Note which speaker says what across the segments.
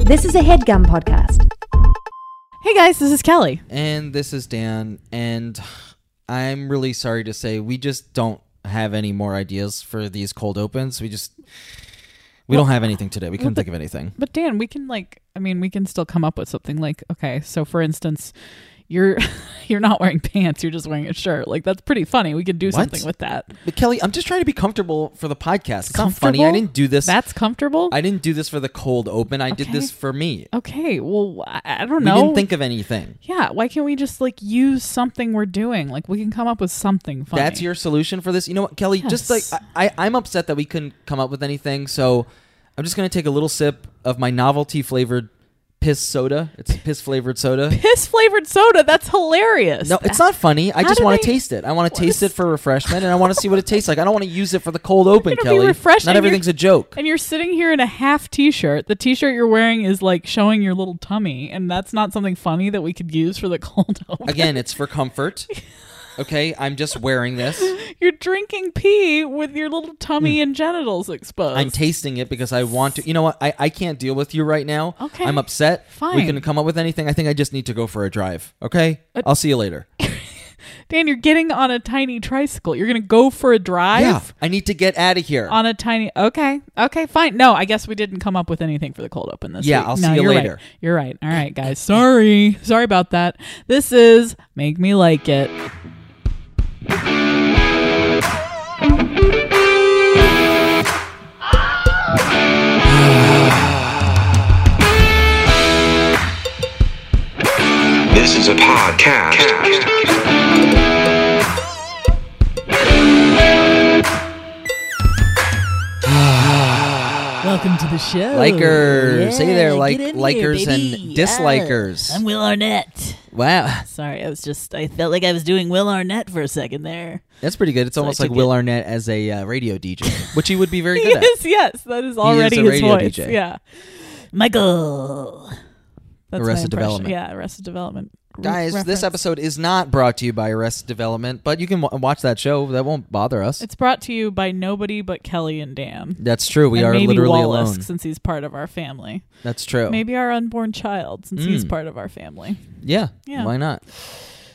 Speaker 1: This is a headgum podcast.
Speaker 2: Hey guys, this is Kelly.
Speaker 3: And this is Dan, and I'm really sorry to say we just don't have any more ideas for these cold opens. We just we don't have anything today. We couldn't think of anything.
Speaker 2: But Dan, we can like I mean, we can still come up with something like okay, so for instance, you're you're not wearing pants, you're just wearing a shirt. Like that's pretty funny. We could do
Speaker 3: What?
Speaker 2: something with that.
Speaker 3: But Kelly, I'm just trying to be comfortable for the podcast. It's not funny. I
Speaker 2: Comfortable?
Speaker 3: didn't do this.
Speaker 2: That's comfortable?
Speaker 3: I didn't do this for the cold open. I did
Speaker 2: Okay.
Speaker 3: this for me.
Speaker 2: okay, well I, I don't
Speaker 3: We
Speaker 2: know.
Speaker 3: didn't think of anything.
Speaker 2: yeah, why can't we just like use something we're doing? Like we can come up with something funny.
Speaker 3: That's your solution for this. You know what, Kelly? Just like
Speaker 2: Yes.
Speaker 3: I, I, I'm upset that we couldn't come up with anything. So I'm just gonna take a little sip of my novelty flavored piss soda. It's piss flavored soda.
Speaker 2: piss flavored soda. That's hilarious.
Speaker 3: No, it's not funny. I
Speaker 2: How
Speaker 3: just
Speaker 2: do
Speaker 3: want
Speaker 2: they-
Speaker 3: to taste it. I want to taste
Speaker 2: What?
Speaker 3: it for refreshment, and I want to see what it tastes like. I don't want to use it for the cold open,
Speaker 2: gonna be
Speaker 3: Kelly.
Speaker 2: refreshed and
Speaker 3: Not
Speaker 2: you're-
Speaker 3: everything's a joke.
Speaker 2: And you're sitting here in a half t-shirt. The t-shirt you're wearing is like showing your little tummy, and that's not something funny that we could use for the cold open.
Speaker 3: Again, it's for comfort. Okay, I'm just wearing this.
Speaker 2: You're drinking pee with your little tummy and genitals exposed.
Speaker 3: Hmm. I'm tasting it because I want to. You know what? I, I can't deal with you right now.
Speaker 2: Okay.
Speaker 3: I'm upset. We
Speaker 2: Fine.
Speaker 3: can come up with anything. I think I just need to go for a drive. Okay? I'll see you later.
Speaker 2: Dan, you're getting on a tiny tricycle. You're gonna go for a drive
Speaker 3: yeah. I need to get out of here.
Speaker 2: on a tiny. Okay, okay, fine. No, I guess we didn't come up with anything for the cold open this
Speaker 3: Yeah,
Speaker 2: week.
Speaker 3: I'll
Speaker 2: No,
Speaker 3: see you
Speaker 2: you're right.
Speaker 3: later.
Speaker 2: You're right. All right, guys. Sorry, sorry about that. This is make me like it.
Speaker 4: This is a podcast.
Speaker 2: Welcome to the show.
Speaker 3: likers. hey there, like
Speaker 2: in
Speaker 3: likers
Speaker 2: here, baby.
Speaker 3: and dislikers.
Speaker 2: I'm Will Arnett.
Speaker 3: wow.
Speaker 2: Sorry, I was just I felt like I was doing Will Arnett for a second there.
Speaker 3: That's pretty good. It's almost like
Speaker 2: took
Speaker 3: Will Arnett as a uh, radio DJ, which he would be very
Speaker 2: He
Speaker 3: good at.
Speaker 2: is, yes. That is already
Speaker 3: a
Speaker 2: his
Speaker 3: radio
Speaker 2: voice.
Speaker 3: DJ.
Speaker 2: Yeah. Michael. That's my
Speaker 3: Arrested
Speaker 2: impression.
Speaker 3: Development.
Speaker 2: Yeah, Arrested Development. Re-
Speaker 3: Guys,
Speaker 2: reference.
Speaker 3: this episode is not brought to you by Arrested Development, but you can w- watch that show. That won't bother us.
Speaker 2: It's brought to you by nobody but Kelly and Dan.
Speaker 3: That's true. We
Speaker 2: and
Speaker 3: are
Speaker 2: maybe
Speaker 3: literally
Speaker 2: Wallace,
Speaker 3: alone.
Speaker 2: since he's part of our family.
Speaker 3: That's true.
Speaker 2: Maybe our unborn child, since he's
Speaker 3: Mm.
Speaker 2: part of our family.
Speaker 3: Yeah.
Speaker 2: Yeah.
Speaker 3: Why not?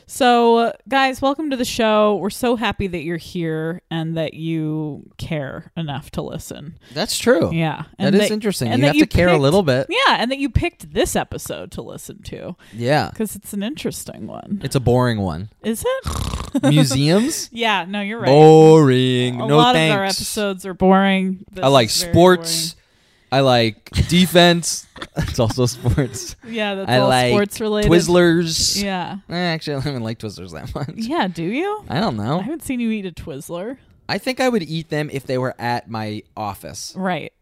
Speaker 2: So, uh, guys, welcome to the show. We're so happy that you're here and that you care enough to listen.
Speaker 3: That's true.
Speaker 2: Yeah,
Speaker 3: Oh. That
Speaker 2: and
Speaker 3: is interesting.
Speaker 2: and
Speaker 3: You
Speaker 2: that
Speaker 3: have to care a little bit.
Speaker 2: Yeah, and that you picked this episode to listen to
Speaker 3: Yeah.
Speaker 2: because it's an interesting one,
Speaker 3: It's a boring one.
Speaker 2: is it?
Speaker 3: Museums?
Speaker 2: yeah, no, you're right.
Speaker 3: Boring.
Speaker 2: a
Speaker 3: no
Speaker 2: lot
Speaker 3: thanks.
Speaker 2: of our episodes are boring. This
Speaker 3: I like
Speaker 2: is very
Speaker 3: sports. I like defense. it's also sports.
Speaker 2: boring. Yeah, that's
Speaker 3: I
Speaker 2: all
Speaker 3: like
Speaker 2: sports related.
Speaker 3: Twizzlers.
Speaker 2: Yeah,
Speaker 3: Eh, Actually, I don't even like Twizzlers that much.
Speaker 2: yeah. Do you?
Speaker 3: I don't
Speaker 2: I
Speaker 3: know.
Speaker 2: haven't seen you eat a Twizzler.
Speaker 3: I think I would eat them if they were at my office.
Speaker 2: Right,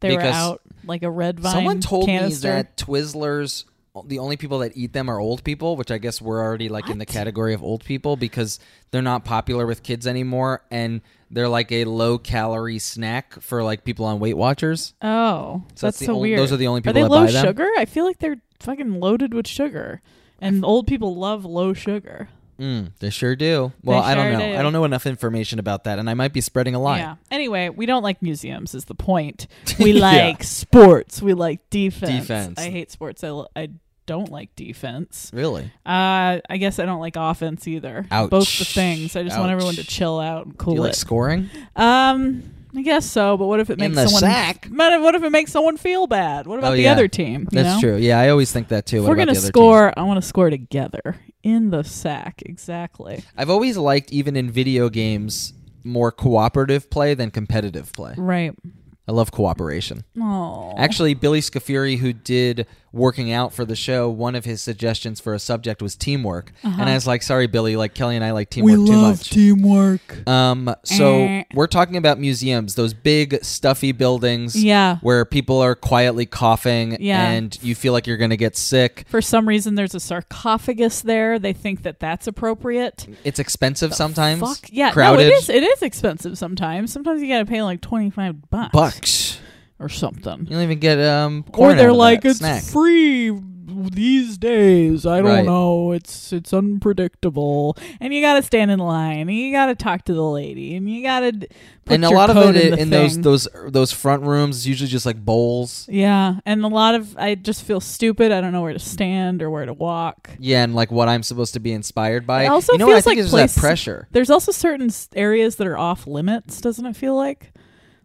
Speaker 2: they were
Speaker 3: Because
Speaker 2: out like a red vine.
Speaker 3: Someone told
Speaker 2: canister.
Speaker 3: me that Twizzlers, the only people that eat them are old people, which I guess we're already like in the category of old people because they're not popular with kids anymore, and they're like a low calorie snack for like people on Weight Watchers.
Speaker 2: Oh,
Speaker 3: So
Speaker 2: that's
Speaker 3: that's the
Speaker 2: so
Speaker 3: only-
Speaker 2: weird.
Speaker 3: those are the only
Speaker 2: Are they
Speaker 3: people that
Speaker 2: low
Speaker 3: buy them?
Speaker 2: sugar? I feel like they're fucking loaded with sugar, and old people love low sugar.
Speaker 3: Mm, they sure do. Well, I don't
Speaker 2: sure
Speaker 3: know.
Speaker 2: do.
Speaker 3: I don't know enough information about that, and I might be spreading a lie.
Speaker 2: Yeah. Anyway, we don't like museums. Is the point? We
Speaker 3: Yeah.
Speaker 2: like sports. We like defense.
Speaker 3: Defense.
Speaker 2: I hate sports. I, l- I don't like defense.
Speaker 3: Really?
Speaker 2: Uh, I guess I don't like offense either.
Speaker 3: Ouch.
Speaker 2: Both the things. I just want
Speaker 3: Ouch.
Speaker 2: everyone to chill out and
Speaker 3: Do
Speaker 2: cool
Speaker 3: you like
Speaker 2: it.
Speaker 3: scoring?
Speaker 2: um, I guess so. But what if it
Speaker 3: In
Speaker 2: makes
Speaker 3: the
Speaker 2: someone?
Speaker 3: sack.
Speaker 2: What if- what if it makes someone feel bad? What about
Speaker 3: Oh,
Speaker 2: the
Speaker 3: yeah.
Speaker 2: other team? you
Speaker 3: That's
Speaker 2: know?
Speaker 3: true. Yeah, I always think that too.
Speaker 2: If
Speaker 3: What
Speaker 2: we're
Speaker 3: about the
Speaker 2: gonna
Speaker 3: other team?
Speaker 2: score, I want to score together in the sack. Exactly.
Speaker 3: I've always liked, even in video games, more cooperative play than competitive play.
Speaker 2: Right.
Speaker 3: I love cooperation.
Speaker 2: Oh.
Speaker 3: Actually, Billy Scafuri, who did working out for the show, one of his suggestions for a subject was teamwork,
Speaker 2: Uh-huh.
Speaker 3: and I was like, "Sorry, Billy. Like Kelly and I like teamwork too much."
Speaker 2: teamwork.
Speaker 3: um, so
Speaker 2: Eh.
Speaker 3: we're talking about museums, those big stuffy buildings,
Speaker 2: Yeah.
Speaker 3: where people are quietly coughing,
Speaker 2: Yeah.
Speaker 3: and you feel like you're gonna get sick.
Speaker 2: For some reason, there's a sarcophagus there. They think that that's appropriate.
Speaker 3: It's expensive sometimes.
Speaker 2: Fuck yeah!
Speaker 3: crowded.
Speaker 2: No, it is. It is expensive sometimes. Sometimes you gotta pay like twenty five bucks
Speaker 3: Bucks.
Speaker 2: or something.
Speaker 3: You don't even get um.
Speaker 2: Or
Speaker 3: corn out
Speaker 2: they're
Speaker 3: of
Speaker 2: like
Speaker 3: that
Speaker 2: it's
Speaker 3: snack.
Speaker 2: free. these days i don't
Speaker 3: Right.
Speaker 2: know it's it's unpredictable and you gotta stand in line and you gotta talk to the lady and you gotta d- put
Speaker 3: and a
Speaker 2: your
Speaker 3: lot of
Speaker 2: code
Speaker 3: it in,
Speaker 2: in, the
Speaker 3: those
Speaker 2: thing.
Speaker 3: those those front rooms is usually just like bowls.
Speaker 2: yeah and a lot of i just feel stupid i don't know where to stand or where to walk
Speaker 3: Yeah, and like what I'm supposed to be inspired
Speaker 2: It
Speaker 3: by.
Speaker 2: also
Speaker 3: you know what I
Speaker 2: feels
Speaker 3: think
Speaker 2: like
Speaker 3: is
Speaker 2: place-
Speaker 3: that pressure.
Speaker 2: there's also certain s- areas that are off limits doesn't it feel like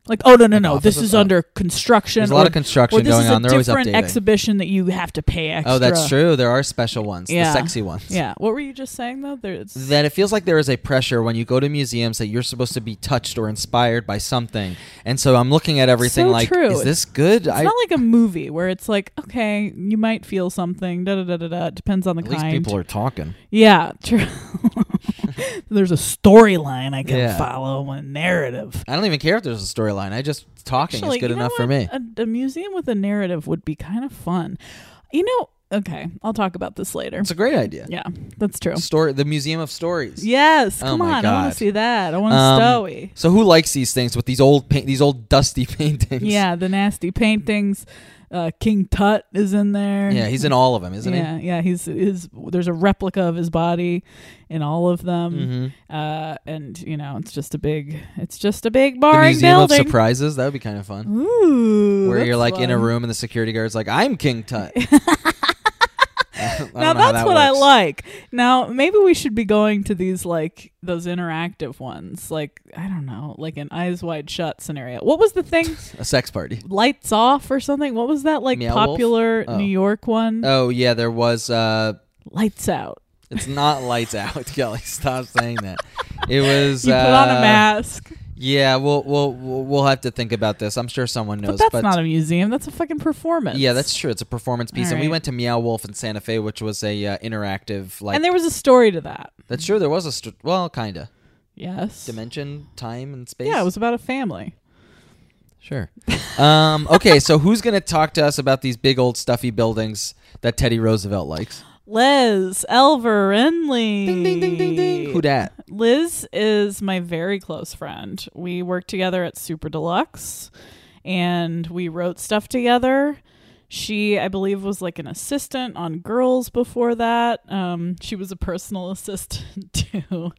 Speaker 2: like oh no no no this
Speaker 3: offices
Speaker 2: is
Speaker 3: up.
Speaker 2: under construction
Speaker 3: There's a lot
Speaker 2: or-
Speaker 3: of construction
Speaker 2: or this
Speaker 3: going
Speaker 2: is a
Speaker 3: on. They're always
Speaker 2: different
Speaker 3: updating.
Speaker 2: exhibition that you have to pay extra
Speaker 3: oh, that's true. There are special ones,
Speaker 2: Yeah.
Speaker 3: the sexy ones.
Speaker 2: yeah what were you just saying though there's
Speaker 3: That it feels like there is a pressure when you go to museums that you're supposed to be touched or inspired by something. And so I'm looking at everything
Speaker 2: So
Speaker 3: like,
Speaker 2: true.
Speaker 3: is this good?
Speaker 2: It's
Speaker 3: I,
Speaker 2: not like a movie where it's like, okay, you might feel something. Da da da da da. It Depends on the
Speaker 3: at least
Speaker 2: kind.
Speaker 3: people are talking.
Speaker 2: yeah, true. There's a storyline I can
Speaker 3: Yeah.
Speaker 2: follow, a narrative.
Speaker 3: I don't even care if there's a storyline. I just talking
Speaker 2: Actually,
Speaker 3: is good
Speaker 2: you know
Speaker 3: enough for
Speaker 2: what?
Speaker 3: me.
Speaker 2: A, a museum with a narrative would be kind of fun. You know, okay, I'll talk about this later.
Speaker 3: It's a great idea.
Speaker 2: yeah, that's true.
Speaker 3: Story, the Museum of Stories.
Speaker 2: Yes,
Speaker 3: Oh
Speaker 2: come
Speaker 3: my
Speaker 2: on, I want
Speaker 3: God.
Speaker 2: to see that. I want to
Speaker 3: Um,
Speaker 2: stowie.
Speaker 3: So who likes these things with these old paint, these old dusty paintings?
Speaker 2: Yeah, the nasty paintings. Uh, King Tut is in there.
Speaker 3: yeah, he's in all of them, isn't he?
Speaker 2: yeah, yeah. He's his. There's a replica of his body in all of them,
Speaker 3: Mhm.
Speaker 2: uh, and you know it's just a big, it's just a big boring
Speaker 3: the Museum
Speaker 2: building.
Speaker 3: of Surprises. That would be kind of fun.
Speaker 2: Ooh,
Speaker 3: Where you're
Speaker 2: that's
Speaker 3: like in a
Speaker 2: fun.
Speaker 3: room and the security guard's like, "I'm King Tut." I don't know
Speaker 2: Now
Speaker 3: how
Speaker 2: that's
Speaker 3: that
Speaker 2: what I
Speaker 3: works.
Speaker 2: like. Now maybe we should be going to these like those interactive ones, like I don't know, like an Eyes Wide Shut scenario. What was the thing?
Speaker 3: A sex party.
Speaker 2: Lights off or something? What was that like
Speaker 3: Meow Wolf?
Speaker 2: popular
Speaker 3: Oh.
Speaker 2: New York one?
Speaker 3: Oh yeah, there was. uh
Speaker 2: Lights out.
Speaker 3: It's not lights out, Kelly. Stop saying that. It was.
Speaker 2: You put on a
Speaker 3: uh,
Speaker 2: mask,
Speaker 3: Yeah, we'll we'll we'll we'll have to think about this. I'm sure someone knows.
Speaker 2: but that's not a museum. That's a fucking performance.
Speaker 3: Yeah, that's true. It's a performance piece, and we
Speaker 2: Alright.
Speaker 3: went to Meow Wolf in Santa Fe, which was a uh, interactive like.
Speaker 2: and there was a story to that.
Speaker 3: that's true. There was a st- well, kinda
Speaker 2: Yes.
Speaker 3: dimension, time, and space.
Speaker 2: Yeah, it was about a family.
Speaker 3: sure. um, okay, so who's gonna talk to us about these big old stuffy buildings that Teddy Roosevelt likes?
Speaker 2: Liz Elverenly.
Speaker 3: Ding ding ding ding ding. Who dat?
Speaker 2: Liz is my very close friend. We worked together at Super Deluxe and we wrote stuff together. She, I believe, was like an assistant on Girls before that. Um, she was a personal assistant to,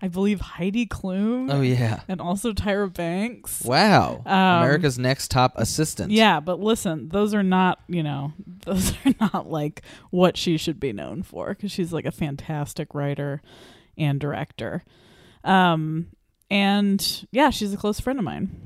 Speaker 2: I believe, Heidi Klum
Speaker 3: Oh yeah.
Speaker 2: and also Tyra Banks.
Speaker 3: Wow.
Speaker 2: Um,
Speaker 3: America's next top assistant.
Speaker 2: Yeah, but listen, those are not, you know, those are not like what she should be known for because she's like a fantastic writer and director. Um, and yeah, she's a close friend of mine.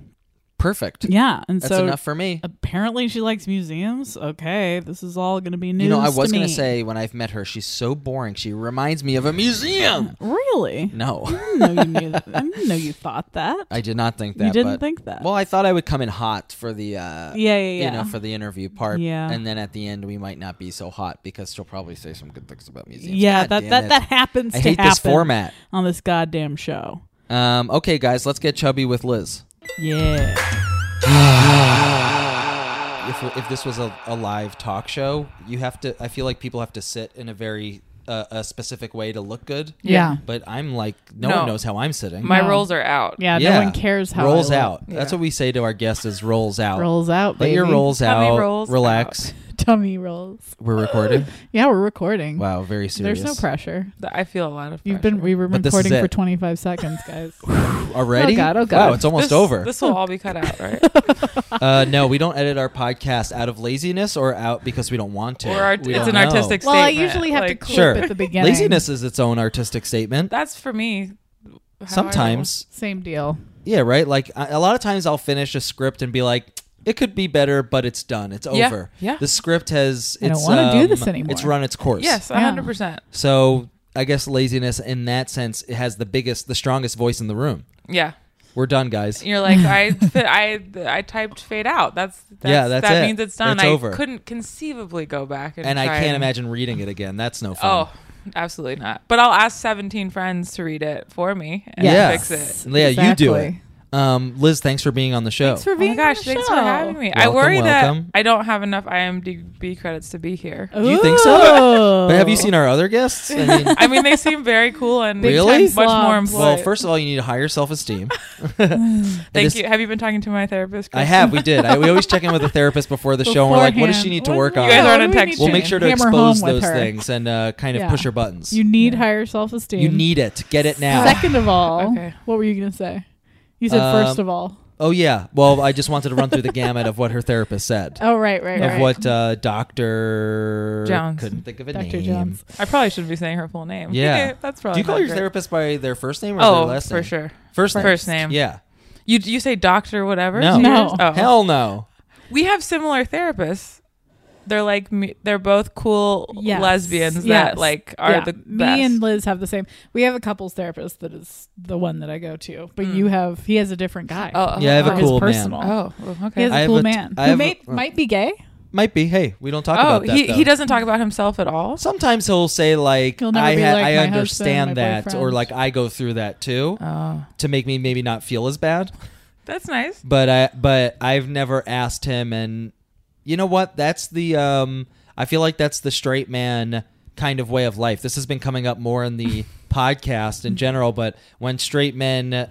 Speaker 3: Perfect.
Speaker 2: Yeah, and
Speaker 3: That's
Speaker 2: so
Speaker 3: enough for me.
Speaker 2: apparently she likes museums. Okay, this is all going to be news.
Speaker 3: You know, I was
Speaker 2: to
Speaker 3: gonna
Speaker 2: me.
Speaker 3: say when I've met her, she's so boring. She reminds me of a museum.
Speaker 2: really?
Speaker 3: No,
Speaker 2: I didn't know you knew that. I didn't know you thought that.
Speaker 3: I did not think that.
Speaker 2: you didn't
Speaker 3: but-
Speaker 2: think that.
Speaker 3: Well, I thought I would come in hot for the uh,
Speaker 2: yeah, yeah, yeah.
Speaker 3: you know, for the interview part.
Speaker 2: Yeah.
Speaker 3: And then at the end, we might not be so hot because she'll probably say some good things about museums.
Speaker 2: yeah,
Speaker 3: God
Speaker 2: that
Speaker 3: damn
Speaker 2: that,
Speaker 3: it.
Speaker 2: that happens
Speaker 3: I
Speaker 2: to
Speaker 3: hate
Speaker 2: happen
Speaker 3: this format.
Speaker 2: on this goddamn show.
Speaker 3: Um, okay, guys, let's get chubby with Liz.
Speaker 2: Yeah.
Speaker 3: If, if this was a, a live talk show, you have to. I feel like people have to sit in a very uh, a specific way to look good.
Speaker 2: Yeah.
Speaker 3: But I'm like, no,
Speaker 5: No.
Speaker 3: one knows how I'm sitting.
Speaker 5: My
Speaker 2: No.
Speaker 5: rolls are out.
Speaker 2: Yeah,
Speaker 3: Yeah.
Speaker 2: no one cares how
Speaker 3: rolls
Speaker 2: I look.
Speaker 3: out. That's
Speaker 5: Yeah.
Speaker 3: what we say to our guests: is rolls out.
Speaker 2: Rolls out,
Speaker 3: Let
Speaker 2: baby.
Speaker 3: your rolls
Speaker 5: Tummy
Speaker 3: out.
Speaker 5: rolls
Speaker 3: relax.
Speaker 2: tummy rolls.
Speaker 3: We're recording.
Speaker 2: Yeah, we're recording.
Speaker 3: Wow, very serious.
Speaker 2: There's no pressure.
Speaker 5: Th- I feel a lot of.
Speaker 2: You've
Speaker 5: pressure.
Speaker 2: been we were
Speaker 3: But this is
Speaker 2: recording for
Speaker 3: it.
Speaker 2: 25 seconds, guys.
Speaker 3: already.
Speaker 2: Oh, God, oh,
Speaker 3: Wow,
Speaker 2: God.
Speaker 3: it's almost
Speaker 5: This-
Speaker 3: over.
Speaker 5: This will all be cut out, right?
Speaker 3: Uh, no, we don't edit our podcast out of laziness or out because we don't want to.
Speaker 5: Or art-
Speaker 3: We
Speaker 5: it's
Speaker 3: don't
Speaker 5: an
Speaker 3: know.
Speaker 5: artistic.
Speaker 2: well, I
Speaker 5: statement,
Speaker 2: usually have
Speaker 5: like-
Speaker 2: to clip
Speaker 3: Sure.
Speaker 2: at the beginning.
Speaker 3: Laziness is its own artistic statement.
Speaker 5: That's for me. how I
Speaker 3: Sometimes,
Speaker 2: Same deal.
Speaker 5: Oh
Speaker 3: yeah, right. Like I- a lot of times, I'll finish a script and be like, "It could be better, but it's done. It's
Speaker 5: Yeah,
Speaker 3: over."
Speaker 5: yeah.
Speaker 3: The script has.
Speaker 2: I don't
Speaker 3: it's,
Speaker 2: wanna do
Speaker 3: um,
Speaker 2: this anymore.
Speaker 3: It's run its
Speaker 5: roll.
Speaker 3: course.
Speaker 5: Yes,
Speaker 2: Yeah.
Speaker 5: hundred percent.
Speaker 3: So I guess laziness, in that sense, it has the biggest, the strongest voice in the room.
Speaker 5: Yeah,
Speaker 3: We're done, guys.
Speaker 5: you're like I, fi- I, I typed fade out. That's, that's
Speaker 3: Yeah, that's
Speaker 5: that
Speaker 3: it.
Speaker 5: means it's done.
Speaker 3: It's
Speaker 5: I
Speaker 3: over.
Speaker 5: couldn't conceivably go back and.
Speaker 3: And I
Speaker 5: try
Speaker 3: can't imagine reading it again. That's no fun.
Speaker 5: Oh, absolutely not. But I'll ask seventeen friends to read it for me and
Speaker 3: Yeah.
Speaker 5: fix it.
Speaker 3: yeah, you do it.
Speaker 2: Exactly.
Speaker 3: Um, Liz, thanks for being on the show.
Speaker 2: Thanks for
Speaker 5: Oh
Speaker 2: being
Speaker 5: my gosh,
Speaker 2: on the
Speaker 5: thanks
Speaker 2: show.
Speaker 5: for having me. I
Speaker 3: Welcome,
Speaker 5: worry
Speaker 3: welcome.
Speaker 5: that I don't have enough IMDb credits to be here.
Speaker 3: Do you think so? but have you seen our other guests? I mean,
Speaker 5: I mean, they seem very cool and
Speaker 3: Big Really?
Speaker 2: time
Speaker 5: much more
Speaker 2: slobs.
Speaker 5: employed.
Speaker 3: well, first of all, you need higher self-esteem.
Speaker 5: Thank
Speaker 3: this-
Speaker 5: you. Have you been talking to my therapist?
Speaker 3: I have. We did. I, we always check in with a therapist before the show, and we're like, "What does she
Speaker 2: Beforehand.
Speaker 3: need to
Speaker 2: What-
Speaker 3: work
Speaker 2: what
Speaker 3: on?"
Speaker 5: You guys
Speaker 2: do
Speaker 5: are on
Speaker 2: we
Speaker 5: a
Speaker 2: need
Speaker 5: text
Speaker 3: we'll
Speaker 5: chain.
Speaker 3: make sure to
Speaker 2: Hammer
Speaker 3: expose
Speaker 2: home with
Speaker 3: those
Speaker 2: her.
Speaker 3: things and uh, kind of
Speaker 2: Yeah.
Speaker 3: push her buttons.
Speaker 2: You
Speaker 3: You,
Speaker 2: need higher self esteem.
Speaker 3: need it. Get it now.
Speaker 2: Second of all,
Speaker 5: Okay.
Speaker 2: what were you gonna say? You said
Speaker 3: Um,
Speaker 2: first of all.
Speaker 3: oh yeah. Well, I just wanted to run through the gamut of what her therapist said.
Speaker 2: Oh right, right,
Speaker 3: of
Speaker 2: right.
Speaker 3: what uh, Doctor
Speaker 5: Jones.
Speaker 3: couldn't think of a
Speaker 2: Dr.
Speaker 3: name.
Speaker 2: Jones.
Speaker 5: I probably should be saying her full name.
Speaker 3: Yeah.
Speaker 5: Okay, that's
Speaker 3: Do
Speaker 5: probably.
Speaker 3: you call
Speaker 5: not
Speaker 3: your
Speaker 5: great.
Speaker 3: therapist by their first name or
Speaker 5: Oh,
Speaker 3: their last name?
Speaker 5: for sure.
Speaker 3: First name.
Speaker 5: First name.
Speaker 3: Yeah.
Speaker 5: You you say doctor whatever?
Speaker 3: No.
Speaker 5: to
Speaker 2: No.
Speaker 5: yours? Oh.
Speaker 3: Hell no.
Speaker 5: We have similar therapists. They're like me. They're both cool
Speaker 2: Yes.
Speaker 5: lesbians
Speaker 2: Yes.
Speaker 5: that like are
Speaker 2: Yeah.
Speaker 5: the
Speaker 2: me
Speaker 5: best.
Speaker 2: and Liz have the same. We have a couples therapist that is the one that I go to, but you have he has a different guy.
Speaker 5: Hmm. oh, oh,
Speaker 3: Yeah, I have a
Speaker 5: oh,
Speaker 2: his
Speaker 3: cool man.
Speaker 2: personal.
Speaker 5: Oh,
Speaker 2: He
Speaker 5: okay.
Speaker 2: has
Speaker 3: I
Speaker 2: a
Speaker 3: have
Speaker 2: cool
Speaker 3: a t-
Speaker 2: man
Speaker 3: I
Speaker 2: who
Speaker 3: have a- uh,
Speaker 2: may, might be gay.
Speaker 3: Might be. Hey, we don't talk
Speaker 5: oh,
Speaker 3: about that.
Speaker 5: he
Speaker 3: though.
Speaker 5: he doesn't talk about himself at all.
Speaker 3: Sometimes he'll say like,
Speaker 2: He'll never
Speaker 3: "I
Speaker 2: be
Speaker 3: ha-
Speaker 2: like
Speaker 3: I
Speaker 2: my
Speaker 3: understand
Speaker 2: husband, my
Speaker 3: that," or
Speaker 2: boyfriend.
Speaker 3: like, "I go through that too,"
Speaker 5: Oh,
Speaker 3: to make me maybe not feel as bad.
Speaker 5: that's nice.
Speaker 3: But I, but I've never asked him, and you know what? That's the um. I feel like that's the straight man kind of way of life. This has been coming up more in the podcast in general, but when straight men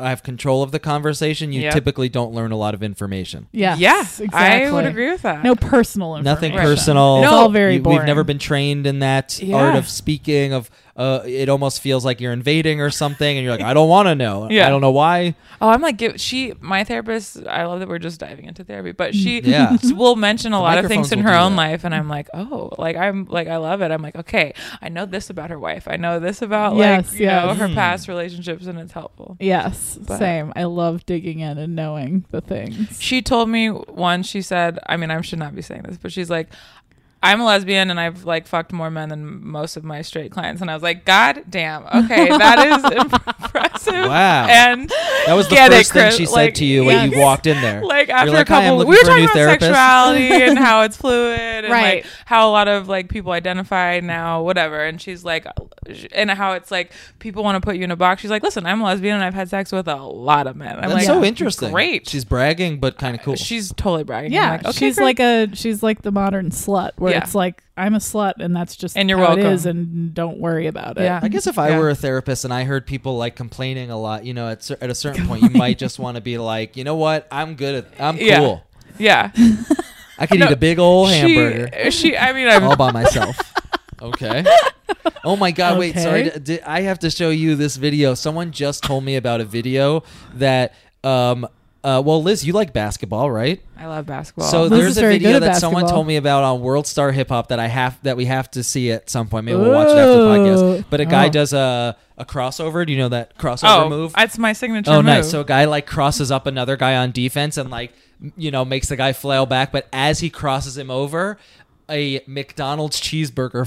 Speaker 3: have control of the conversation, you
Speaker 5: Yep.
Speaker 3: typically don't learn a lot of information.
Speaker 2: Yes,
Speaker 5: yeah,
Speaker 2: exactly.
Speaker 5: I would agree with that.
Speaker 2: No personal information.
Speaker 3: nothing personal.
Speaker 2: It's
Speaker 5: No.
Speaker 2: all very
Speaker 3: You-
Speaker 2: boring.
Speaker 3: We've never been trained in that
Speaker 5: Yeah.
Speaker 3: art of speaking. Of uh, it almost feels like you're invading or something, and you're like, I don't want to know.
Speaker 5: Yeah.
Speaker 3: I don't know why.
Speaker 5: Oh, I'm like give- she. My therapist. I love that we're just diving into therapy, but she
Speaker 3: Mm. Yeah.
Speaker 5: will mention a
Speaker 3: The
Speaker 5: lot of things
Speaker 3: microphones
Speaker 5: in
Speaker 3: will
Speaker 5: her
Speaker 3: do
Speaker 5: own
Speaker 3: that.
Speaker 5: life, and I'm like, oh, like I'm like I love it. I'm like, okay, I know this about her wife. I know this about
Speaker 2: Yes,
Speaker 5: like you know
Speaker 2: yes.
Speaker 3: Mm.
Speaker 5: her past relationships, and it's helpful.
Speaker 2: Yes,
Speaker 5: But-
Speaker 2: same. I love digging in and knowing the things.
Speaker 5: She told me once. She said, I mean, I should not be saying this, but she's like. I'm a lesbian and I've like fucked more men than most of my straight clients. And I was like, God damn. Okay. That is impressive.
Speaker 3: Wow.
Speaker 5: And
Speaker 3: That was the
Speaker 5: Get it,
Speaker 3: first thing
Speaker 5: Chris.
Speaker 3: she said
Speaker 5: Like,
Speaker 3: to you when you
Speaker 5: yes.
Speaker 3: walked in there.
Speaker 5: like
Speaker 3: You're
Speaker 5: after
Speaker 3: like,
Speaker 5: a
Speaker 3: "Hi, I'm
Speaker 5: couple we
Speaker 3: looking
Speaker 5: were
Speaker 3: for a
Speaker 5: talking
Speaker 3: new
Speaker 5: about
Speaker 3: therapist."
Speaker 5: sexuality and how it's fluid and
Speaker 2: Right.
Speaker 5: like how a lot of like people identify now whatever and she's like and how it's like people want to put you in a box she's like listen i'm a lesbian and i've had sex with a lot of men i'm
Speaker 3: That's
Speaker 5: like
Speaker 3: so interesting.
Speaker 5: great
Speaker 3: She's bragging, but kind of cool.
Speaker 5: she's totally bragging
Speaker 2: Yeah,
Speaker 5: I'm like, okay,
Speaker 2: she's
Speaker 5: great.
Speaker 2: like a she's like the modern slut, where
Speaker 5: Yeah.
Speaker 2: it's like I'm a slut, and that's just
Speaker 5: And you're
Speaker 2: how it
Speaker 5: welcome.
Speaker 2: is, and don't worry about it.
Speaker 5: Yeah.
Speaker 3: I guess if I
Speaker 5: Yeah.
Speaker 3: were a therapist and I heard people like complaining a lot, you know, at, cer- at a certain point, you might just want to be like, you know what? I'm good at. I'm cool.
Speaker 5: Yeah. yeah
Speaker 3: I could
Speaker 5: No,
Speaker 3: eat a big old hamburger
Speaker 5: she, she i mean
Speaker 3: all
Speaker 5: i'm
Speaker 3: by myself. okay. Oh my God! Wait, sorry.
Speaker 2: Okay.
Speaker 3: D- did- I have to show you this video. Someone just told me about a video that. Um, uh, well, Liz, you like basketball, right?
Speaker 5: i love basketball
Speaker 3: So
Speaker 2: Liz
Speaker 3: there's
Speaker 2: is
Speaker 3: a
Speaker 2: very
Speaker 3: video
Speaker 2: good at
Speaker 3: that someone
Speaker 2: basketball.
Speaker 3: told me about on World Star Hip Hop that I have that we have to see at some point. Maybe we'll watch it after the
Speaker 2: Ooh.
Speaker 3: podcast. But a guy
Speaker 2: Oh.
Speaker 3: does a a crossover. Do you know that crossover
Speaker 5: oh
Speaker 3: move?
Speaker 5: that's my signature
Speaker 3: oh,
Speaker 5: move.
Speaker 3: nice. So a guy like crosses up another guy on defense and like m- you know makes the guy flail back, but as he crosses him over, a McDonald's cheeseburger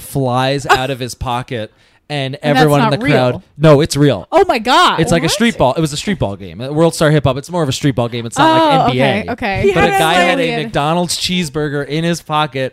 Speaker 3: flies out of his pocket, and
Speaker 2: that's
Speaker 3: everyone in
Speaker 2: not
Speaker 3: the
Speaker 2: real.
Speaker 3: crowd. No, it's real.
Speaker 2: Oh my god!
Speaker 3: It's like a street ball. It was a street ball game. Uh, World Star Hip Hop. It's more of a street ball game. It's
Speaker 2: Oh,
Speaker 3: not like NBA.
Speaker 2: okay, okay. He
Speaker 3: But a
Speaker 2: had it
Speaker 3: guy had a
Speaker 2: landed.
Speaker 3: McDonald's cheeseburger in his pocket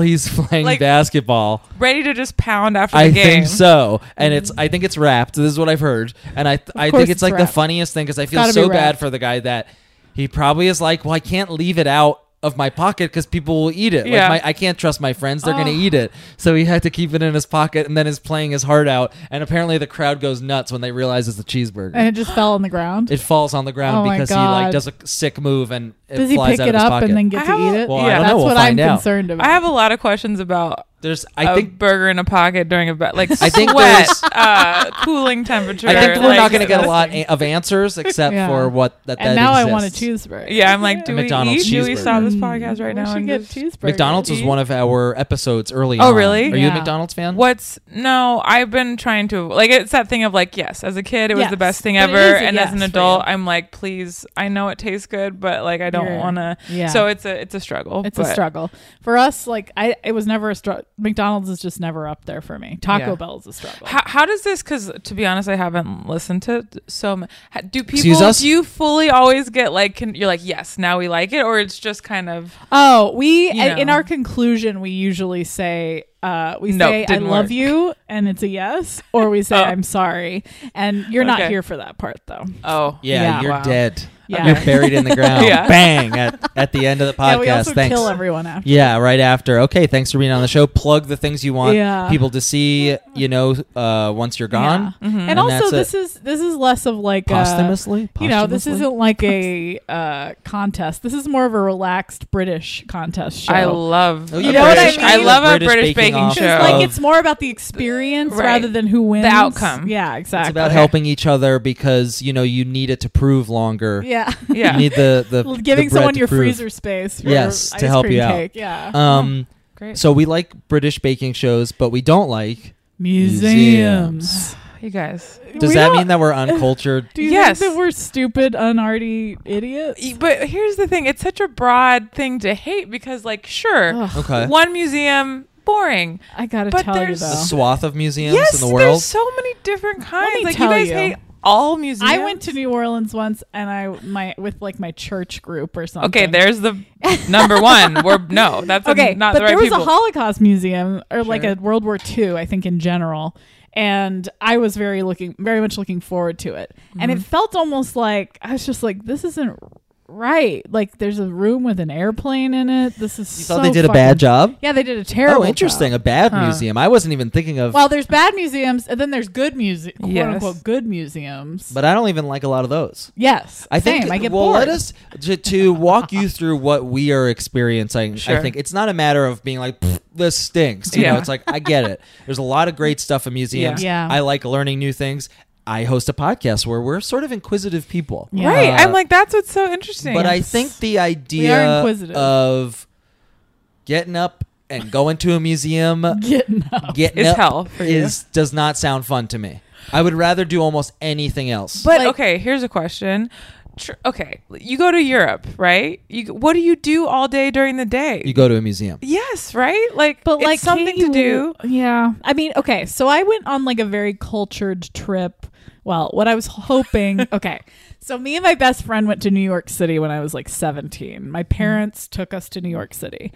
Speaker 3: he's playing
Speaker 5: Like-
Speaker 3: basketball.
Speaker 5: ready to just pound after
Speaker 3: I
Speaker 5: the game
Speaker 3: think so, and it's. I think it's wrapped. This is what I've heard, and I. I
Speaker 2: Mm-hmm. course
Speaker 3: think it's
Speaker 2: it's
Speaker 3: like the
Speaker 2: wrapped.
Speaker 3: funniest thing because I feel
Speaker 2: Gotta be
Speaker 3: so bad
Speaker 2: wrapped.
Speaker 3: for the guy that he probably is like, well, I can't leave it out of my pocket because people will eat it.
Speaker 5: Yeah.
Speaker 3: Like my, I can't trust my friends; they're
Speaker 2: Oh.
Speaker 3: gonna eat it. So he had to keep it in his pocket, and then is playing his heart out. And apparently, the crowd goes nuts when they realize it's a cheeseburger.
Speaker 2: and it just fell on the ground.
Speaker 3: It falls on the
Speaker 2: Oh
Speaker 3: ground
Speaker 2: my
Speaker 3: because he like
Speaker 2: God.
Speaker 3: does a sick move and it
Speaker 2: Does he
Speaker 3: flies
Speaker 2: pick
Speaker 3: out
Speaker 2: it
Speaker 3: of his
Speaker 2: up
Speaker 3: pocket.
Speaker 2: and then get
Speaker 5: I
Speaker 2: to
Speaker 5: have
Speaker 2: eat
Speaker 5: a-
Speaker 2: it?
Speaker 3: Well, I
Speaker 2: yeah,
Speaker 3: don't
Speaker 2: that's
Speaker 3: know. We'll
Speaker 2: what
Speaker 3: find
Speaker 2: I'm
Speaker 3: out.
Speaker 2: concerned about.
Speaker 5: I have a lot of questions about
Speaker 3: There's
Speaker 5: a
Speaker 3: I
Speaker 2: Oh,
Speaker 3: think
Speaker 5: burger in a pocket during a ba- like
Speaker 3: I think
Speaker 5: sweat,
Speaker 3: there's-
Speaker 5: uh, cooling temperature.
Speaker 3: I think we're
Speaker 5: like-
Speaker 3: not going to get a lot a- of answers except
Speaker 2: Yeah.
Speaker 3: for what that.
Speaker 2: and
Speaker 3: that
Speaker 2: now I
Speaker 3: exists.
Speaker 2: want a cheeseburger. Mm.
Speaker 5: Yeah, I'm like, do
Speaker 3: McDonald's
Speaker 5: we eat? Do we
Speaker 3: cheeseburger.
Speaker 5: stop this podcast
Speaker 2: we
Speaker 5: right now?
Speaker 2: should
Speaker 5: and
Speaker 2: get
Speaker 5: just-
Speaker 2: cheeseburger.
Speaker 3: McDonald's was one of our episodes early.
Speaker 5: Oh,
Speaker 3: on.
Speaker 5: really?
Speaker 3: Are you a
Speaker 2: Yeah.
Speaker 3: McDonald's fan?
Speaker 5: What's no? I've been trying to like. It's that thing of like, yes, as a kid, it was
Speaker 2: Yes,
Speaker 5: the best thing
Speaker 2: but it
Speaker 5: ever,
Speaker 2: is a
Speaker 5: and
Speaker 2: yes
Speaker 5: as an
Speaker 2: for
Speaker 5: adult,
Speaker 2: you.
Speaker 5: I'm like, please, I know it tastes good, but like, I
Speaker 2: You're-
Speaker 5: don't want to.
Speaker 2: yeah.
Speaker 5: So it's a it's a struggle.
Speaker 2: It's
Speaker 5: but
Speaker 2: a struggle for us. Like I, it was never a struggle. McDonald's is just never up there for me. Taco
Speaker 5: Yeah.
Speaker 2: Bell is a struggle.
Speaker 5: How, how does this? Because to be honest, I haven't listened to so. ma- ha- Do
Speaker 3: Excuse
Speaker 5: people?
Speaker 3: us?
Speaker 5: Do you fully always get like? Can, you're like, yes, now we like it, or it's just kind of
Speaker 2: oh, we
Speaker 5: You
Speaker 2: in
Speaker 5: know.
Speaker 2: our conclusion we usually say uh, uh, we
Speaker 5: Nope,
Speaker 2: say I
Speaker 5: didn't
Speaker 2: love
Speaker 5: work.
Speaker 2: you and it's a yes, or we say
Speaker 5: Oh.
Speaker 2: I'm sorry. And you're not
Speaker 5: Okay.
Speaker 2: here for that part though.
Speaker 5: Oh,
Speaker 3: Yeah,
Speaker 2: Yeah.
Speaker 3: you're
Speaker 5: Wow.
Speaker 3: dead.
Speaker 2: Yeah.
Speaker 3: You're buried in the ground.
Speaker 5: Yeah.
Speaker 3: Bang at, at the end of the podcast.
Speaker 2: yeah, we also
Speaker 3: Thanks.
Speaker 2: kill everyone after.
Speaker 3: Yeah, right after. Okay, thanks for being on the show. Plug the things you want
Speaker 2: Yeah.
Speaker 3: people to see, you know, uh, once you're gone.
Speaker 2: Yeah.
Speaker 5: Mm-hmm.
Speaker 2: And,
Speaker 3: And
Speaker 2: also,
Speaker 3: that's
Speaker 2: this is this is less of like uh, a,
Speaker 3: Posthumously?
Speaker 2: you know, this
Speaker 3: Posthumously?
Speaker 2: isn't like a uh, contest. This is more of a relaxed British contest show.
Speaker 5: I love.
Speaker 3: Oh,
Speaker 5: a
Speaker 3: you
Speaker 2: know what I
Speaker 5: British-
Speaker 2: mean?
Speaker 5: love
Speaker 3: British
Speaker 5: a British
Speaker 3: baking
Speaker 5: baking,
Speaker 3: off.
Speaker 5: show.
Speaker 2: it's
Speaker 3: of-
Speaker 2: like it's more about the experience
Speaker 5: Right.
Speaker 2: rather than who wins.
Speaker 5: outcome.
Speaker 2: Yeah,
Speaker 3: It's
Speaker 2: exactly.
Speaker 3: about helping each other because, you know, you need it to prove longer.
Speaker 2: Yeah.
Speaker 5: yeah.
Speaker 3: You need the, the
Speaker 2: Well, giving
Speaker 3: the bread
Speaker 2: someone
Speaker 3: to
Speaker 2: your
Speaker 3: prove.
Speaker 2: freezer space. For
Speaker 3: Yes, to
Speaker 2: ice
Speaker 3: help
Speaker 2: cream
Speaker 3: you out.
Speaker 2: cake. Yeah.
Speaker 3: Um,
Speaker 5: Great.
Speaker 3: so we like British baking shows, but we don't like. Museums.
Speaker 5: you guys.
Speaker 3: Does
Speaker 2: We
Speaker 3: that
Speaker 2: don't-
Speaker 3: mean that we're uncultured?
Speaker 2: Do you
Speaker 5: Yes.
Speaker 2: think that we're stupid, unarty idiots?
Speaker 5: But here's the thing: it's such a broad thing to hate because, like, sure,
Speaker 2: Ugh,
Speaker 3: okay.
Speaker 5: one museum boring.
Speaker 2: I gotta
Speaker 5: But
Speaker 2: tell you
Speaker 5: there's
Speaker 2: though.
Speaker 3: A swath of museums
Speaker 5: yes,
Speaker 3: in the world.
Speaker 5: there's so many different kinds.
Speaker 2: me
Speaker 5: Like, you
Speaker 2: tell
Speaker 5: guys
Speaker 2: you.
Speaker 5: hate all museums.
Speaker 2: I went to New Orleans once, and I my with like my church group or something.
Speaker 5: Okay, there's the number one. We're no, that's
Speaker 2: okay,
Speaker 5: okay, not
Speaker 2: but
Speaker 5: the right
Speaker 2: there was
Speaker 5: people.
Speaker 2: a Holocaust museum or like a World War II, I think in general, and I was very looking, very much looking forward to it, and
Speaker 5: Mm-hmm.
Speaker 2: it felt almost like I was just like, this isn't right. Like there's a room with an airplane in it. This is
Speaker 3: you
Speaker 2: so
Speaker 3: thought they did a
Speaker 2: fucking-
Speaker 3: bad job?
Speaker 2: Yeah, they did a terrible.
Speaker 3: Oh, interesting.
Speaker 2: job.
Speaker 3: A bad museum. I wasn't even thinking of.
Speaker 2: Well, there's bad museums, and then there's good music, quote
Speaker 5: Yes.
Speaker 2: unquote, good museums.
Speaker 3: but I don't even like a lot of those.
Speaker 2: yes,
Speaker 3: I think.
Speaker 2: same. I get
Speaker 3: well,
Speaker 2: bored.
Speaker 3: let us to, to walk you through what we are experiencing. I
Speaker 5: Sure.
Speaker 3: think it's not a matter of being like "Pfft, this stinks. You know,
Speaker 5: Yeah.
Speaker 3: it's like I get it. There's a lot of great stuff in museums.
Speaker 2: Yeah. Yeah.
Speaker 3: I like learning new things. I host a podcast where we're sort of inquisitive people.
Speaker 2: Yeah.
Speaker 5: right.
Speaker 3: Uh,
Speaker 5: I'm like, that's what's so interesting.
Speaker 3: But I think the idea
Speaker 2: inquisitive.
Speaker 3: of getting up and going to a museum,
Speaker 2: Getting up.
Speaker 3: getting
Speaker 5: Is
Speaker 3: up
Speaker 5: hell for you.
Speaker 3: is does not sound fun to me. I would rather do almost anything else.
Speaker 5: But
Speaker 2: Like-
Speaker 5: okay, here's a question. Tr- okay, you go to Europe, right? You what do you do all day during the day?
Speaker 3: you go to a museum.
Speaker 5: yes, right? Like,
Speaker 2: but like
Speaker 5: it's something to
Speaker 2: can't
Speaker 5: do.
Speaker 2: you- Yeah, I mean, okay. So I went on like a very cultured trip. Well, what I was hoping, okay. So me and my best friend went to New York City when I was like 17.
Speaker 3: Mm-hmm.
Speaker 2: My parents took us to New York City.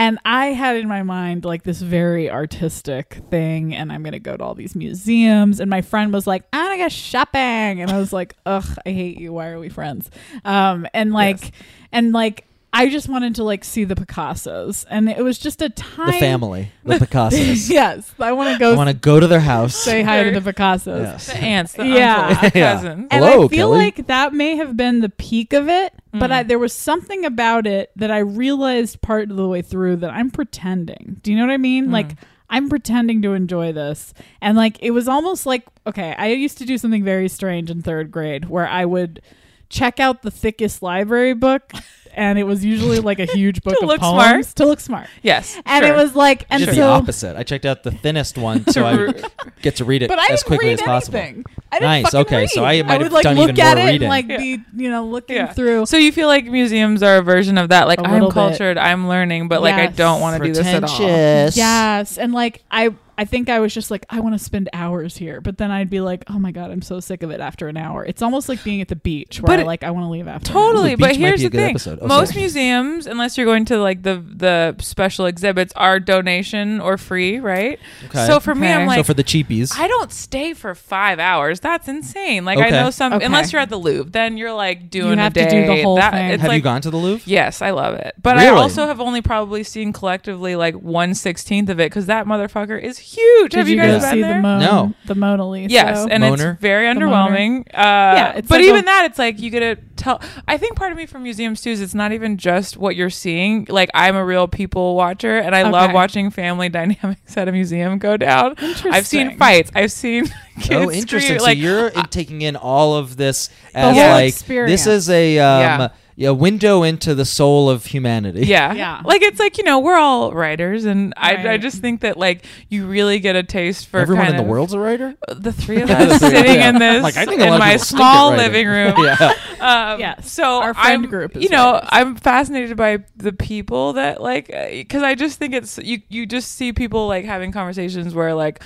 Speaker 2: And I had in my mind like this very artistic thing, and I'm gonna go to all these museums. And my friend was like, "I'm gonna go shopping," and I was like, "Ugh, I hate you. Why are we friends?" Um, and like, and like, I just wanted to like see the Picassos, and it was just a time.
Speaker 3: The family, the Picassos.
Speaker 2: yes, I want to
Speaker 3: I
Speaker 2: go
Speaker 3: want to go to their house.
Speaker 2: say hi to the Picassos.
Speaker 5: The
Speaker 3: yes.
Speaker 5: aunts, the
Speaker 2: Yeah.
Speaker 5: uncles, the
Speaker 3: Yeah.
Speaker 5: cousins.
Speaker 2: And
Speaker 3: Hello,
Speaker 2: I feel
Speaker 3: Kelly.
Speaker 2: like that may have been the peak of it, but
Speaker 5: Mm.
Speaker 2: I, there was something about it that I realized part of the way through that I'm pretending. Do you know what I mean?
Speaker 5: Mm.
Speaker 2: Like I'm pretending to enjoy this. And like it was almost like okay, I used to do something very strange in 3rd grade where I would check out the thickest library book and it was usually like a huge book of
Speaker 5: look
Speaker 2: poems
Speaker 5: smart.
Speaker 2: to look smart.
Speaker 5: Yes,
Speaker 2: And
Speaker 5: sure.
Speaker 2: it was like and
Speaker 3: Just
Speaker 2: so
Speaker 3: the opposite. I checked out the thinnest one, so I would get to read it
Speaker 2: But I
Speaker 3: as
Speaker 2: didn't
Speaker 3: quickly
Speaker 2: read
Speaker 3: as possible.
Speaker 2: anything. I didn't
Speaker 3: Nice,
Speaker 2: fucking
Speaker 3: okay, so I
Speaker 2: read.
Speaker 3: might have
Speaker 2: would like
Speaker 3: done
Speaker 2: look
Speaker 3: even
Speaker 2: at
Speaker 3: more
Speaker 2: it
Speaker 3: reading.
Speaker 2: and like
Speaker 5: Yeah.
Speaker 2: be you know looking
Speaker 5: Yeah.
Speaker 2: through.
Speaker 5: So you feel like museums are a version of that. Like
Speaker 2: A
Speaker 5: I'm
Speaker 2: little bit.
Speaker 5: cultured, I'm learning, but like I
Speaker 2: Yes.
Speaker 5: don't want to do this at all.
Speaker 2: yes, and like I I think I was just like I want to spend hours here, but then I'd be like, oh my god, I'm so sick of it after an hour. It's almost like being at the beach where
Speaker 5: But
Speaker 2: I
Speaker 5: it-
Speaker 2: like I want to leave after. an hour.
Speaker 5: Totally,
Speaker 3: Ooh,
Speaker 5: but
Speaker 3: beach might
Speaker 5: here's
Speaker 3: be a
Speaker 5: the
Speaker 3: good
Speaker 5: thing:
Speaker 3: episode. Oh,
Speaker 5: most
Speaker 3: sorry.
Speaker 5: museums, unless you're going to like the the special exhibits, are donation or free, right?
Speaker 3: Okay.
Speaker 5: So for me, Okay.
Speaker 3: So
Speaker 5: I'm like,
Speaker 3: for the cheapies,
Speaker 5: I don't stay for five hours. That's insane. Like
Speaker 3: Okay.
Speaker 5: I know some,
Speaker 2: Okay.
Speaker 5: unless you're at the Louvre, then you're like doing.
Speaker 2: have
Speaker 5: a
Speaker 2: to do
Speaker 5: day.
Speaker 2: the whole
Speaker 5: That-
Speaker 2: thing.
Speaker 5: It's
Speaker 3: have
Speaker 5: like,
Speaker 3: you gone to the Louvre?
Speaker 5: Yes, I love it, but I
Speaker 3: Really?
Speaker 5: also have only probably seen collectively like one sixteenth of it because that motherfucker is huge.
Speaker 2: Did
Speaker 5: have
Speaker 2: you,
Speaker 5: you, guys
Speaker 2: go
Speaker 5: been
Speaker 2: see
Speaker 5: there?
Speaker 2: the Mona?
Speaker 3: No.
Speaker 2: the Mona Lisa.
Speaker 5: Yes, and
Speaker 3: Moaner?
Speaker 5: it's very
Speaker 2: The
Speaker 5: underwhelming. Uh,
Speaker 2: Yeah, it's
Speaker 5: but
Speaker 2: like
Speaker 5: even
Speaker 2: a-
Speaker 5: that, it's like you get to tell. I think part of me from museums too is it's not even just what you're seeing. Like I'm a real people watcher, and I love
Speaker 2: Okay.
Speaker 5: watching family dynamics at a museum go down. I've seen
Speaker 2: Interesting.
Speaker 5: fights. I've seen kids
Speaker 3: Oh, interesting.
Speaker 5: scream,
Speaker 3: so
Speaker 5: like,
Speaker 3: you're in- taking in all of this as
Speaker 2: whole
Speaker 3: like
Speaker 2: experience.
Speaker 3: this is a um,
Speaker 5: Yeah.
Speaker 3: a window into the soul of humanity.
Speaker 5: Yeah.
Speaker 2: Yeah.
Speaker 5: Like it's like, you know, we're all writers and I, I
Speaker 2: Right.
Speaker 5: just think that like you really get a taste for
Speaker 3: Everyone
Speaker 5: kind
Speaker 3: in the
Speaker 5: of-
Speaker 3: world's a writer.
Speaker 5: the three of us
Speaker 3: Yeah.
Speaker 5: sitting in this
Speaker 3: Like, I think a lot
Speaker 5: in
Speaker 3: of
Speaker 5: my
Speaker 3: people stink at
Speaker 5: small
Speaker 3: writing.
Speaker 5: living room.
Speaker 3: yeah.
Speaker 5: Um,
Speaker 2: Yes.
Speaker 5: So
Speaker 2: Our friend
Speaker 5: I'm,
Speaker 2: group is
Speaker 5: you know,
Speaker 2: writers.
Speaker 5: I'm fascinated by the people uh, that like, because I just think it's you. You just see people like having conversations where like.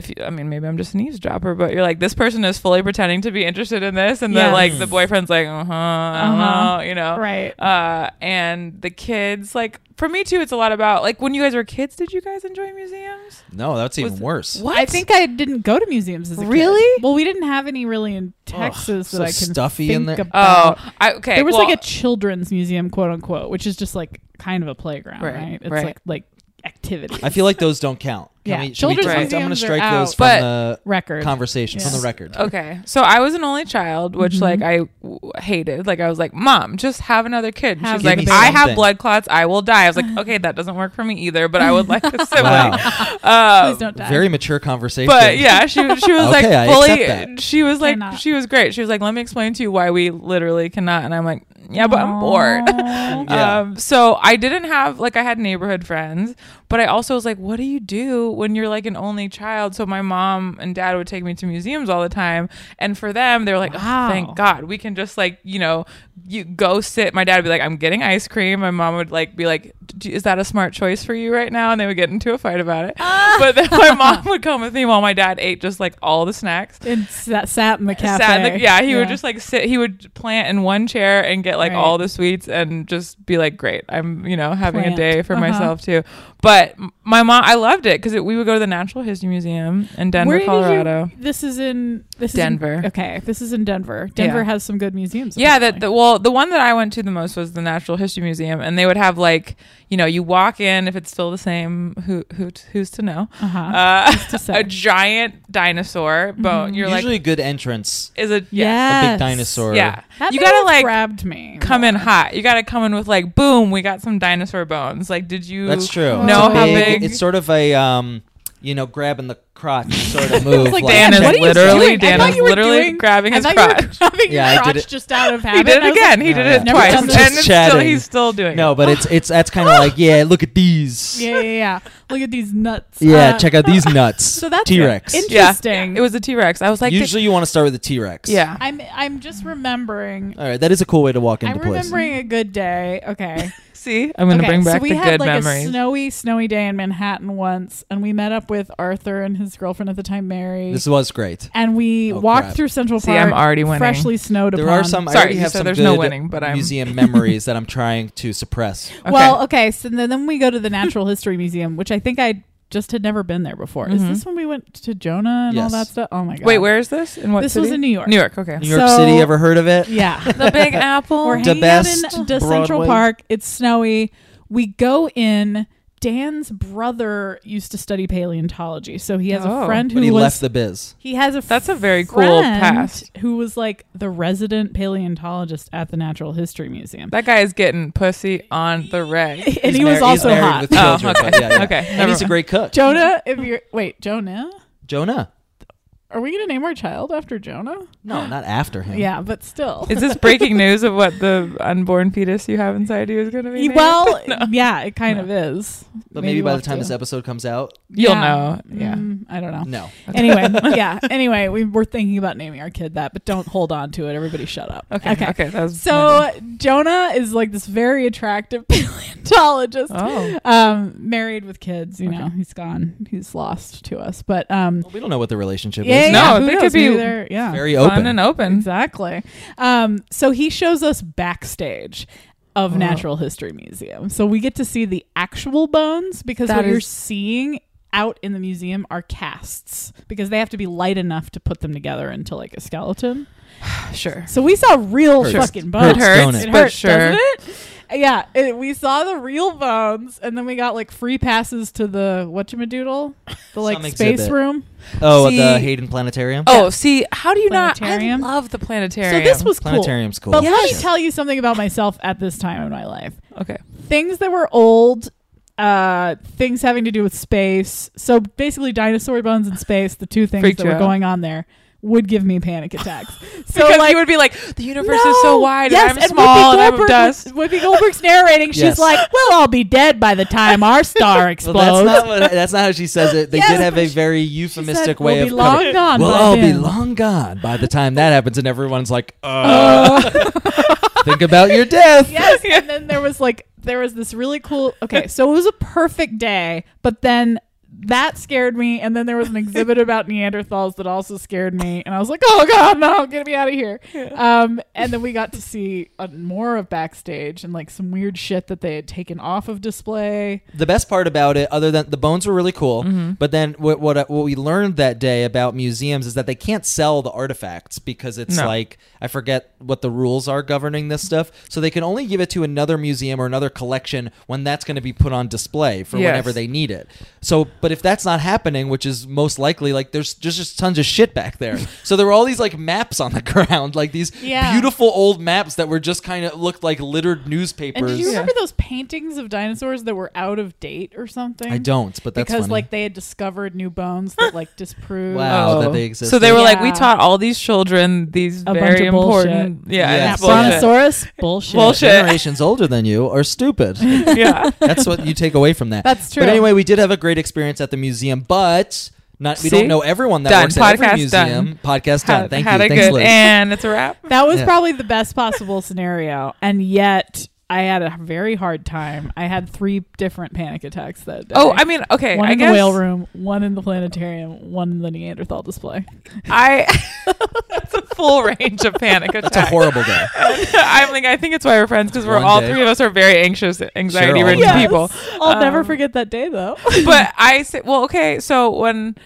Speaker 5: if I mean maybe I'm just an eavesdropper, but you're like this person is fully pretending to be interested in this, and then
Speaker 2: Yes.
Speaker 5: like the boyfriend's like, uh huh,
Speaker 2: Uh-huh.
Speaker 5: uh you know,
Speaker 2: Right.
Speaker 5: Uh, and the kids like for me too, it's a lot about like when you guys were kids, did you guys enjoy museums?
Speaker 3: No, that's even worse.
Speaker 5: What?
Speaker 2: I think I didn't go to museums as a kid.
Speaker 5: Really?
Speaker 2: Well, we didn't have any really in Texas
Speaker 3: so
Speaker 2: that I can
Speaker 3: stuffy
Speaker 2: think
Speaker 3: in there.
Speaker 2: about.
Speaker 5: Oh, I, okay.
Speaker 2: there was
Speaker 5: well,
Speaker 2: like a children's museum, quote unquote, which is just like kind of a playground, right?
Speaker 5: Right,
Speaker 2: It's
Speaker 5: right.
Speaker 2: like like activities.
Speaker 3: I feel like those don't count. Can
Speaker 2: Yeah.
Speaker 3: we- should we
Speaker 2: Children's
Speaker 3: just- I'm
Speaker 2: museums
Speaker 3: going
Speaker 2: are
Speaker 3: to strike
Speaker 2: out.
Speaker 3: those from
Speaker 5: But-
Speaker 3: the
Speaker 2: record.
Speaker 3: conversation, from
Speaker 2: Yes.
Speaker 3: the record.
Speaker 5: Okay. So I was an only child, which
Speaker 2: Mm-hmm.
Speaker 5: like I w- hated. Like I was like, "Mom, just have another kid." And
Speaker 2: Have
Speaker 5: She's
Speaker 2: Give
Speaker 5: like,
Speaker 2: me
Speaker 5: "I have
Speaker 3: something."
Speaker 5: blood clots. I will die." I was like, "Okay, that doesn't work for me either, but I would like a sibling."
Speaker 3: Wow.
Speaker 5: Oh,
Speaker 2: Please don't die.
Speaker 3: Very mature conversation.
Speaker 5: But yeah, she she was like
Speaker 3: Okay, I
Speaker 5: fully.
Speaker 3: accept that.
Speaker 5: She was like
Speaker 2: Cannot.
Speaker 5: she was great. She was like, "Let me explain to you why we literally cannot." And I'm like, "Yeah, but I'm bored."
Speaker 3: Yeah.
Speaker 5: Um, so I didn't have like I had neighborhood friends, but I also was like, what do you do when you're like an only child? So my mom and dad would take me to museums all the time, and for them, they were like,
Speaker 2: Wow.
Speaker 5: oh, thank God, we can just like you know, you go sit. My dad would be like, I'm getting ice cream. My mom would like be like, D- is that a smart choice for you right now? And they would get into a fight about it. but then my mom would come with me while my dad ate just like all the snacks.
Speaker 2: and sat, sat in the cafe.
Speaker 5: Sad, like, yeah, he would just like sit. He would plant in one chair and get like
Speaker 2: Right.
Speaker 5: all the sweets and just be like, "Great, I'm you know having
Speaker 2: Plant.
Speaker 5: a day for
Speaker 2: Uh-huh.
Speaker 5: myself too." But m- my mom, I loved it because we would go to the Natural History Museum in Denver,
Speaker 2: Where did you-
Speaker 5: Colorado.
Speaker 2: this is in this is in-
Speaker 5: Denver.
Speaker 2: okay, this is in Denver. Denver
Speaker 5: Yeah.
Speaker 2: has some good museums.
Speaker 5: Yeah, that
Speaker 2: apparently.
Speaker 5: the, well, the one that I went to the most was the Natural History Museum, and they would have like you know you walk in if it's still the same who who who's to know
Speaker 2: Uh-huh.
Speaker 5: uh,
Speaker 2: to say? Mm-hmm.
Speaker 5: a giant dinosaur bone. You're
Speaker 3: Usually
Speaker 5: like
Speaker 3: a good entrance.
Speaker 5: is it
Speaker 3: A
Speaker 2: Yes.
Speaker 3: big dinosaur.
Speaker 5: yeah
Speaker 2: That
Speaker 5: you
Speaker 2: may have
Speaker 5: gotta like
Speaker 2: grabbed me.
Speaker 5: come in hot. You got to come in with like, boom, we got some dinosaur bones. Like, did you?
Speaker 3: That's true.
Speaker 5: Know
Speaker 3: It's a
Speaker 5: how big?
Speaker 3: It's sort of a, um, you know, grabbing the crotch sort of move.
Speaker 2: like,
Speaker 5: Dan
Speaker 2: Dan,
Speaker 5: is
Speaker 2: what are you
Speaker 5: literally
Speaker 2: doing? I
Speaker 5: Dan
Speaker 2: thought
Speaker 5: is
Speaker 2: you were
Speaker 5: literally
Speaker 2: doing-
Speaker 5: grabbing
Speaker 2: I
Speaker 5: his
Speaker 2: thought you were
Speaker 5: crotch.
Speaker 2: grabbing your
Speaker 3: Yeah, I did
Speaker 2: crotch
Speaker 3: it.
Speaker 2: just out of habit.
Speaker 5: He did
Speaker 2: I
Speaker 5: it
Speaker 2: was
Speaker 5: again.
Speaker 2: like,
Speaker 5: he did it
Speaker 2: Never
Speaker 5: twice,
Speaker 2: done
Speaker 5: and
Speaker 2: this.
Speaker 5: it's still,
Speaker 3: Chatting.
Speaker 5: he's still doing.
Speaker 3: no,
Speaker 5: it.
Speaker 3: but it's it's that's kind of like yeah, look at these. Yeah,
Speaker 2: yeah, yeah, yeah. Look at these nuts. Uh,
Speaker 3: check out these nuts. So
Speaker 2: So that's
Speaker 3: T Rex.
Speaker 2: interesting.
Speaker 5: yeah, it was a T Rex. I was like,
Speaker 3: Usually, you want to start with the T Rex.
Speaker 5: yeah.
Speaker 2: I'm I'm just remembering.
Speaker 3: All right, that is a cool way to walk into
Speaker 2: I'm
Speaker 3: place.
Speaker 2: remembering a good day. Okay.
Speaker 5: See, I'm gonna
Speaker 2: okay.
Speaker 5: bring back
Speaker 2: so we
Speaker 5: the
Speaker 2: had
Speaker 5: good
Speaker 2: like
Speaker 5: memories.
Speaker 2: a snowy, snowy day in Manhattan once, and we met up with Arthur and his girlfriend at the time, Mary.
Speaker 3: This was great.
Speaker 2: and we
Speaker 3: Oh,
Speaker 2: walked
Speaker 3: crap.
Speaker 2: through Central
Speaker 5: See,
Speaker 2: Park.
Speaker 5: I'm already winning.
Speaker 2: Freshly snowed
Speaker 3: There
Speaker 2: upon.
Speaker 3: are some. I
Speaker 5: Sorry,
Speaker 3: already
Speaker 5: you
Speaker 3: have
Speaker 5: said
Speaker 3: some
Speaker 5: there's
Speaker 3: good
Speaker 5: no winning, but I'm-
Speaker 3: museum memories that I'm trying to suppress.
Speaker 2: Well, okay. So then, then we go to the Natural History Museum, which I think I just had never been there before. Is this when we went to Jonah and
Speaker 3: Yes.
Speaker 2: all that stuff? Oh my god!
Speaker 5: Mm-hmm. Wait, where is this? In what
Speaker 2: This
Speaker 5: city?
Speaker 2: was in New York.
Speaker 5: New York. Okay.
Speaker 3: New York
Speaker 2: So-
Speaker 3: City, ever heard of it?
Speaker 2: Yeah.
Speaker 5: The Big Apple.
Speaker 2: We're
Speaker 3: The
Speaker 2: hanging out
Speaker 3: best
Speaker 2: in the Central
Speaker 3: Broadway.
Speaker 2: Park. It's snowy. We go in. Dan's brother used to study paleontology, so he has a
Speaker 5: Oh.
Speaker 2: friend who
Speaker 3: But he
Speaker 2: was.
Speaker 3: left the biz.
Speaker 2: he has a.
Speaker 5: That's a very cool
Speaker 2: friend
Speaker 5: past.
Speaker 2: Who was like the resident paleontologist at the Natural History Museum?
Speaker 5: that guy is getting pussy on the reg.
Speaker 2: and he
Speaker 3: He's
Speaker 2: was
Speaker 3: mar- he's
Speaker 2: also
Speaker 3: married
Speaker 2: hot.
Speaker 3: with
Speaker 5: Oh,
Speaker 3: children, but yeah, yeah.
Speaker 5: okay,
Speaker 3: And
Speaker 5: never
Speaker 3: he's a
Speaker 5: mind.
Speaker 3: great cook.
Speaker 2: Jonah, if you're wait, Jonah,
Speaker 3: Jonah.
Speaker 2: are we gonna name our child after Jonah?
Speaker 3: No, not after him.
Speaker 2: Yeah, but still.
Speaker 5: Is this breaking news of what the unborn fetus you have inside you is going to be? named?
Speaker 2: well, yeah, it kind of is.
Speaker 3: But maybe, by
Speaker 2: we'll
Speaker 3: the time
Speaker 2: have
Speaker 3: this
Speaker 2: to-
Speaker 3: episode comes out,
Speaker 5: you'll
Speaker 2: Yeah.
Speaker 5: know. Yeah.
Speaker 2: Mm, I don't know.
Speaker 3: no.
Speaker 2: Anyway, yeah. Anyway, we were thinking about naming our kid that, but don't hold on to it. Everybody, shut up.
Speaker 5: Okay. Okay. that was
Speaker 2: So Jonah is like this very attractive paleontologist,
Speaker 5: Oh.
Speaker 2: um, married with kids. You know, he's gone. He's lost to us. But um,
Speaker 3: Well, we don't know what the relationship
Speaker 2: yeah,
Speaker 3: is.
Speaker 5: No,
Speaker 2: yeah,
Speaker 5: they
Speaker 2: who
Speaker 5: could
Speaker 2: knows?
Speaker 5: be
Speaker 2: Maybe they're- yeah,
Speaker 3: Very
Speaker 5: fun
Speaker 3: open.
Speaker 5: and open.
Speaker 2: Exactly. Um, so he shows us backstage of
Speaker 5: Uh-huh.
Speaker 2: Natural History Museum. So we get to see the actual bones because
Speaker 5: That
Speaker 2: what you're
Speaker 5: is-
Speaker 2: seeing out in the museum are casts because they have to be light enough to put them together into like a skeleton.
Speaker 5: Sure.
Speaker 2: So we saw real
Speaker 3: Hurts.
Speaker 2: fucking bones.
Speaker 3: Hurts,
Speaker 5: It hurts,
Speaker 3: don't it?
Speaker 5: but
Speaker 2: hurts,
Speaker 5: sure.
Speaker 2: doesn't it? Yeah, it, we saw the real bones, and then we got like free passes to the whatchamadoodle, the like
Speaker 3: Some
Speaker 2: space
Speaker 3: exhibit.
Speaker 2: room.
Speaker 3: Oh, at the
Speaker 5: See-
Speaker 3: Hayden Planetarium.
Speaker 5: Oh, see, how do you
Speaker 2: Planetarium.
Speaker 5: not? I love the planetarium.
Speaker 2: So this was cool.
Speaker 3: Planetarium's cool.
Speaker 2: But let me
Speaker 3: Yes.
Speaker 2: tell you something about myself at this time in my life.
Speaker 5: okay.
Speaker 2: Things that were old, uh, things having to do with space. So basically, dinosaur bones and space, the two things
Speaker 5: Freaked
Speaker 2: that
Speaker 5: you
Speaker 2: were
Speaker 5: out.
Speaker 2: going on there, would give me panic attacks. So
Speaker 5: because
Speaker 2: like.
Speaker 5: you would be like, the universe
Speaker 2: no!
Speaker 5: is so wide,
Speaker 2: Yes,
Speaker 5: and I'm
Speaker 2: Whoopi
Speaker 5: small, and I'm
Speaker 2: Goldberg-
Speaker 5: of dust.
Speaker 2: Whoopi Goldberg's narrating. She's
Speaker 3: Yes.
Speaker 2: like, "We'll all be dead by the time our star
Speaker 3: Well,
Speaker 2: explodes."
Speaker 3: that's not what, that's not how she says it. They
Speaker 2: Yes,
Speaker 3: did have
Speaker 2: but
Speaker 3: a
Speaker 2: she-
Speaker 3: very
Speaker 2: She said,
Speaker 3: euphemistic
Speaker 2: we'll
Speaker 3: way of
Speaker 2: be long
Speaker 3: covering-
Speaker 2: gone.
Speaker 3: We'll
Speaker 2: by
Speaker 3: all be
Speaker 2: then."
Speaker 3: long gone by the time that happens, and everyone's like, uh,
Speaker 2: Oh.
Speaker 3: think about your death.
Speaker 2: yes. And then there was like there was this really cool. Okay, so it was a perfect day, but then that scared me. And then there was an exhibit about Neanderthals that also scared me. And I was like, oh God, no, get me out of here. Um, and then we got to see uh, more of backstage and like some weird shit that they had taken off of display.
Speaker 3: the best part about it, other than the bones were really cool,
Speaker 2: Mm-hmm.
Speaker 3: but then what what uh, what we learned that day about museums is that they can't sell the artifacts because it's
Speaker 5: No.
Speaker 3: like I forget what the rules are governing this stuff, so they can only give it to another museum or another collection when that's going to be put on display for
Speaker 5: Yes.
Speaker 3: whenever they need it. So, but if that's not happening, which is most likely, like there's just just tons of shit back there. so there were all these like maps on the ground, like these
Speaker 2: Yeah.
Speaker 3: beautiful old maps that were just kind of looked like littered newspapers.
Speaker 2: And do you remember those paintings of dinosaurs that were out of date or something?
Speaker 3: I don't, but that's
Speaker 2: because
Speaker 3: funny.
Speaker 2: like they had discovered new bones that like disproved.
Speaker 3: Wow, that they existed.
Speaker 5: So they were like, we
Speaker 2: Yeah.
Speaker 5: taught all these children these
Speaker 2: bunch
Speaker 5: very
Speaker 2: of bullshit.
Speaker 5: important, yeah,
Speaker 3: Yeah.
Speaker 5: it's
Speaker 3: Bullshit.
Speaker 2: Brontosaurus bullshit.
Speaker 5: Bullshit.
Speaker 3: generations older than you are stupid.
Speaker 5: bullshit. yeah.
Speaker 3: That's what you take away from that.
Speaker 2: That's true.
Speaker 3: But anyway, we did have a great experience at the museum, but not we
Speaker 5: See?
Speaker 3: don't know everyone that
Speaker 5: Done.
Speaker 3: works at every
Speaker 5: Podcast done.
Speaker 3: museum. Podcast done.
Speaker 5: Had-
Speaker 3: Thank
Speaker 5: had
Speaker 3: you.
Speaker 5: a
Speaker 3: Thanks,
Speaker 5: good,
Speaker 3: Liz.
Speaker 5: and it's a wrap.
Speaker 2: That was
Speaker 3: Yeah.
Speaker 2: probably the best possible scenario, and yet I had a very hard time. I had three different panic attacks that day.
Speaker 5: Oh, I mean, okay,
Speaker 2: one
Speaker 5: I
Speaker 2: in
Speaker 5: guess
Speaker 2: the whale room, one in the planetarium, one in the Neanderthal display.
Speaker 5: I. That's a full range of panic attacks.
Speaker 3: It's a horrible day.
Speaker 5: I'm like, I think it's why we're friends because we're
Speaker 3: One
Speaker 5: all
Speaker 3: day.
Speaker 5: three of us are very anxious, anxiety-ridden
Speaker 3: Yes.
Speaker 5: people.
Speaker 2: I'll never
Speaker 5: Um,
Speaker 2: forget that day though.
Speaker 5: but I say, well, okay. So when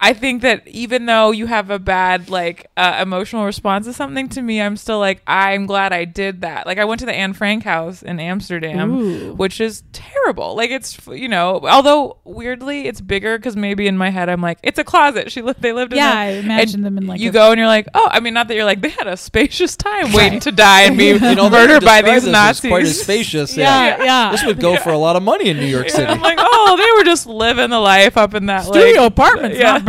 Speaker 5: I think that even though you have a bad like uh, emotional response to something, to me, I'm still like, I'm glad I did that. Like I went to the Anne Frank house in Amsterdam,
Speaker 2: Ooh.
Speaker 5: which is terrible. Like it's you know, although weirdly it's bigger because maybe in my head I'm like, it's a closet. She lived. They lived.
Speaker 2: Yeah,
Speaker 5: in
Speaker 2: I
Speaker 5: there.
Speaker 2: imagine
Speaker 5: And
Speaker 2: them in, like,
Speaker 5: you
Speaker 2: a-
Speaker 5: go and you're like, oh, I mean, not that you're like they had a spacious time waiting to die and be murdered by these Nazis.
Speaker 3: Quite as spacious. Yeah.
Speaker 2: yeah, yeah.
Speaker 3: This would go for a lot of money in New York
Speaker 5: Yeah,
Speaker 3: City.
Speaker 5: I'm like, oh, they were just living the life up in that
Speaker 2: Studio
Speaker 5: like,
Speaker 2: apartment's
Speaker 5: yeah.
Speaker 2: not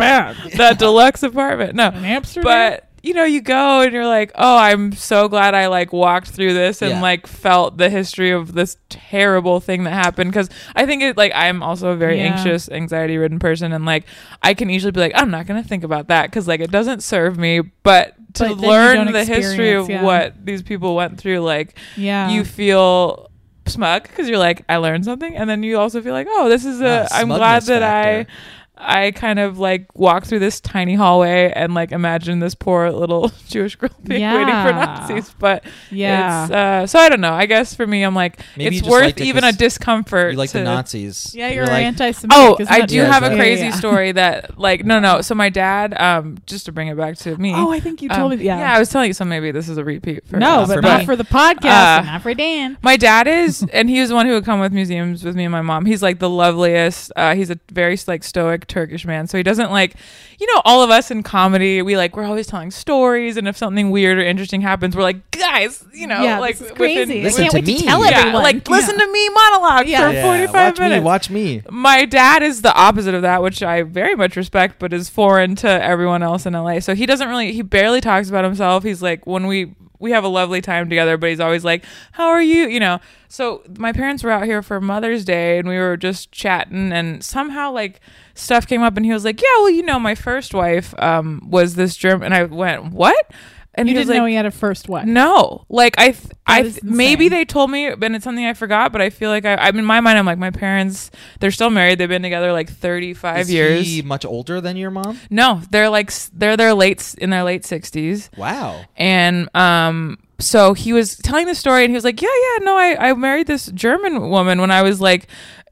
Speaker 2: bad.
Speaker 5: that deluxe apartment. No,
Speaker 2: In Amsterdam?
Speaker 5: But you know, you go and you're like, oh, I'm so glad I like walked through this and
Speaker 3: Yeah.
Speaker 5: like felt the history of this terrible thing that happened. Because I think it like I'm also a very
Speaker 2: Yeah.
Speaker 5: anxious, anxiety ridden person, and like I can usually be like, I'm not gonna think about that because like it doesn't serve me. But to
Speaker 2: But then you
Speaker 5: learn
Speaker 2: don't
Speaker 5: the history
Speaker 2: experience,
Speaker 5: of
Speaker 2: yeah.
Speaker 5: what these people went through, like
Speaker 2: Yeah,
Speaker 5: you feel smug because you're like i learned something and then you also feel like oh this is a
Speaker 3: Ah,
Speaker 5: i'm
Speaker 3: smugness
Speaker 5: glad that
Speaker 3: factor.
Speaker 5: i i kind of like walk through this tiny hallway and like imagine this poor little jewish girl being waiting for
Speaker 2: Yeah.
Speaker 5: nazis but
Speaker 2: yeah,
Speaker 5: it's, uh, so i don't know i guess for me i'm like
Speaker 3: Maybe you
Speaker 5: it's
Speaker 3: just
Speaker 5: worth
Speaker 3: liked it
Speaker 5: even a
Speaker 3: 'cause
Speaker 5: discomfort
Speaker 3: You like the
Speaker 5: to-
Speaker 3: Nazis.
Speaker 2: yeah. You're,
Speaker 3: You're like,
Speaker 2: anti-Semitic.
Speaker 5: Oh,
Speaker 2: isn't
Speaker 5: I
Speaker 2: it?
Speaker 5: do
Speaker 3: Yeah,
Speaker 5: have a
Speaker 3: exactly.
Speaker 5: crazy
Speaker 2: Yeah, yeah.
Speaker 5: story that, like, no, no. So my dad, um, just to bring it back to me.
Speaker 2: Oh, I think you told
Speaker 5: um,
Speaker 2: me. Yeah,
Speaker 5: Yeah, I was telling you. So maybe this is a repeat. For
Speaker 2: no,
Speaker 5: us,
Speaker 2: but
Speaker 3: for
Speaker 2: not
Speaker 3: me.
Speaker 2: for the podcast,
Speaker 5: Uh,
Speaker 2: and not for Dan.
Speaker 5: my dad is, and he was the one who would come with museums with me and my mom. He's like the loveliest. Uh, he's a very like stoic Turkish man, so he doesn't like, you know, all of us in comedy. We like we're always telling stories, and if something weird or interesting happens, we're like, guys, you know,
Speaker 2: yeah,
Speaker 5: like
Speaker 2: this is crazy.
Speaker 3: Listen
Speaker 2: I can't
Speaker 3: to
Speaker 2: wait
Speaker 3: me.
Speaker 2: to tell
Speaker 5: yeah,
Speaker 2: everyone.
Speaker 5: like
Speaker 2: Yeah.
Speaker 5: listen to me monologue
Speaker 2: Yeah.
Speaker 5: for
Speaker 3: Yeah,
Speaker 5: forty
Speaker 3: watch
Speaker 5: five
Speaker 3: me.
Speaker 5: minutes.
Speaker 3: Watch me.
Speaker 5: my dad is the opposite of that, which I very much respect, but is foreign to everyone else in LA. So he doesn't really, he barely talks about himself. He's like, when we, we have a lovely time together, but he's always like, how are you? You know, so my parents were out here for Mother's Day and we were just chatting and somehow like stuff came up and he was like, yeah, well, you know, my first wife, um, was this German. And I went, what? And
Speaker 2: you
Speaker 5: he was
Speaker 2: didn't
Speaker 5: like,
Speaker 2: know he had a first wife.
Speaker 5: no, like I, th- I
Speaker 2: is
Speaker 5: th- maybe
Speaker 2: insane.
Speaker 5: they told me, and it's something I forgot. But I feel like I, I'm in my mind. I'm like my parents. They're still married. They've been together like 35
Speaker 3: Is
Speaker 5: years.
Speaker 3: he much older than your mom?
Speaker 5: no, they're like s- they're their late s- in their late 60s,
Speaker 3: Wow.
Speaker 5: and um. So he was telling the story, and he was like, "Yeah, yeah, no, I, I married this German woman when I was like,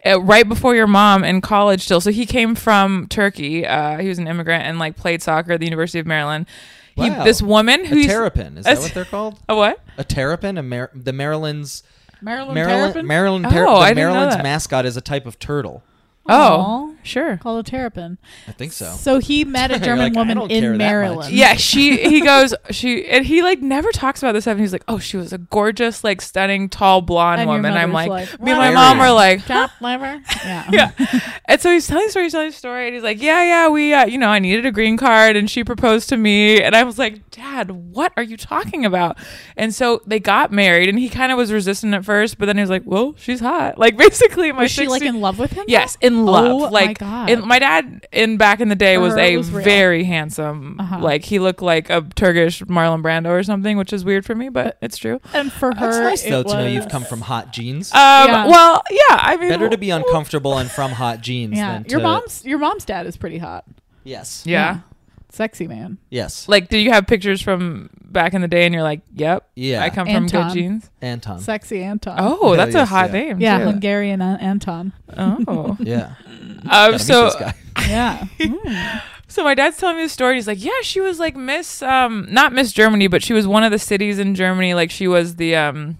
Speaker 5: uh, right before your mom in college still." So he came from Turkey. Uh, he was an immigrant and like played soccer at the University of Maryland. He,
Speaker 3: Wow.
Speaker 5: This woman
Speaker 3: A
Speaker 5: who's
Speaker 3: terrapin. Is
Speaker 5: a
Speaker 3: that what they're called?
Speaker 5: a what?
Speaker 3: A terrapin? A Mar- the Maryland's
Speaker 2: Marilyn
Speaker 3: Maryland,
Speaker 2: Terrapin?
Speaker 3: Maryland,
Speaker 5: Oh,
Speaker 3: ter-
Speaker 5: I
Speaker 3: the
Speaker 5: didn't know
Speaker 3: Maryland's
Speaker 5: that.
Speaker 3: mascot is a type of turtle.
Speaker 5: Oh,
Speaker 2: Aw.
Speaker 5: sure.
Speaker 2: called a terrapin.
Speaker 3: I think so.
Speaker 2: So he met a
Speaker 3: You're
Speaker 2: German
Speaker 3: like, I
Speaker 2: woman
Speaker 3: don't care
Speaker 2: in
Speaker 3: that
Speaker 2: Maryland.
Speaker 3: much.
Speaker 5: Yeah, she he goes she and he like never talks about this stuff. And he's like, oh, she was a gorgeous, like stunning, tall blonde
Speaker 2: And your
Speaker 5: woman. I'm like,
Speaker 2: mother's like,
Speaker 5: me and my
Speaker 3: "What?"
Speaker 5: mom were like,
Speaker 2: Top lever. Yeah.
Speaker 5: yeah. And so he's telling the story, he's telling the story, and he's like, yeah, yeah, we, uh, you know, I needed a green card, and she proposed to me, and I was like, Dad, what are you talking about? And so they got married, and he kind of was resistant at first, but then he was like, well, she's hot, like basically my
Speaker 2: Was she like
Speaker 5: 60
Speaker 2: in love with him?
Speaker 5: Yes, in in love.
Speaker 2: Oh my
Speaker 5: like my,
Speaker 2: God.
Speaker 5: my dad in back in the day
Speaker 2: For
Speaker 5: was
Speaker 2: her,
Speaker 5: a
Speaker 2: it was real.
Speaker 5: very handsome.
Speaker 2: Uh-huh.
Speaker 5: Like he looked like a Turkish Marlon Brando or something, which is weird for me, but it's true.
Speaker 2: and for her,
Speaker 3: It's nice though
Speaker 2: it
Speaker 3: to know you've
Speaker 2: was-
Speaker 3: come from hot jeans.
Speaker 5: Um,
Speaker 2: Yeah.
Speaker 5: Well, yeah, I mean,
Speaker 3: Better to be uncomfortable and from hot jeans
Speaker 2: Yeah,
Speaker 3: than to
Speaker 2: your mom's your mom's dad is pretty hot,
Speaker 3: Yes.
Speaker 5: yeah.
Speaker 2: sexy man.
Speaker 3: Yes.
Speaker 5: Like, do you have pictures from back in the day, and you're like, "Yep,
Speaker 3: Yeah.
Speaker 5: I come from
Speaker 2: And Tom.
Speaker 5: good jeans."
Speaker 3: Anton.
Speaker 2: Sexy Anton.
Speaker 5: Oh, that's a
Speaker 3: yes,
Speaker 5: hot
Speaker 3: yeah.
Speaker 5: name.
Speaker 2: yeah,
Speaker 5: too.
Speaker 2: Hungarian An- Anton.
Speaker 5: Oh,
Speaker 3: Yeah.
Speaker 5: um,
Speaker 3: Gotta meet
Speaker 5: so
Speaker 3: this guy.
Speaker 2: Yeah.
Speaker 5: So my dad's telling me the story. He's like, "Yeah, she was like Miss, um, not Miss Germany, but she was one of the cities in Germany. Like she was the, um,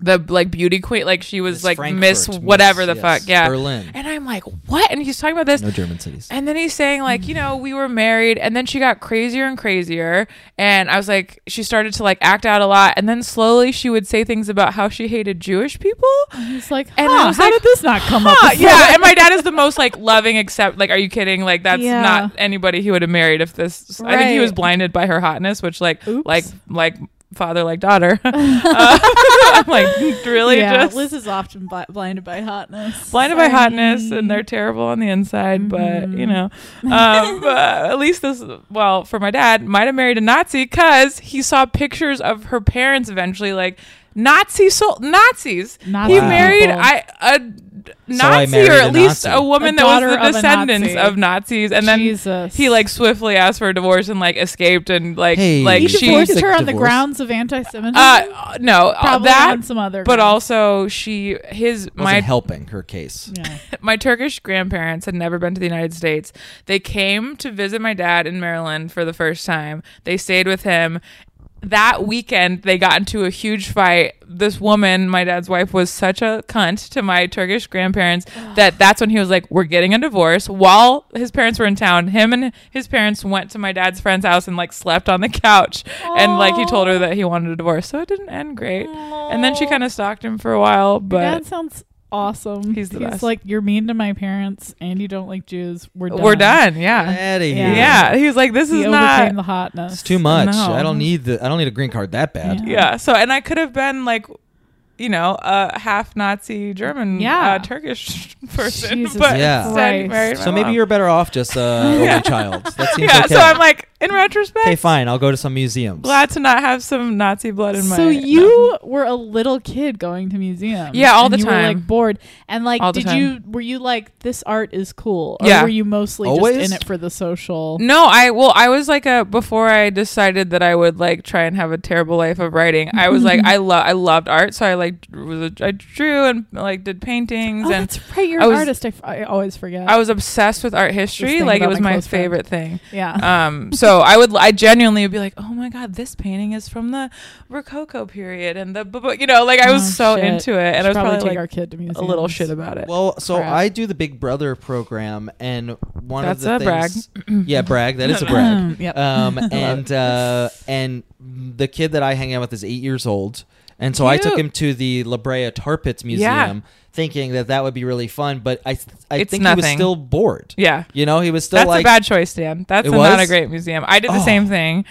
Speaker 5: the like beauty queen. Like she was
Speaker 3: Miss
Speaker 5: like
Speaker 3: Frankfurt,
Speaker 5: Miss whatever the
Speaker 3: yes,
Speaker 5: fuck, yeah."
Speaker 3: Berlin.
Speaker 5: And I'm like, "What?" And he's talking about this.
Speaker 3: No German cities.
Speaker 5: And then he's saying, like, you know, we were married, and then she got crazier and crazier. And I was like, she started to like act out a lot. And then slowly she would say things about how she hated Jewish people.
Speaker 2: He's like,
Speaker 5: And
Speaker 2: huh,
Speaker 5: I was
Speaker 2: how
Speaker 5: like,
Speaker 2: did this not come
Speaker 5: Huh,
Speaker 2: up?
Speaker 5: yeah. And my dad is the most like loving, except like, are you kidding? Like, that's
Speaker 2: Yeah.
Speaker 5: not anybody he would have married if this. I think he
Speaker 2: Right.
Speaker 5: was blinded by her hotness, which like,
Speaker 2: Oops.
Speaker 5: like, like father, like daughter. Uh, I'm like, "Mm, really?
Speaker 2: yeah,
Speaker 5: just
Speaker 2: Liz is often bi- blinded by hotness.
Speaker 5: blinded by hotness and they're terrible on the inside but you know
Speaker 2: Mm-hmm.
Speaker 5: um, uh, at least this well for my dad might have married a nazi because he saw pictures of her parents eventually like nazi sol- nazis
Speaker 2: Nazi
Speaker 5: he married
Speaker 2: people.
Speaker 5: I, a nazi
Speaker 3: married
Speaker 5: or
Speaker 3: a
Speaker 5: at least
Speaker 3: Nazi.
Speaker 5: a woman
Speaker 2: A
Speaker 5: that was
Speaker 2: daughter
Speaker 5: the
Speaker 2: of a
Speaker 5: descendants
Speaker 2: Nazi.
Speaker 5: of nazis and then
Speaker 2: Jesus.
Speaker 5: he like swiftly asked for a divorce and like escaped and like
Speaker 3: Hey.
Speaker 5: like
Speaker 2: he
Speaker 3: she-
Speaker 2: divorced
Speaker 3: Basic
Speaker 2: her on the
Speaker 3: divorce.
Speaker 2: grounds of anti-Semitism.
Speaker 5: uh no uh,
Speaker 2: Probably
Speaker 5: that
Speaker 2: on some other
Speaker 5: but
Speaker 2: grounds.
Speaker 5: also she his
Speaker 3: Wasn't
Speaker 5: my
Speaker 3: helping her case.
Speaker 2: yeah.
Speaker 5: my Turkish grandparents had never been to the United States. They came to visit my dad in Maryland for the first time. They stayed with him. That weekend, they got into a huge fight. This woman, my dad's wife, was such a cunt to my Turkish grandparents that that's when he was like, "We're getting a divorce." While his parents were in town, him and his parents went to my dad's friend's house and like slept on the couch, and like he told her that he wanted a divorce, so it didn't end great. And then she kind of stalked him for a while, but
Speaker 2: That sounds awesome.
Speaker 5: He's the best.
Speaker 2: like you're mean to my parents and you don't like Jews. We're done.
Speaker 5: we're done. Yeah.
Speaker 3: Outta here.
Speaker 2: Yeah.
Speaker 5: Yeah, he was like, "This
Speaker 2: He
Speaker 5: is
Speaker 2: overcame
Speaker 5: not."
Speaker 2: the hotness.
Speaker 3: It's too much.
Speaker 5: No.
Speaker 3: I don't need the I don't need a green card that bad.
Speaker 5: yeah. So, and I could have been like, you know, a half Nazi German,
Speaker 2: Yeah.
Speaker 5: uh, Turkish person,
Speaker 2: Jesus
Speaker 5: but
Speaker 3: Yeah.
Speaker 5: instead he
Speaker 2: Christ.
Speaker 5: married my
Speaker 3: So maybe
Speaker 5: mom.
Speaker 3: you're better off just uh, only child. That seems
Speaker 5: Yeah.
Speaker 3: okay.
Speaker 5: So I'm like, in retrospect,
Speaker 3: hey, fine. I'll go to some museums.
Speaker 5: glad to not have some Nazi blood in my.
Speaker 2: So you were a little kid going to museums.
Speaker 5: Yeah, all
Speaker 2: and
Speaker 5: the
Speaker 2: you Were,
Speaker 5: time.
Speaker 2: like bored, and like,
Speaker 5: All the
Speaker 2: did you were you like this art is cool? Or
Speaker 5: Yeah.
Speaker 2: Were you mostly
Speaker 3: Always?
Speaker 2: just in it for the social?
Speaker 5: No, I well, I was like a before I decided that I would like try and have a terrible life of writing. I was like, I love, I loved art, so I like was a, I drew and like did paintings
Speaker 2: Oh,
Speaker 5: and
Speaker 2: that's right. You're
Speaker 5: I
Speaker 2: an
Speaker 5: was-
Speaker 2: artist. I, f- I always forget.
Speaker 5: I was obsessed with art history.
Speaker 2: thing
Speaker 5: Like it
Speaker 2: about
Speaker 5: was
Speaker 2: my
Speaker 5: my,
Speaker 2: close friend.
Speaker 5: favorite thing.
Speaker 2: yeah.
Speaker 5: um so i would i genuinely would be like oh my god this painting is from the rococo period and the bu- bu-" you know like i was
Speaker 2: Oh,
Speaker 5: so
Speaker 2: shit.
Speaker 5: into it and
Speaker 2: Should
Speaker 5: i was probably,
Speaker 2: take
Speaker 5: like
Speaker 2: our kid to museums.
Speaker 5: a little shit about it
Speaker 3: Well, so
Speaker 2: Brag.
Speaker 3: I do the Big Brother program, and one
Speaker 5: That's
Speaker 3: of
Speaker 5: a
Speaker 3: the things, brag. yeah, brag. That is a brag.
Speaker 2: Mm, Yep.
Speaker 3: Um, and uh, and the kid that I hang out with is eight years old, and so I took
Speaker 5: Cute.
Speaker 3: him to the La Brea Tar Pits Museum,
Speaker 5: Yeah.
Speaker 3: thinking that that would be really fun. But I, I
Speaker 5: It's
Speaker 3: think he was
Speaker 5: nothing.
Speaker 3: still bored.
Speaker 5: yeah
Speaker 3: You know, he was still
Speaker 5: that's
Speaker 3: like,
Speaker 5: a bad choice dan that's
Speaker 3: It
Speaker 5: a- not
Speaker 3: was?
Speaker 5: a great museum i did the
Speaker 3: Oh.
Speaker 5: same thing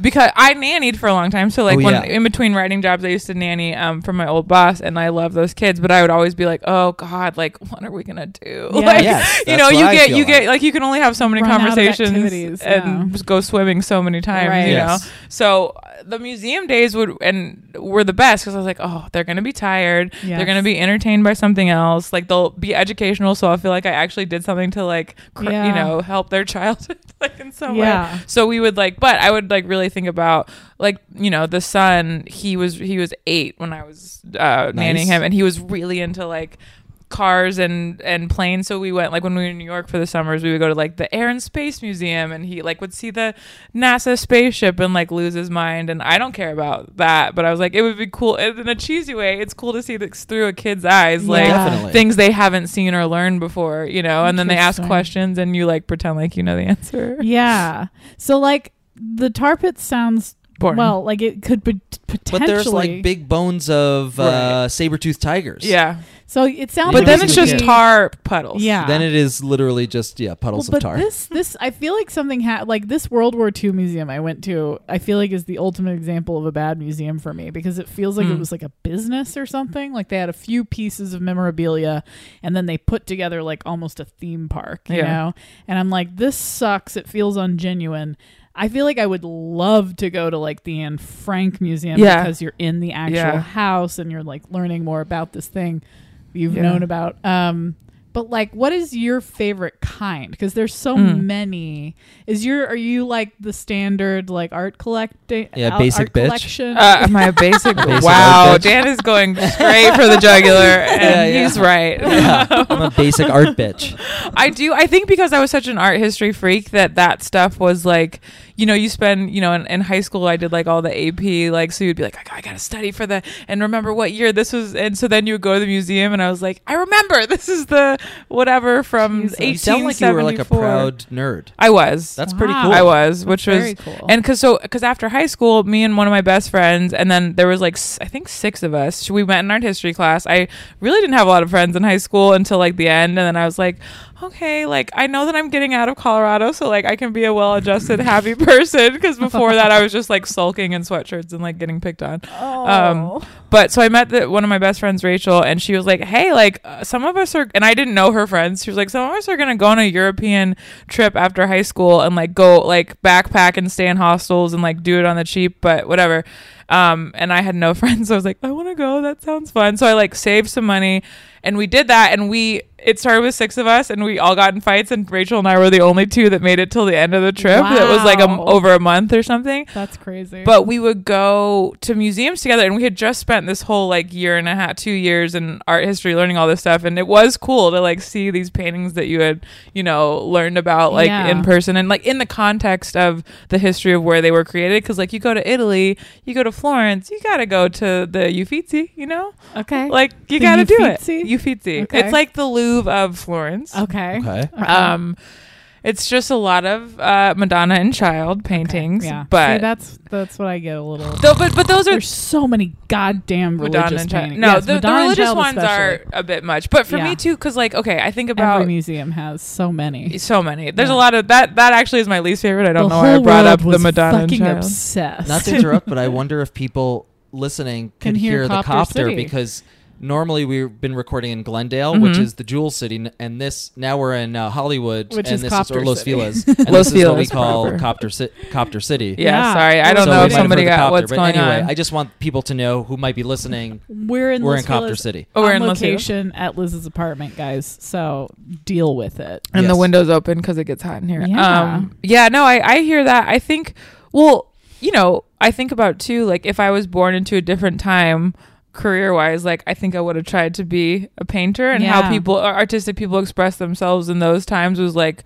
Speaker 5: because i nannied for a long time so like
Speaker 3: Oh,
Speaker 5: when
Speaker 3: yeah.
Speaker 5: in between writing jobs i used to nanny um from my old boss and i love those kids but i would always be like oh god like what are we gonna do
Speaker 2: Yeah.
Speaker 5: like
Speaker 3: Yes,
Speaker 5: you
Speaker 3: that's
Speaker 5: know
Speaker 3: what
Speaker 5: you
Speaker 3: I
Speaker 5: get
Speaker 3: feel
Speaker 5: you
Speaker 3: like.
Speaker 5: get like you can only have so many
Speaker 2: Run out of
Speaker 5: conversations
Speaker 2: activities, yeah.
Speaker 5: and just go swimming so many times
Speaker 2: Right.
Speaker 5: you
Speaker 3: Yes.
Speaker 5: know so uh, the museum days would and were the best because i was like oh they're gonna be tired
Speaker 2: Yes.
Speaker 5: they're gonna be entertained by something else like they'll be educational so i feel like i actually did something to like cr-
Speaker 2: Yeah.
Speaker 5: you know help their childhood like in some
Speaker 2: Yeah.
Speaker 5: way so we would like but i would like really think about like you know the son he was he was eight when i was uh
Speaker 3: Nice.
Speaker 5: nannying him and he was really into like cars and and planes so we went like when we were in new york for the summers we would go to like the air and space museum and he like would see the nasa spaceship and like lose his mind and i don't care about that but i was like it would be cool and in a cheesy way it's cool to see this through a kid's eyes like
Speaker 2: Yeah.
Speaker 3: Definitely.
Speaker 5: things they haven't seen or learned before you know and then they ask
Speaker 2: Interesting.
Speaker 5: questions and you like pretend like you know the answer
Speaker 2: yeah. So like the tar pits sounds
Speaker 5: Born.
Speaker 2: Well, like it could be potentially.
Speaker 3: But there's like big bones of uh,
Speaker 5: Right.
Speaker 3: saber-toothed tigers.
Speaker 5: yeah.
Speaker 2: So it sounds.
Speaker 5: But then
Speaker 3: Reason
Speaker 5: it's
Speaker 3: to
Speaker 5: just
Speaker 3: be-
Speaker 5: tar puddles.
Speaker 2: Yeah.
Speaker 3: Then it is literally just yeah
Speaker 2: Well,
Speaker 3: puddles
Speaker 2: but
Speaker 3: of tar.
Speaker 2: this, this, I feel like something had like this World War II museum I went to. I feel like is the ultimate example of a bad museum for me because it feels like
Speaker 5: Hmm.
Speaker 2: it was like a business or something. Like they had a few pieces of memorabilia, and then they put together like almost a theme park, you
Speaker 5: Yeah.
Speaker 2: know. And I'm like, this sucks. It feels ungenuine. I feel like I would love to go to like the Anne Frank Museum
Speaker 5: Yeah.
Speaker 2: because you're in the actual
Speaker 5: Yeah.
Speaker 2: house and you're like learning more about this thing you've
Speaker 5: Yeah.
Speaker 2: known about. Um, but like, what is your favorite kind? Because there's so
Speaker 3: Hmm.
Speaker 2: many. Is your are you like the standard like art collecting?
Speaker 3: Yeah, basic
Speaker 2: art
Speaker 3: bitch.
Speaker 2: collection?
Speaker 5: Uh, my basic.
Speaker 3: Basic
Speaker 5: wow,
Speaker 3: art bitch.
Speaker 5: Dan is going straight for the jugular, and
Speaker 3: Yeah, yeah.
Speaker 5: he's right.
Speaker 3: yeah, I'm a basic art bitch.
Speaker 5: I do. I think because I was such an art history freak that that stuff was like, you know, you spend, you know, in, in high school I did like all the AP, like so you'd be like, I, got- I gotta study for the and remember what year this was, and so then you would go to the museum and I was like, I remember this is the whatever from
Speaker 2: Jesus.
Speaker 5: eighteen
Speaker 3: You sound like you were like a proud nerd.
Speaker 5: I was.
Speaker 3: That's pretty
Speaker 2: Wow.
Speaker 3: cool.
Speaker 5: I was, which
Speaker 2: very
Speaker 5: was
Speaker 2: cool.
Speaker 5: and cause so cause after high school, me and one of my best friends, and then there was like s- I think six of us. We went in art history class. I really didn't have a lot of friends in high school until like the end, and then I was like, okay, like I know that I'm getting out of Colorado, so like I can be a well-adjusted, happy person. Because before that, I was just like sulking in sweatshirts and like getting picked on.
Speaker 2: Oh,
Speaker 5: Um, but so I met the, one of my best friends, Rachel, and she was like, "Hey, like uh, some of us are," and I didn't know her friends. She was like, "Some of us are gonna go on a European trip after high school and like go like backpack and stay in hostels and like do it on the cheap, but whatever." Um, and I had no friends, so I was like, "I want to go. That sounds fun." So I like saved some money, and we did that, and we. It started with six of us, and we all got in fights. And Rachel and I were the only two that made it till the end of the trip. That was like a,
Speaker 2: Wow.
Speaker 5: over a month or something.
Speaker 2: That's crazy.
Speaker 5: But we would go to museums together, and we had just spent this whole like year and a half, two years in art history, learning all this stuff, and it was cool to like see these paintings that you had, you know, learned about like
Speaker 2: Yeah.
Speaker 5: in person and like in the context of the history of where they were created. Because like you go to Italy, you go to Florence, you gotta go to the Uffizi, you know,
Speaker 2: okay,
Speaker 5: like you
Speaker 2: The
Speaker 5: gotta do it.
Speaker 2: Uffizi?
Speaker 5: Uffizi,
Speaker 2: Okay.
Speaker 5: it's like the Louvre of Florence.
Speaker 2: okay,
Speaker 3: okay.
Speaker 5: Um, it's just a lot of uh, Madonna and child paintings,
Speaker 2: yeah.
Speaker 5: but.
Speaker 2: See, that's that's what I get a little.
Speaker 5: Though, but but those are
Speaker 2: There's so many goddamn religious
Speaker 5: Madonna and child.
Speaker 2: paintings.
Speaker 5: No,
Speaker 2: Yes,
Speaker 5: the, the
Speaker 2: Madonna and
Speaker 5: religious
Speaker 2: Child
Speaker 5: ones are
Speaker 2: especially.
Speaker 5: a bit much, but for
Speaker 2: Yeah.
Speaker 5: me too, because like okay, I think
Speaker 2: Every
Speaker 5: about
Speaker 2: museum has so many.
Speaker 5: so many. There's
Speaker 2: Yeah.
Speaker 5: a lot of that. That actually is my least favorite. I don't
Speaker 2: the
Speaker 5: know why I
Speaker 2: whole
Speaker 5: brought up
Speaker 2: world
Speaker 5: the
Speaker 2: was
Speaker 5: Madonna and
Speaker 2: Fucking
Speaker 5: child.
Speaker 2: obsessed.
Speaker 3: Not to interrupt, but I wonder if people listening can,
Speaker 2: Can hear
Speaker 3: hear, the
Speaker 2: Copter
Speaker 3: copter
Speaker 2: City.
Speaker 3: because normally we've been recording in Glendale,
Speaker 5: Mm-hmm.
Speaker 3: which is the jewel city, n- and this now we're in uh, Hollywood,
Speaker 2: Which
Speaker 3: and
Speaker 2: is
Speaker 3: this
Speaker 2: Copter
Speaker 3: is or Los
Speaker 2: City.
Speaker 3: Feliz, and this
Speaker 5: Los
Speaker 3: is what we
Speaker 5: Feliz
Speaker 3: call
Speaker 5: proper.
Speaker 3: copter, ci- copter city.
Speaker 5: Yeah,
Speaker 2: Yeah.
Speaker 5: sorry, I
Speaker 2: So
Speaker 5: don't
Speaker 2: we
Speaker 5: know
Speaker 2: might
Speaker 5: if
Speaker 2: have
Speaker 5: somebody
Speaker 3: heard the
Speaker 5: got
Speaker 3: copter,
Speaker 5: what's
Speaker 3: but
Speaker 5: going
Speaker 3: anyway,
Speaker 5: on.
Speaker 3: I just want people to know who might be listening.
Speaker 2: We're in
Speaker 3: We're
Speaker 2: Los
Speaker 3: in Copter
Speaker 2: Feliz
Speaker 3: City.
Speaker 5: Oh, we're
Speaker 2: on
Speaker 5: in Los Feliz.
Speaker 2: location at Liz's apartment, guys. So deal with it.
Speaker 5: and the
Speaker 3: Yes.
Speaker 5: windows open because it gets hot in here.
Speaker 2: Yeah.
Speaker 5: Um, yeah, no, I, I hear that. I think, well, you know, I think about too, like if I was born into a different time career wise, like I think I would have tried to be a painter and
Speaker 2: Yeah.
Speaker 5: how people, artistic people express themselves in those times was like,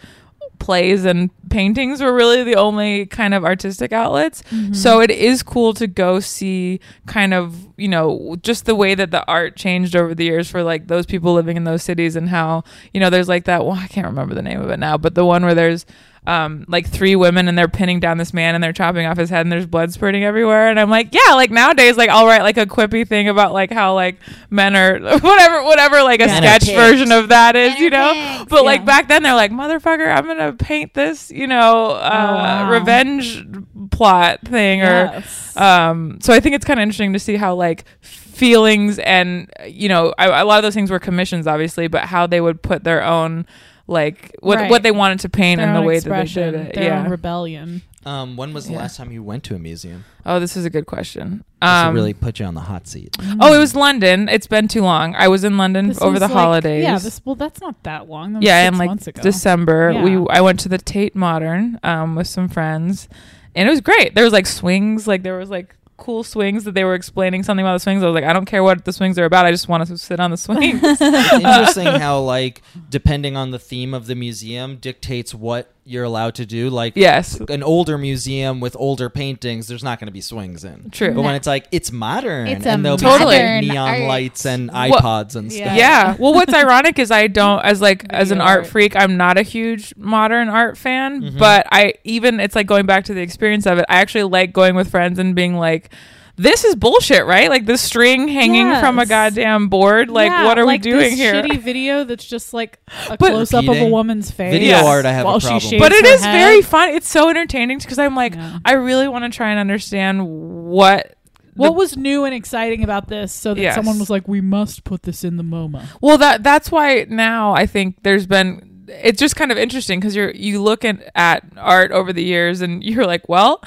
Speaker 5: plays and paintings were really the only kind of artistic outlets. So it is cool to go see kind of, you know, just the way that the art changed over the years for like those people living in those cities and how, you know, there's like that, well, I can't remember the name of it now, but the one where there's um like three women and they're pinning down this man and they're chopping off his head and there's blood spurting everywhere and I'm like, yeah, like nowadays like I'll write like a quippy thing about like how like men are whatever whatever like a
Speaker 3: Men are
Speaker 5: sketch
Speaker 3: pigs.
Speaker 5: version of that is, you know. But
Speaker 2: Yeah.
Speaker 5: like back then they're like, motherfucker, I'm gonna paint this, you know, uh,
Speaker 2: Oh, wow.
Speaker 5: revenge plot thing
Speaker 2: Yes.
Speaker 5: or um so I think it's kinda interesting to see how like feelings and you know, I, a lot of those things were commissions obviously, but how they would put their own like what
Speaker 2: Right.
Speaker 5: what they wanted to paint
Speaker 2: Their
Speaker 5: and the
Speaker 2: own
Speaker 5: way that they
Speaker 2: expression,
Speaker 5: did it.
Speaker 2: their
Speaker 5: yeah.
Speaker 2: own rebellion.
Speaker 3: Um, when was the
Speaker 5: Yeah.
Speaker 3: last time you went to a museum?
Speaker 5: oh, this is a good question.
Speaker 3: This
Speaker 5: Um,
Speaker 3: will really put you on the hot seat.
Speaker 5: oh, it was London. It's been too long. I was in London
Speaker 2: Mm-hmm. This
Speaker 5: over
Speaker 2: was
Speaker 5: the
Speaker 2: like-
Speaker 5: holidays.
Speaker 2: Yeah, this well, that's not that long. That was
Speaker 5: yeah,
Speaker 2: six
Speaker 5: and like
Speaker 2: months ago.
Speaker 5: December,
Speaker 2: Yeah.
Speaker 5: we I went to the Tate Modern um, with some friends, and it was great. There was like swings, like there was like cool swings that they were explaining something about the swings. I was like, I don't care what the swings are about. I just want to sit on the swings.
Speaker 3: It's interesting how like depending on the theme of the museum dictates what you're allowed to do. Like
Speaker 5: Yes.
Speaker 3: an older museum with older paintings, there's not going to be swings in.
Speaker 5: True.
Speaker 3: But when it's like it's modern
Speaker 6: It's a
Speaker 3: and there'll
Speaker 5: Totally.
Speaker 3: be like
Speaker 6: modern
Speaker 3: neon
Speaker 6: art.
Speaker 3: lights and
Speaker 5: Wha-
Speaker 3: iPods and stuff.
Speaker 2: Yeah.
Speaker 5: Yeah. Well, what's ironic is I don't as like as an
Speaker 2: Video
Speaker 5: art
Speaker 2: art.
Speaker 5: freak, I'm not a huge modern art fan, but I even it's like going back to the experience of it. I actually like going with friends and being like this is bullshit, right? Like the string hanging from a
Speaker 2: Yes.
Speaker 5: goddamn board. Like,
Speaker 2: Yeah,
Speaker 5: what are
Speaker 2: like
Speaker 5: we doing
Speaker 2: this
Speaker 5: here?
Speaker 2: Shitty video that's just like a
Speaker 5: But-
Speaker 2: close up of a
Speaker 3: Repeating.
Speaker 2: woman's face.
Speaker 3: Video
Speaker 5: Yes.
Speaker 3: art, I have a
Speaker 2: while
Speaker 3: problem.
Speaker 2: She shaves
Speaker 5: but it
Speaker 2: her
Speaker 5: is
Speaker 2: head.
Speaker 5: very fun. It's so entertaining because I'm like,
Speaker 2: Yeah.
Speaker 5: I really want to try and understand what.
Speaker 2: What was new and exciting about this? So that
Speaker 5: Yes.
Speaker 2: someone was like, "We must put this in the MoMA."
Speaker 5: Well, that that's why now I think there's been. It's just kind of interesting because you're you look at, at art over the years and you're like, well,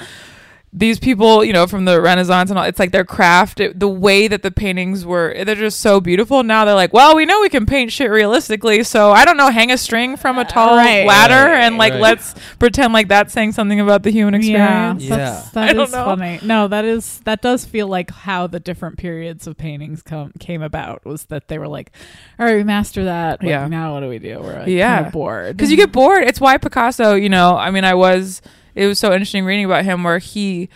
Speaker 5: these people, you know, from the Renaissance and all. It's like their craft, it, the way that the paintings were, they're just so beautiful. Now they're like, well, we know we can paint shit realistically, so I don't know, hang a string from a tall
Speaker 2: Right.
Speaker 5: ladder
Speaker 3: Right,
Speaker 5: and like
Speaker 3: right.
Speaker 5: let's pretend like that's saying something about the human experience.
Speaker 3: Yeah.
Speaker 2: Yeah, that's,
Speaker 5: I
Speaker 2: that
Speaker 5: don't
Speaker 2: is
Speaker 5: know.
Speaker 2: funny. No, that is that does feel like how the different periods of paintings come came about was that they were like, "All right, we master that. Like,
Speaker 5: Yeah.
Speaker 2: Now what do we do? We're like,
Speaker 5: Yeah.
Speaker 2: yeah, bored
Speaker 5: because you get bored. It's why Picasso, you know, I mean, I was, it was so interesting reading about him where he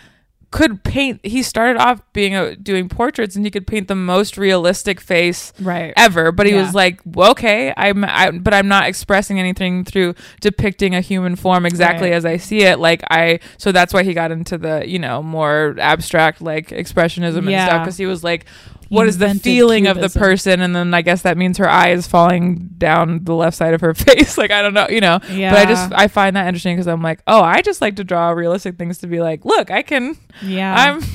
Speaker 5: could paint, he started off being a, doing portraits and he could paint the most realistic face
Speaker 2: right.
Speaker 5: ever but he
Speaker 2: Yeah.
Speaker 5: was like well, okay i'm I, but i'm not expressing anything through depicting a human form exactly
Speaker 2: Right.
Speaker 5: as i see it like i so that's why he got into the you know more abstract like expressionism and
Speaker 2: Yeah.
Speaker 5: stuff because he was like what is the
Speaker 2: invented
Speaker 5: feeling of the
Speaker 2: cubism.
Speaker 5: person and then i guess that means her eye is falling down the left side of her face like i don't know you know but i just uh,
Speaker 2: Yeah.
Speaker 5: i find that interesting because i'm like oh i just like to draw realistic things to be like look i can
Speaker 2: yeah,
Speaker 5: i'm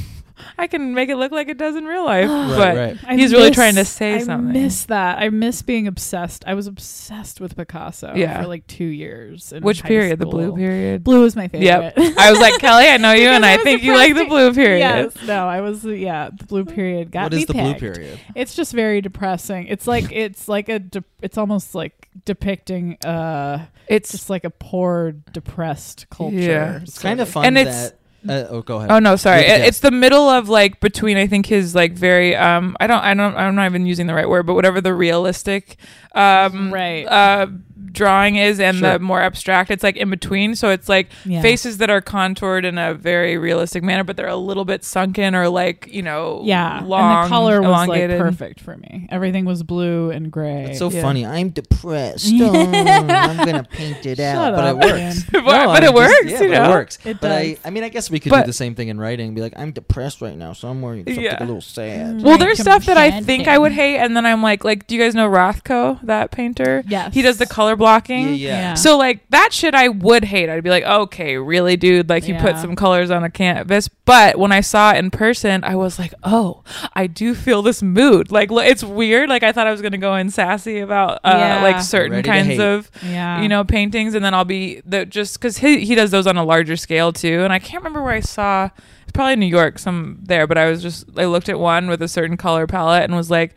Speaker 5: i can make it look like it does in real life
Speaker 3: Right,
Speaker 5: but
Speaker 3: right.
Speaker 2: I
Speaker 5: he's really
Speaker 2: miss-
Speaker 5: trying to say
Speaker 2: I
Speaker 5: something.
Speaker 2: miss that. I miss being obsessed. I was obsessed with Picasso
Speaker 5: Yeah.
Speaker 2: for like two years. in
Speaker 5: Which
Speaker 2: high
Speaker 5: period? The blue
Speaker 2: school.
Speaker 5: period.
Speaker 2: Blue is my favorite.
Speaker 5: Yep. I was like, Kelly, I know you, and
Speaker 2: Because
Speaker 5: I
Speaker 2: was
Speaker 5: think
Speaker 2: a
Speaker 5: you like the
Speaker 2: practic-
Speaker 5: blue period.
Speaker 2: Yes. No, I was. Yeah, the blue period got
Speaker 3: What
Speaker 2: me
Speaker 3: is the blue
Speaker 2: pegged.
Speaker 3: period?
Speaker 2: It's just very depressing. It's like it's like a. De- it's almost like depicting uh
Speaker 5: It's
Speaker 2: just like a poor depressed culture.
Speaker 5: Yeah.
Speaker 3: It's kind of fun
Speaker 5: And it's-
Speaker 3: that. Uh, oh, go ahead.
Speaker 5: oh no, sorry.
Speaker 3: You're the
Speaker 5: It- it's the middle of like between I think his like very um I don't I don't I'm not even using the right word, but whatever the realistic um
Speaker 2: Right.
Speaker 5: uh drawing is and the
Speaker 3: Sure.
Speaker 5: more abstract it's like in between so it's like
Speaker 2: Yeah.
Speaker 5: faces that are contoured in a very realistic manner but they're a little bit sunken or like you know
Speaker 2: Yeah,
Speaker 5: long
Speaker 2: and the color was
Speaker 5: elongated.
Speaker 2: like perfect for me. Everything was blue and gray.
Speaker 3: It's so
Speaker 5: Yeah.
Speaker 3: funny. I'm depressed. Oh, I'm gonna paint it out, but
Speaker 2: up,
Speaker 3: it works.
Speaker 5: But- but
Speaker 3: I'm
Speaker 5: it works,
Speaker 3: yeah,
Speaker 5: you
Speaker 3: but
Speaker 5: know?
Speaker 3: It works.
Speaker 2: It
Speaker 3: but I,
Speaker 2: does.
Speaker 3: I mean, I guess we could
Speaker 5: But-
Speaker 3: do the same thing in writing. Be like, I'm depressed right now, so I'm wearing something
Speaker 5: Yeah.
Speaker 3: a little sad.
Speaker 5: Well,
Speaker 2: Like
Speaker 5: there's stuff that I
Speaker 6: companion.
Speaker 5: think I would hate, and then I'm like, like, do you guys know Rothko, that painter?
Speaker 2: Yes.
Speaker 5: He does the color blocking.
Speaker 2: Yeah.
Speaker 5: So like that shit I would hate. I'd be like, okay, really, dude? Like you put
Speaker 2: Yeah.
Speaker 5: some colors on a canvas. But when I saw it in person, I was like, oh, I do feel this mood. Like lo- it's weird. Like I thought I was gonna go in sassy about uh,
Speaker 2: Yeah.
Speaker 5: like certain
Speaker 3: Ready to
Speaker 5: kinds
Speaker 3: hate.
Speaker 5: of
Speaker 2: Yeah.
Speaker 5: you know paintings, and then I'll be the just because he he does those on a larger scale too. And I can't remember where I saw. It's probably New York, some there. But I was just I looked at one with a certain color palette and was like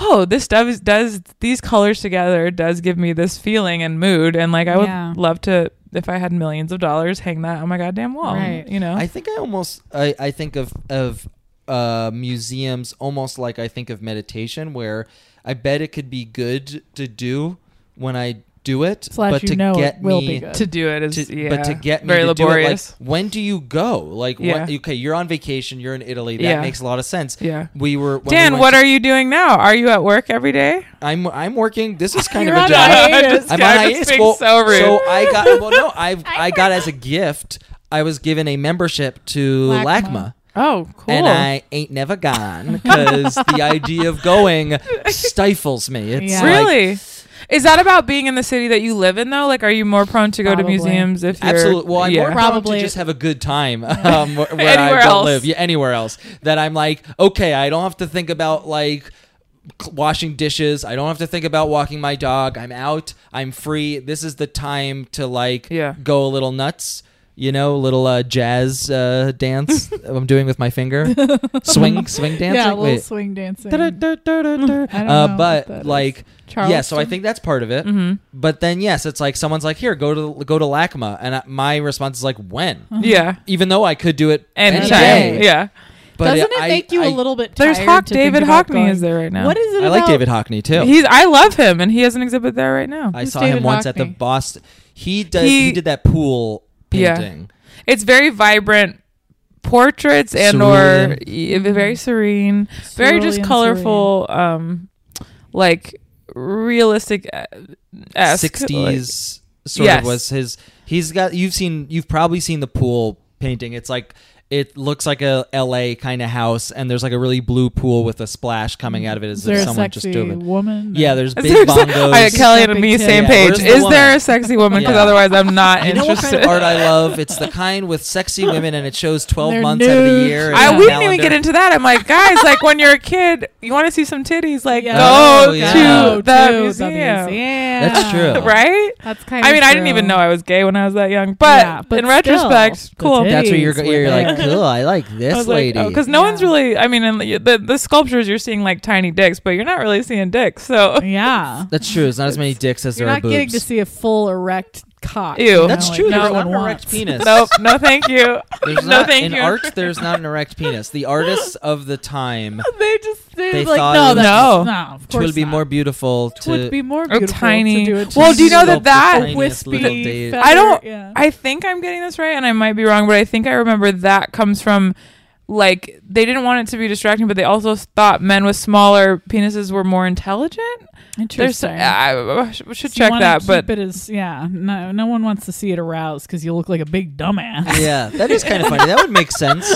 Speaker 5: oh, this does does these colors together does give me this feeling and mood, and like I would
Speaker 2: Yeah.
Speaker 5: love to if I had millions of dollars, hang that on my goddamn wall.
Speaker 2: Right.
Speaker 5: You know,
Speaker 3: I think I almost I, I think of of uh, museums almost like I think of meditation, where I bet it could be good to do when I do it,
Speaker 2: Slash,
Speaker 3: but
Speaker 2: you
Speaker 3: to
Speaker 2: know
Speaker 3: get
Speaker 2: it will
Speaker 3: me
Speaker 2: be good.
Speaker 5: to do it is
Speaker 3: to,
Speaker 5: yeah,
Speaker 3: but to get me
Speaker 5: very
Speaker 3: to
Speaker 5: laborious.
Speaker 3: Do it, like, when do you go? Like,
Speaker 5: Yeah.
Speaker 3: when, okay, you're on vacation. You're in Italy. That
Speaker 5: Yeah.
Speaker 3: makes a lot of sense.
Speaker 5: Yeah.
Speaker 3: we were. when we
Speaker 5: Dan,
Speaker 3: went
Speaker 5: what
Speaker 3: to-
Speaker 5: are you doing now? Are you at work every day?
Speaker 3: I'm I'm working. This is kind
Speaker 2: You're
Speaker 3: of a
Speaker 2: on
Speaker 3: job.
Speaker 2: hiatus.
Speaker 3: I'm
Speaker 5: God,
Speaker 3: on
Speaker 5: this
Speaker 3: hiatus.
Speaker 5: being
Speaker 3: Well,
Speaker 5: so rude.
Speaker 3: so I got well, no, I've I got as a gift. I was given a membership to LACMA.
Speaker 2: LACMA.
Speaker 5: Oh, cool.
Speaker 3: And I ain't never gone because the idea of going stifles me. It's
Speaker 2: Yeah.
Speaker 3: like-
Speaker 5: really. is that about being in the city that you live in though? Like, are you more prone to go to
Speaker 2: Probably.
Speaker 5: museums if you're
Speaker 3: Absolutely. Well, I'm
Speaker 5: yeah.
Speaker 3: more probably
Speaker 2: Probably-
Speaker 3: to just have a good time um, where, where
Speaker 5: Anywhere
Speaker 3: I don't
Speaker 5: else.
Speaker 3: live. Yeah, anywhere else. That I'm like, okay, I don't have to think about like c- washing dishes. I don't have to think about walking my dog. I'm out. I'm free. This is the time to like
Speaker 5: Yeah.
Speaker 3: go a little nuts. You know, a little uh, jazz uh, dance I'm doing with my finger, swing, swing dancing.
Speaker 2: yeah, a little
Speaker 3: Wait.
Speaker 2: swing dancing. I don't know
Speaker 3: Uh,
Speaker 2: what that
Speaker 3: but
Speaker 2: is. Mm-hmm.
Speaker 3: like yeah, so I
Speaker 2: Charleston?
Speaker 3: think that's part of it.
Speaker 5: Mm-hmm.
Speaker 2: Uh-huh.
Speaker 3: But then yes, it's like someone's like, "Here, go to go to LACMA," and I, my response is like, "When?"
Speaker 5: yeah.
Speaker 3: Even though I could do it
Speaker 5: And
Speaker 3: any
Speaker 5: China.
Speaker 3: day.
Speaker 5: Yeah.
Speaker 3: But
Speaker 2: Doesn't it
Speaker 3: I-
Speaker 2: make you
Speaker 3: I-
Speaker 2: a little bit?
Speaker 5: There's
Speaker 2: tired
Speaker 5: Hawk-
Speaker 2: to think
Speaker 5: David
Speaker 2: about
Speaker 5: Hockney
Speaker 2: going,
Speaker 5: is there right now.
Speaker 2: What is it?
Speaker 3: I like
Speaker 2: about-
Speaker 3: David Hockney too.
Speaker 5: He's I love him and he has an exhibit there right now.
Speaker 3: I
Speaker 2: Who's
Speaker 3: saw him
Speaker 2: David
Speaker 3: once at the
Speaker 2: Hockney?
Speaker 3: Boston. He does. He,
Speaker 5: He-
Speaker 3: did that pool
Speaker 5: Yeah.
Speaker 3: painting.
Speaker 5: It's very vibrant portraits and or y-
Speaker 2: Mm-hmm.
Speaker 5: very serene, very
Speaker 2: Cerulean
Speaker 5: just colorful um like realistic uh, like,
Speaker 3: Sixties sort
Speaker 5: Yes.
Speaker 3: of was his. He's got. You've seen. You've probably seen the pool painting. It's like. It looks like a LA kind of house, and there's like a really blue pool with a splash coming out of it. Is
Speaker 2: Is there a
Speaker 3: someone
Speaker 2: sexy
Speaker 3: just doing?
Speaker 2: woman?
Speaker 3: Yeah, there's
Speaker 5: Is
Speaker 3: big
Speaker 5: there a se-
Speaker 3: bongos.
Speaker 5: All right, Kelly and
Speaker 2: Big
Speaker 5: me,
Speaker 2: titty.
Speaker 5: same
Speaker 2: Yeah,
Speaker 5: page.
Speaker 3: where's the
Speaker 5: Is
Speaker 3: woman?
Speaker 5: there a sexy woman? Because
Speaker 3: Yeah.
Speaker 5: otherwise, I'm not
Speaker 3: You know what kind
Speaker 5: interested.
Speaker 3: of art I love? It's the kind with sexy women, and it shows 12
Speaker 2: They're
Speaker 3: months out of the
Speaker 2: nude.
Speaker 3: year. and
Speaker 5: I,
Speaker 3: a
Speaker 5: we didn't even
Speaker 3: calendar.
Speaker 5: get into that. I'm like, guys, like when you're a kid, you want to see some titties. Like,
Speaker 2: Yeah.
Speaker 5: go
Speaker 3: Oh, yeah.
Speaker 5: to
Speaker 2: Go
Speaker 5: the
Speaker 2: to
Speaker 5: museum,
Speaker 3: That's true.
Speaker 5: right?
Speaker 2: That's kind of.
Speaker 5: I mean, I didn't even know I was gay when I was that young, but,
Speaker 2: Yeah, but
Speaker 5: in
Speaker 2: still,
Speaker 5: retrospect,
Speaker 2: the
Speaker 5: cool.
Speaker 2: titties.
Speaker 5: I
Speaker 3: That's where you're, go-
Speaker 2: with
Speaker 3: you're like,
Speaker 2: it.
Speaker 3: cool, I like this
Speaker 5: was like,
Speaker 3: lady.
Speaker 5: because no
Speaker 2: Yeah.
Speaker 5: one's really. I mean, and the, the the sculptures you're seeing like tiny dicks, but you're not really seeing dicks. So
Speaker 2: Yeah.
Speaker 3: That's true. It's not as many dicks as
Speaker 2: You're
Speaker 3: there
Speaker 2: not
Speaker 3: are boobs.
Speaker 2: getting to see a full erect cock.
Speaker 5: Ew.
Speaker 2: you know,
Speaker 3: That's
Speaker 2: like
Speaker 3: true.
Speaker 2: No
Speaker 3: There's
Speaker 2: one
Speaker 3: not an erect
Speaker 2: wants.
Speaker 3: penis.
Speaker 5: nope, no, thank you.
Speaker 3: There's
Speaker 5: no,
Speaker 3: not,
Speaker 5: thank
Speaker 3: in
Speaker 5: you.
Speaker 3: art, there's not an erect penis. The artists of the time,
Speaker 2: They just they,
Speaker 3: They
Speaker 2: like
Speaker 3: thought
Speaker 2: no,
Speaker 3: it
Speaker 2: that's,
Speaker 5: was-
Speaker 2: no. Of
Speaker 3: it
Speaker 2: course
Speaker 3: will be
Speaker 2: not.
Speaker 3: more beautiful
Speaker 2: It
Speaker 3: to
Speaker 2: would be more
Speaker 5: Or
Speaker 2: beautiful to
Speaker 5: Oh, tiny.
Speaker 2: do it.
Speaker 5: Well, do you know
Speaker 3: sculpt
Speaker 5: that
Speaker 3: the
Speaker 5: that
Speaker 3: tiniest
Speaker 2: wispy
Speaker 3: little da-
Speaker 2: feather-
Speaker 5: I don't.
Speaker 2: yeah.
Speaker 5: I think I'm getting this right, and I might be wrong, but I think I remember that comes from like they didn't want it to be distracting, but they also thought men with smaller penises were more intelligent. There's,
Speaker 2: Interesting.
Speaker 5: I, I sh- should
Speaker 2: So you
Speaker 5: check
Speaker 2: wanna
Speaker 5: that, but
Speaker 2: keep it is yeah. No, no one wants to see it aroused because you look like a big dumbass.
Speaker 3: Yeah, that is kind of funny. That would make sense.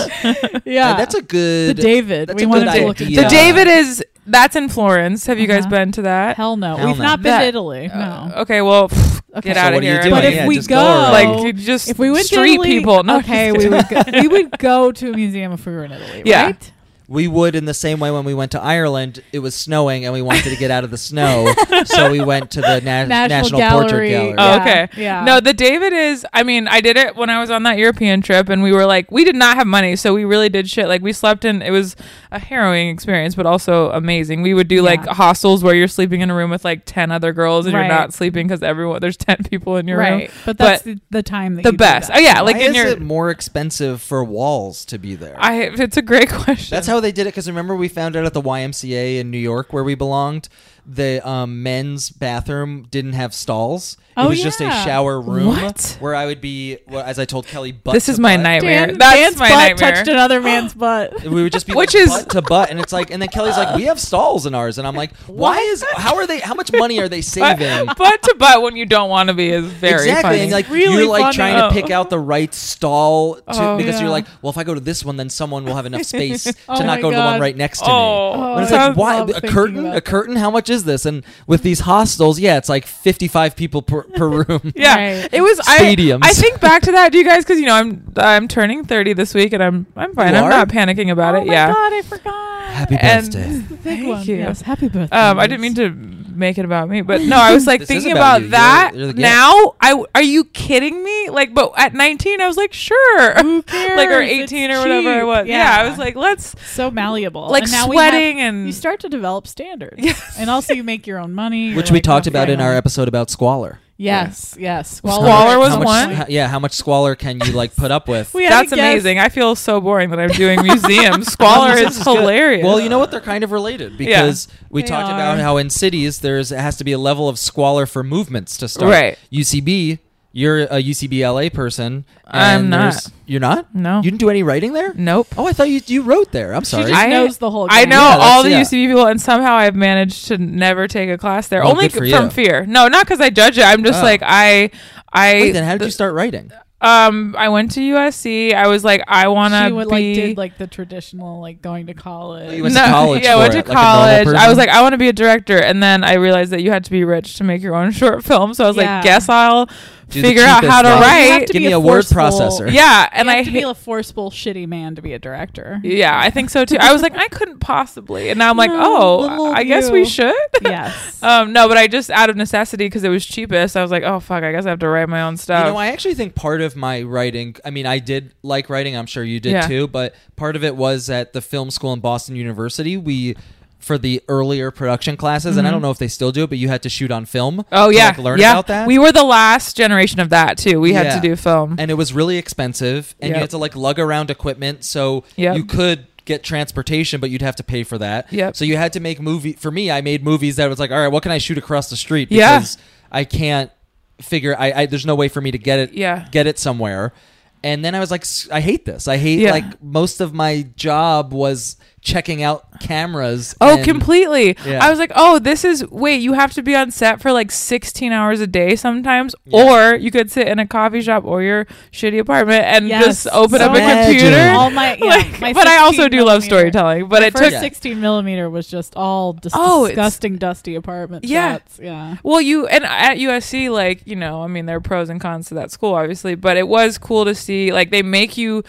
Speaker 2: yeah,
Speaker 3: that's a
Speaker 2: the
Speaker 3: good.
Speaker 2: David.
Speaker 3: that's
Speaker 2: We
Speaker 3: a
Speaker 2: wanted
Speaker 3: good
Speaker 2: to look at
Speaker 3: idea.
Speaker 5: the
Speaker 2: that.
Speaker 5: David is that's in Florence. Have you guys
Speaker 2: Uh-huh.
Speaker 5: been to that?
Speaker 2: Hell no,
Speaker 3: Hell
Speaker 2: we've
Speaker 3: no.
Speaker 2: not been
Speaker 5: That-
Speaker 2: to Italy.
Speaker 5: Uh,
Speaker 2: No.
Speaker 5: okay, well, pff, get
Speaker 3: so
Speaker 5: out
Speaker 3: what
Speaker 5: of
Speaker 3: are you
Speaker 5: here.
Speaker 3: doing?
Speaker 2: But
Speaker 5: Like,
Speaker 2: if
Speaker 3: Yeah,
Speaker 2: we
Speaker 3: just
Speaker 2: go,
Speaker 3: go around.
Speaker 5: like you just
Speaker 2: if we went
Speaker 5: street
Speaker 2: to Italy,
Speaker 5: people. No,
Speaker 2: okay,
Speaker 5: just
Speaker 2: we
Speaker 5: kidding.
Speaker 2: would go, we would go to a museum if we were in Italy,
Speaker 5: Yeah.
Speaker 2: right?
Speaker 3: We would in the same way when we went to Ireland, it was snowing and we wanted to get out of the snow, so we went to the na- National, Portrait Gallery.
Speaker 5: Oh,
Speaker 2: yeah,
Speaker 5: okay.
Speaker 2: Yeah.
Speaker 5: No, the David is. I mean, I did it when I was on that European trip, and we were like, we did not have money, so we really did shit. Like, we slept in. It was a harrowing experience, but also amazing. We would do like
Speaker 2: Yeah.
Speaker 5: hostels where you're sleeping in a room with like ten other girls, and
Speaker 2: Right.
Speaker 5: you're not sleeping because everyone there's ten people in your
Speaker 2: right.
Speaker 5: room.
Speaker 2: But that's the, the time that
Speaker 5: the
Speaker 2: you do
Speaker 5: best.
Speaker 2: that.
Speaker 5: Oh yeah, like
Speaker 3: Why
Speaker 5: in
Speaker 3: is
Speaker 5: your.
Speaker 3: it more expensive for walls to be there?
Speaker 5: I. It's a great question.
Speaker 3: That's how they did it. Because remember, we found out at the YMCA in New York where we belonged, the um, men's bathroom didn't have stalls. It
Speaker 2: Oh,
Speaker 3: was just a
Speaker 2: yeah.
Speaker 3: shower room
Speaker 5: What?
Speaker 3: where I would be, well, as I told Kelly, butt
Speaker 5: This
Speaker 3: to
Speaker 5: is my
Speaker 3: butt.
Speaker 5: nightmare.
Speaker 2: Dan,
Speaker 5: That's
Speaker 2: Dan's
Speaker 5: my
Speaker 2: butt
Speaker 5: nightmare.
Speaker 2: touched another man's butt.
Speaker 3: We would just be
Speaker 5: Which
Speaker 3: like,
Speaker 5: is-
Speaker 3: butt to butt, and it's like, and then Kelly's like, we have stalls in ours, and I'm like, why is how are they? How much money are they
Speaker 5: But,
Speaker 3: saving?
Speaker 5: butt to butt when you don't want to be is very
Speaker 3: exactly,
Speaker 5: funny.
Speaker 3: and like
Speaker 2: Really
Speaker 3: you're like
Speaker 2: funny.
Speaker 3: trying to
Speaker 5: Oh.
Speaker 3: pick out the right stall to,
Speaker 5: Oh,
Speaker 3: because you're
Speaker 5: yeah.
Speaker 3: like, well, if I go to this one, then someone will have enough space to
Speaker 2: Oh
Speaker 3: not
Speaker 2: my
Speaker 3: go to the one
Speaker 2: God.
Speaker 3: right next to me.
Speaker 5: oh,
Speaker 3: But it's
Speaker 2: I
Speaker 3: like, why
Speaker 2: love
Speaker 3: a
Speaker 2: thinking
Speaker 3: curtain?
Speaker 2: about
Speaker 3: A curtain? How much is this? And with these hostels, yeah, it's like fifty-five people per, per room.
Speaker 5: Yeah,
Speaker 2: Right.
Speaker 5: it was I-
Speaker 3: Stadiums.
Speaker 5: I, think back to that, do you guys? Because you know, I'm I'm turning thirty this week, and I'm I'm fine.
Speaker 3: You
Speaker 5: I'm
Speaker 3: are?
Speaker 5: not panicking about
Speaker 2: oh
Speaker 5: it.
Speaker 2: my
Speaker 5: yeah.
Speaker 2: god, I forgot.
Speaker 3: Happy
Speaker 5: And-
Speaker 3: birthday.
Speaker 2: The big
Speaker 5: Thank
Speaker 2: one.
Speaker 5: you.
Speaker 2: Yes, happy birthday.
Speaker 5: Um, I didn't mean to make it about me, but no, I was like
Speaker 3: This is
Speaker 5: thinking
Speaker 3: about
Speaker 5: about,
Speaker 3: you. You're-
Speaker 5: that
Speaker 3: you're the gift.
Speaker 5: now. I w- are you kidding me? Like, but at nineteen, I was like, sure,
Speaker 2: Who cares?
Speaker 5: like or
Speaker 2: It's
Speaker 5: eighteen or whatever I
Speaker 2: cheap.
Speaker 5: was. Yeah. I
Speaker 2: Yeah.
Speaker 5: was like, let's.
Speaker 2: so malleable.
Speaker 5: Like
Speaker 2: and now
Speaker 5: sweating
Speaker 2: we have,
Speaker 5: and-
Speaker 2: you start to develop standards.
Speaker 5: Yes.
Speaker 2: And also you make your own money.
Speaker 3: Which
Speaker 2: You're
Speaker 3: we
Speaker 2: like,
Speaker 3: talked
Speaker 2: okay.
Speaker 3: about in our episode about squalor.
Speaker 2: Yes, yes.
Speaker 5: Squalor
Speaker 3: How
Speaker 5: was
Speaker 3: much-
Speaker 5: one?
Speaker 3: how- yeah, how much squalor can you like put up with?
Speaker 2: We had
Speaker 5: That's
Speaker 2: to guess-
Speaker 5: amazing. I feel so boring that I'm doing museums. Squalor
Speaker 3: This
Speaker 5: is
Speaker 3: good.
Speaker 5: hilarious.
Speaker 3: Well, you know what? They're kind of related because we
Speaker 2: They
Speaker 3: talked
Speaker 2: are.
Speaker 3: about how in cities there's it has to be a level of squalor for movements to start.
Speaker 5: Right.
Speaker 3: UCB, you're a UCB LA person.
Speaker 5: I'm
Speaker 3: and
Speaker 5: not.
Speaker 3: there's- You're not.
Speaker 5: No.
Speaker 3: You didn't do any writing there.
Speaker 5: nope.
Speaker 3: Oh, I thought you you wrote there. I'm
Speaker 2: She
Speaker 3: sorry.
Speaker 2: just
Speaker 5: I-
Speaker 2: knows the whole.
Speaker 5: I
Speaker 2: game.
Speaker 5: know
Speaker 3: Yeah, that's-
Speaker 5: all the
Speaker 3: yeah.
Speaker 5: UCB people, and somehow I've managed to never take a class there.
Speaker 3: Well,
Speaker 5: Only
Speaker 3: good for
Speaker 5: from
Speaker 3: you.
Speaker 5: fear. No, not because I judge it. I'm just
Speaker 3: Oh.
Speaker 5: like I, I.
Speaker 3: Wait, then how did you start writing?
Speaker 5: Um, I went to USC. I was like, I want to
Speaker 2: She
Speaker 5: be.
Speaker 2: would like did like the traditional like going to college.
Speaker 3: You went to college
Speaker 5: Yeah, I
Speaker 3: for
Speaker 5: went to
Speaker 3: it, like a normal
Speaker 5: college. I
Speaker 3: person?
Speaker 5: was like, I want to be a director, and then I realized that you had to be rich to make your own short film. So I was
Speaker 2: Yeah.
Speaker 5: like, guess I'll
Speaker 3: the
Speaker 5: figure out
Speaker 3: cheapest
Speaker 5: how to
Speaker 3: job.
Speaker 2: You have
Speaker 5: write.
Speaker 2: to
Speaker 3: Give
Speaker 2: be
Speaker 3: me
Speaker 2: a
Speaker 3: a word
Speaker 2: forceful-
Speaker 3: processor.
Speaker 5: yeah, and
Speaker 2: you
Speaker 5: I
Speaker 2: have to be
Speaker 5: hate-
Speaker 2: a forceful shitty man to be a director.
Speaker 5: yeah, I think so too. I was like, I couldn't possibly, and now I'm like,
Speaker 2: No, little
Speaker 5: oh, I guess we
Speaker 2: you.
Speaker 5: should.
Speaker 2: yes.
Speaker 5: Um, no, but I just out of necessity because it was cheapest. I was like, oh fuck, I guess I have to write my own stuff.
Speaker 3: You know, I actually think part of my writing, I mean, I did like writing, I'm sure you did
Speaker 5: Yeah.
Speaker 3: too, but part of it was at the film school in Boston University. We for the earlier production classes, and I don't know if they still do it, but you had to shoot on film.
Speaker 5: Mm-hmm. oh
Speaker 3: to,
Speaker 5: yeah,
Speaker 3: like, learn
Speaker 5: yeah.
Speaker 3: about that.
Speaker 5: We were the last generation of that too. We
Speaker 3: Yeah.
Speaker 5: had to do film.
Speaker 3: and it was really expensive, and you
Speaker 5: Yep.
Speaker 3: had to like lug around equipment, so
Speaker 5: Yep.
Speaker 3: you could get transportation, but you'd have to pay for that.
Speaker 5: Yep.
Speaker 3: So you had to make movie. For me, I made movies that was like, all right, what can I shoot across the street?
Speaker 5: Yeah.
Speaker 3: Because I can't figure I, I there's no way for me to get it
Speaker 5: Yeah.
Speaker 3: get it somewhere. And then I was like "S- I hate this. I hate
Speaker 5: Yeah.
Speaker 3: like most of my job was checking out cameras.
Speaker 5: Oh,
Speaker 3: and-
Speaker 5: completely.
Speaker 3: Yeah.
Speaker 5: I was like, oh, this is wait, you have to be on set for like 16 hours a day sometimes, or you could sit in a coffee shop or your shitty apartment and just open up a
Speaker 3: Imagine.
Speaker 5: computer.
Speaker 2: All my, yeah,
Speaker 5: Like,
Speaker 2: my
Speaker 5: but I also
Speaker 2: 16
Speaker 5: do love
Speaker 2: millimeter.
Speaker 5: storytelling. But
Speaker 2: my
Speaker 5: it
Speaker 2: first
Speaker 5: took.
Speaker 3: Yeah.
Speaker 2: 16 millimeter was just all dis-
Speaker 5: Oh, it's-
Speaker 2: disgusting, dusty apartment
Speaker 5: Yeah.
Speaker 2: shots. Yeah.
Speaker 5: Well, you and at USC, like you know, I mean, there are pros and cons to that school, obviously, but it was cool to see. Like they make you,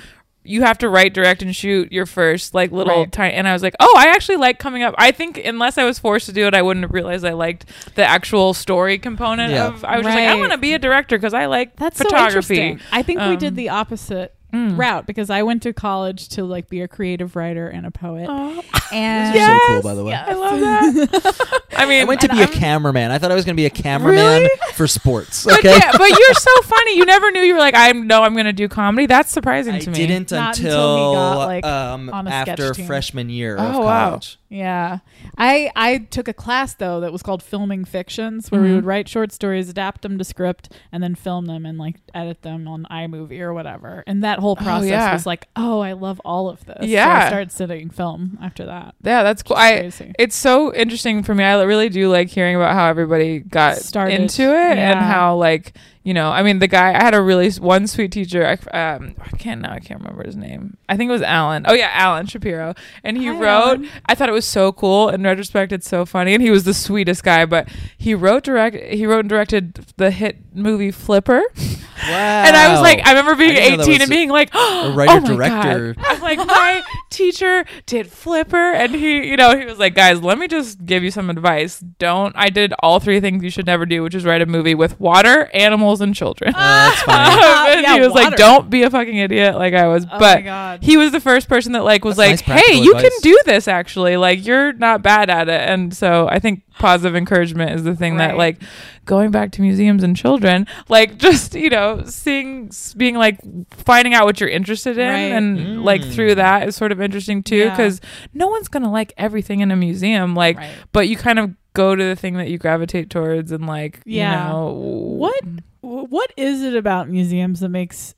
Speaker 5: you have to write, direct, and shoot your first like little
Speaker 2: Right.
Speaker 5: tiny. And I was like, oh, I actually like coming up. I think unless I was forced to do it, I wouldn't have realized I liked the actual story component
Speaker 3: Yeah.
Speaker 5: of. I was just like, I
Speaker 2: Right.
Speaker 5: want to be a director because I like
Speaker 2: That's
Speaker 5: photography.
Speaker 2: so interesting. I think we did
Speaker 5: Um, mm.
Speaker 2: the opposite route because I went to college to like be a creative writer and a poet.
Speaker 5: Oh,
Speaker 2: And
Speaker 3: Those are so cool, by the way.
Speaker 5: I love that. I mean,
Speaker 3: I went to be a cameraman. I thought I was going to be a cameraman
Speaker 5: Really?
Speaker 3: for sports.
Speaker 5: But,
Speaker 3: Okay.
Speaker 5: yeah, but you're so funny. You never knew you were like, I know I'm going to do comedy. That's surprising
Speaker 3: I
Speaker 5: to me.
Speaker 3: didn't
Speaker 2: Not
Speaker 3: until,
Speaker 2: until we got, like,
Speaker 3: um,
Speaker 2: on a sketch
Speaker 3: after
Speaker 2: team.
Speaker 3: freshman year of
Speaker 5: Oh, wow.
Speaker 3: college.
Speaker 2: Yeah. I I took a class though that was called filming fictions
Speaker 5: Mm-hmm.
Speaker 2: where we would write short stories, adapt them to script and then film them and like edit them on iMovie or whatever. And that whole process
Speaker 5: yeah.
Speaker 2: was like, "Oh, I love all of this." So I
Speaker 5: Yeah.
Speaker 2: started studying film after that.
Speaker 5: Yeah, that's cool. I
Speaker 2: crazy.
Speaker 5: it's so interesting for me. I really do like hearing about how everybody got
Speaker 2: Started.
Speaker 5: into it and
Speaker 2: Yeah.
Speaker 5: how like you know. I mean, the guy I had a really s- one sweet teacher. I, um, I can't now. I can't remember his name. I think it was Alan. Oh yeah, Alan Shapiro. And he
Speaker 2: Hi,
Speaker 5: wrote.
Speaker 2: Alan.
Speaker 5: I thought it was so cool. In retrospect, it's so funny. And he was the sweetest guy. But he wrote direct. He wrote and directed the hit movie Flipper.
Speaker 3: Wow.
Speaker 5: And I was like, I remember being
Speaker 3: Oh. didn't know that
Speaker 5: 18
Speaker 3: was
Speaker 5: and
Speaker 3: a-
Speaker 5: being like, oh
Speaker 3: writer
Speaker 5: my
Speaker 3: director.
Speaker 5: God. I'm like, my teacher did Flipper. And he, you know, he was like, guys, let me just give you some advice. Don't, I did all three things you should never do, which is write a movie with water, animals, and children.
Speaker 3: Uh, that's funny.
Speaker 5: and
Speaker 2: yeah,
Speaker 5: he was
Speaker 2: water.
Speaker 5: like, don't be a fucking idiot like I was.
Speaker 2: Oh my
Speaker 5: but
Speaker 2: God.
Speaker 5: he was the first person that like was
Speaker 3: That's nice
Speaker 5: like, hey,
Speaker 3: practical
Speaker 5: you
Speaker 3: advice.
Speaker 5: can do this actually. Like you're not bad at it. And so I think positive encouragement is the thing that
Speaker 2: Right.
Speaker 5: like going back to museums and children, like just, you know, seeing, s- being like finding out what you're interested in
Speaker 2: Right.
Speaker 5: and
Speaker 3: Mm.
Speaker 5: like through that is sort of interesting too.
Speaker 2: Yeah.
Speaker 5: Cause no one's going to like everything in a museum. Like,
Speaker 2: Right.
Speaker 5: but you kind of go to the thing that you gravitate towards and like,
Speaker 2: Yeah.
Speaker 5: you know,
Speaker 2: What
Speaker 5: Mm.
Speaker 2: what is it about museums that makes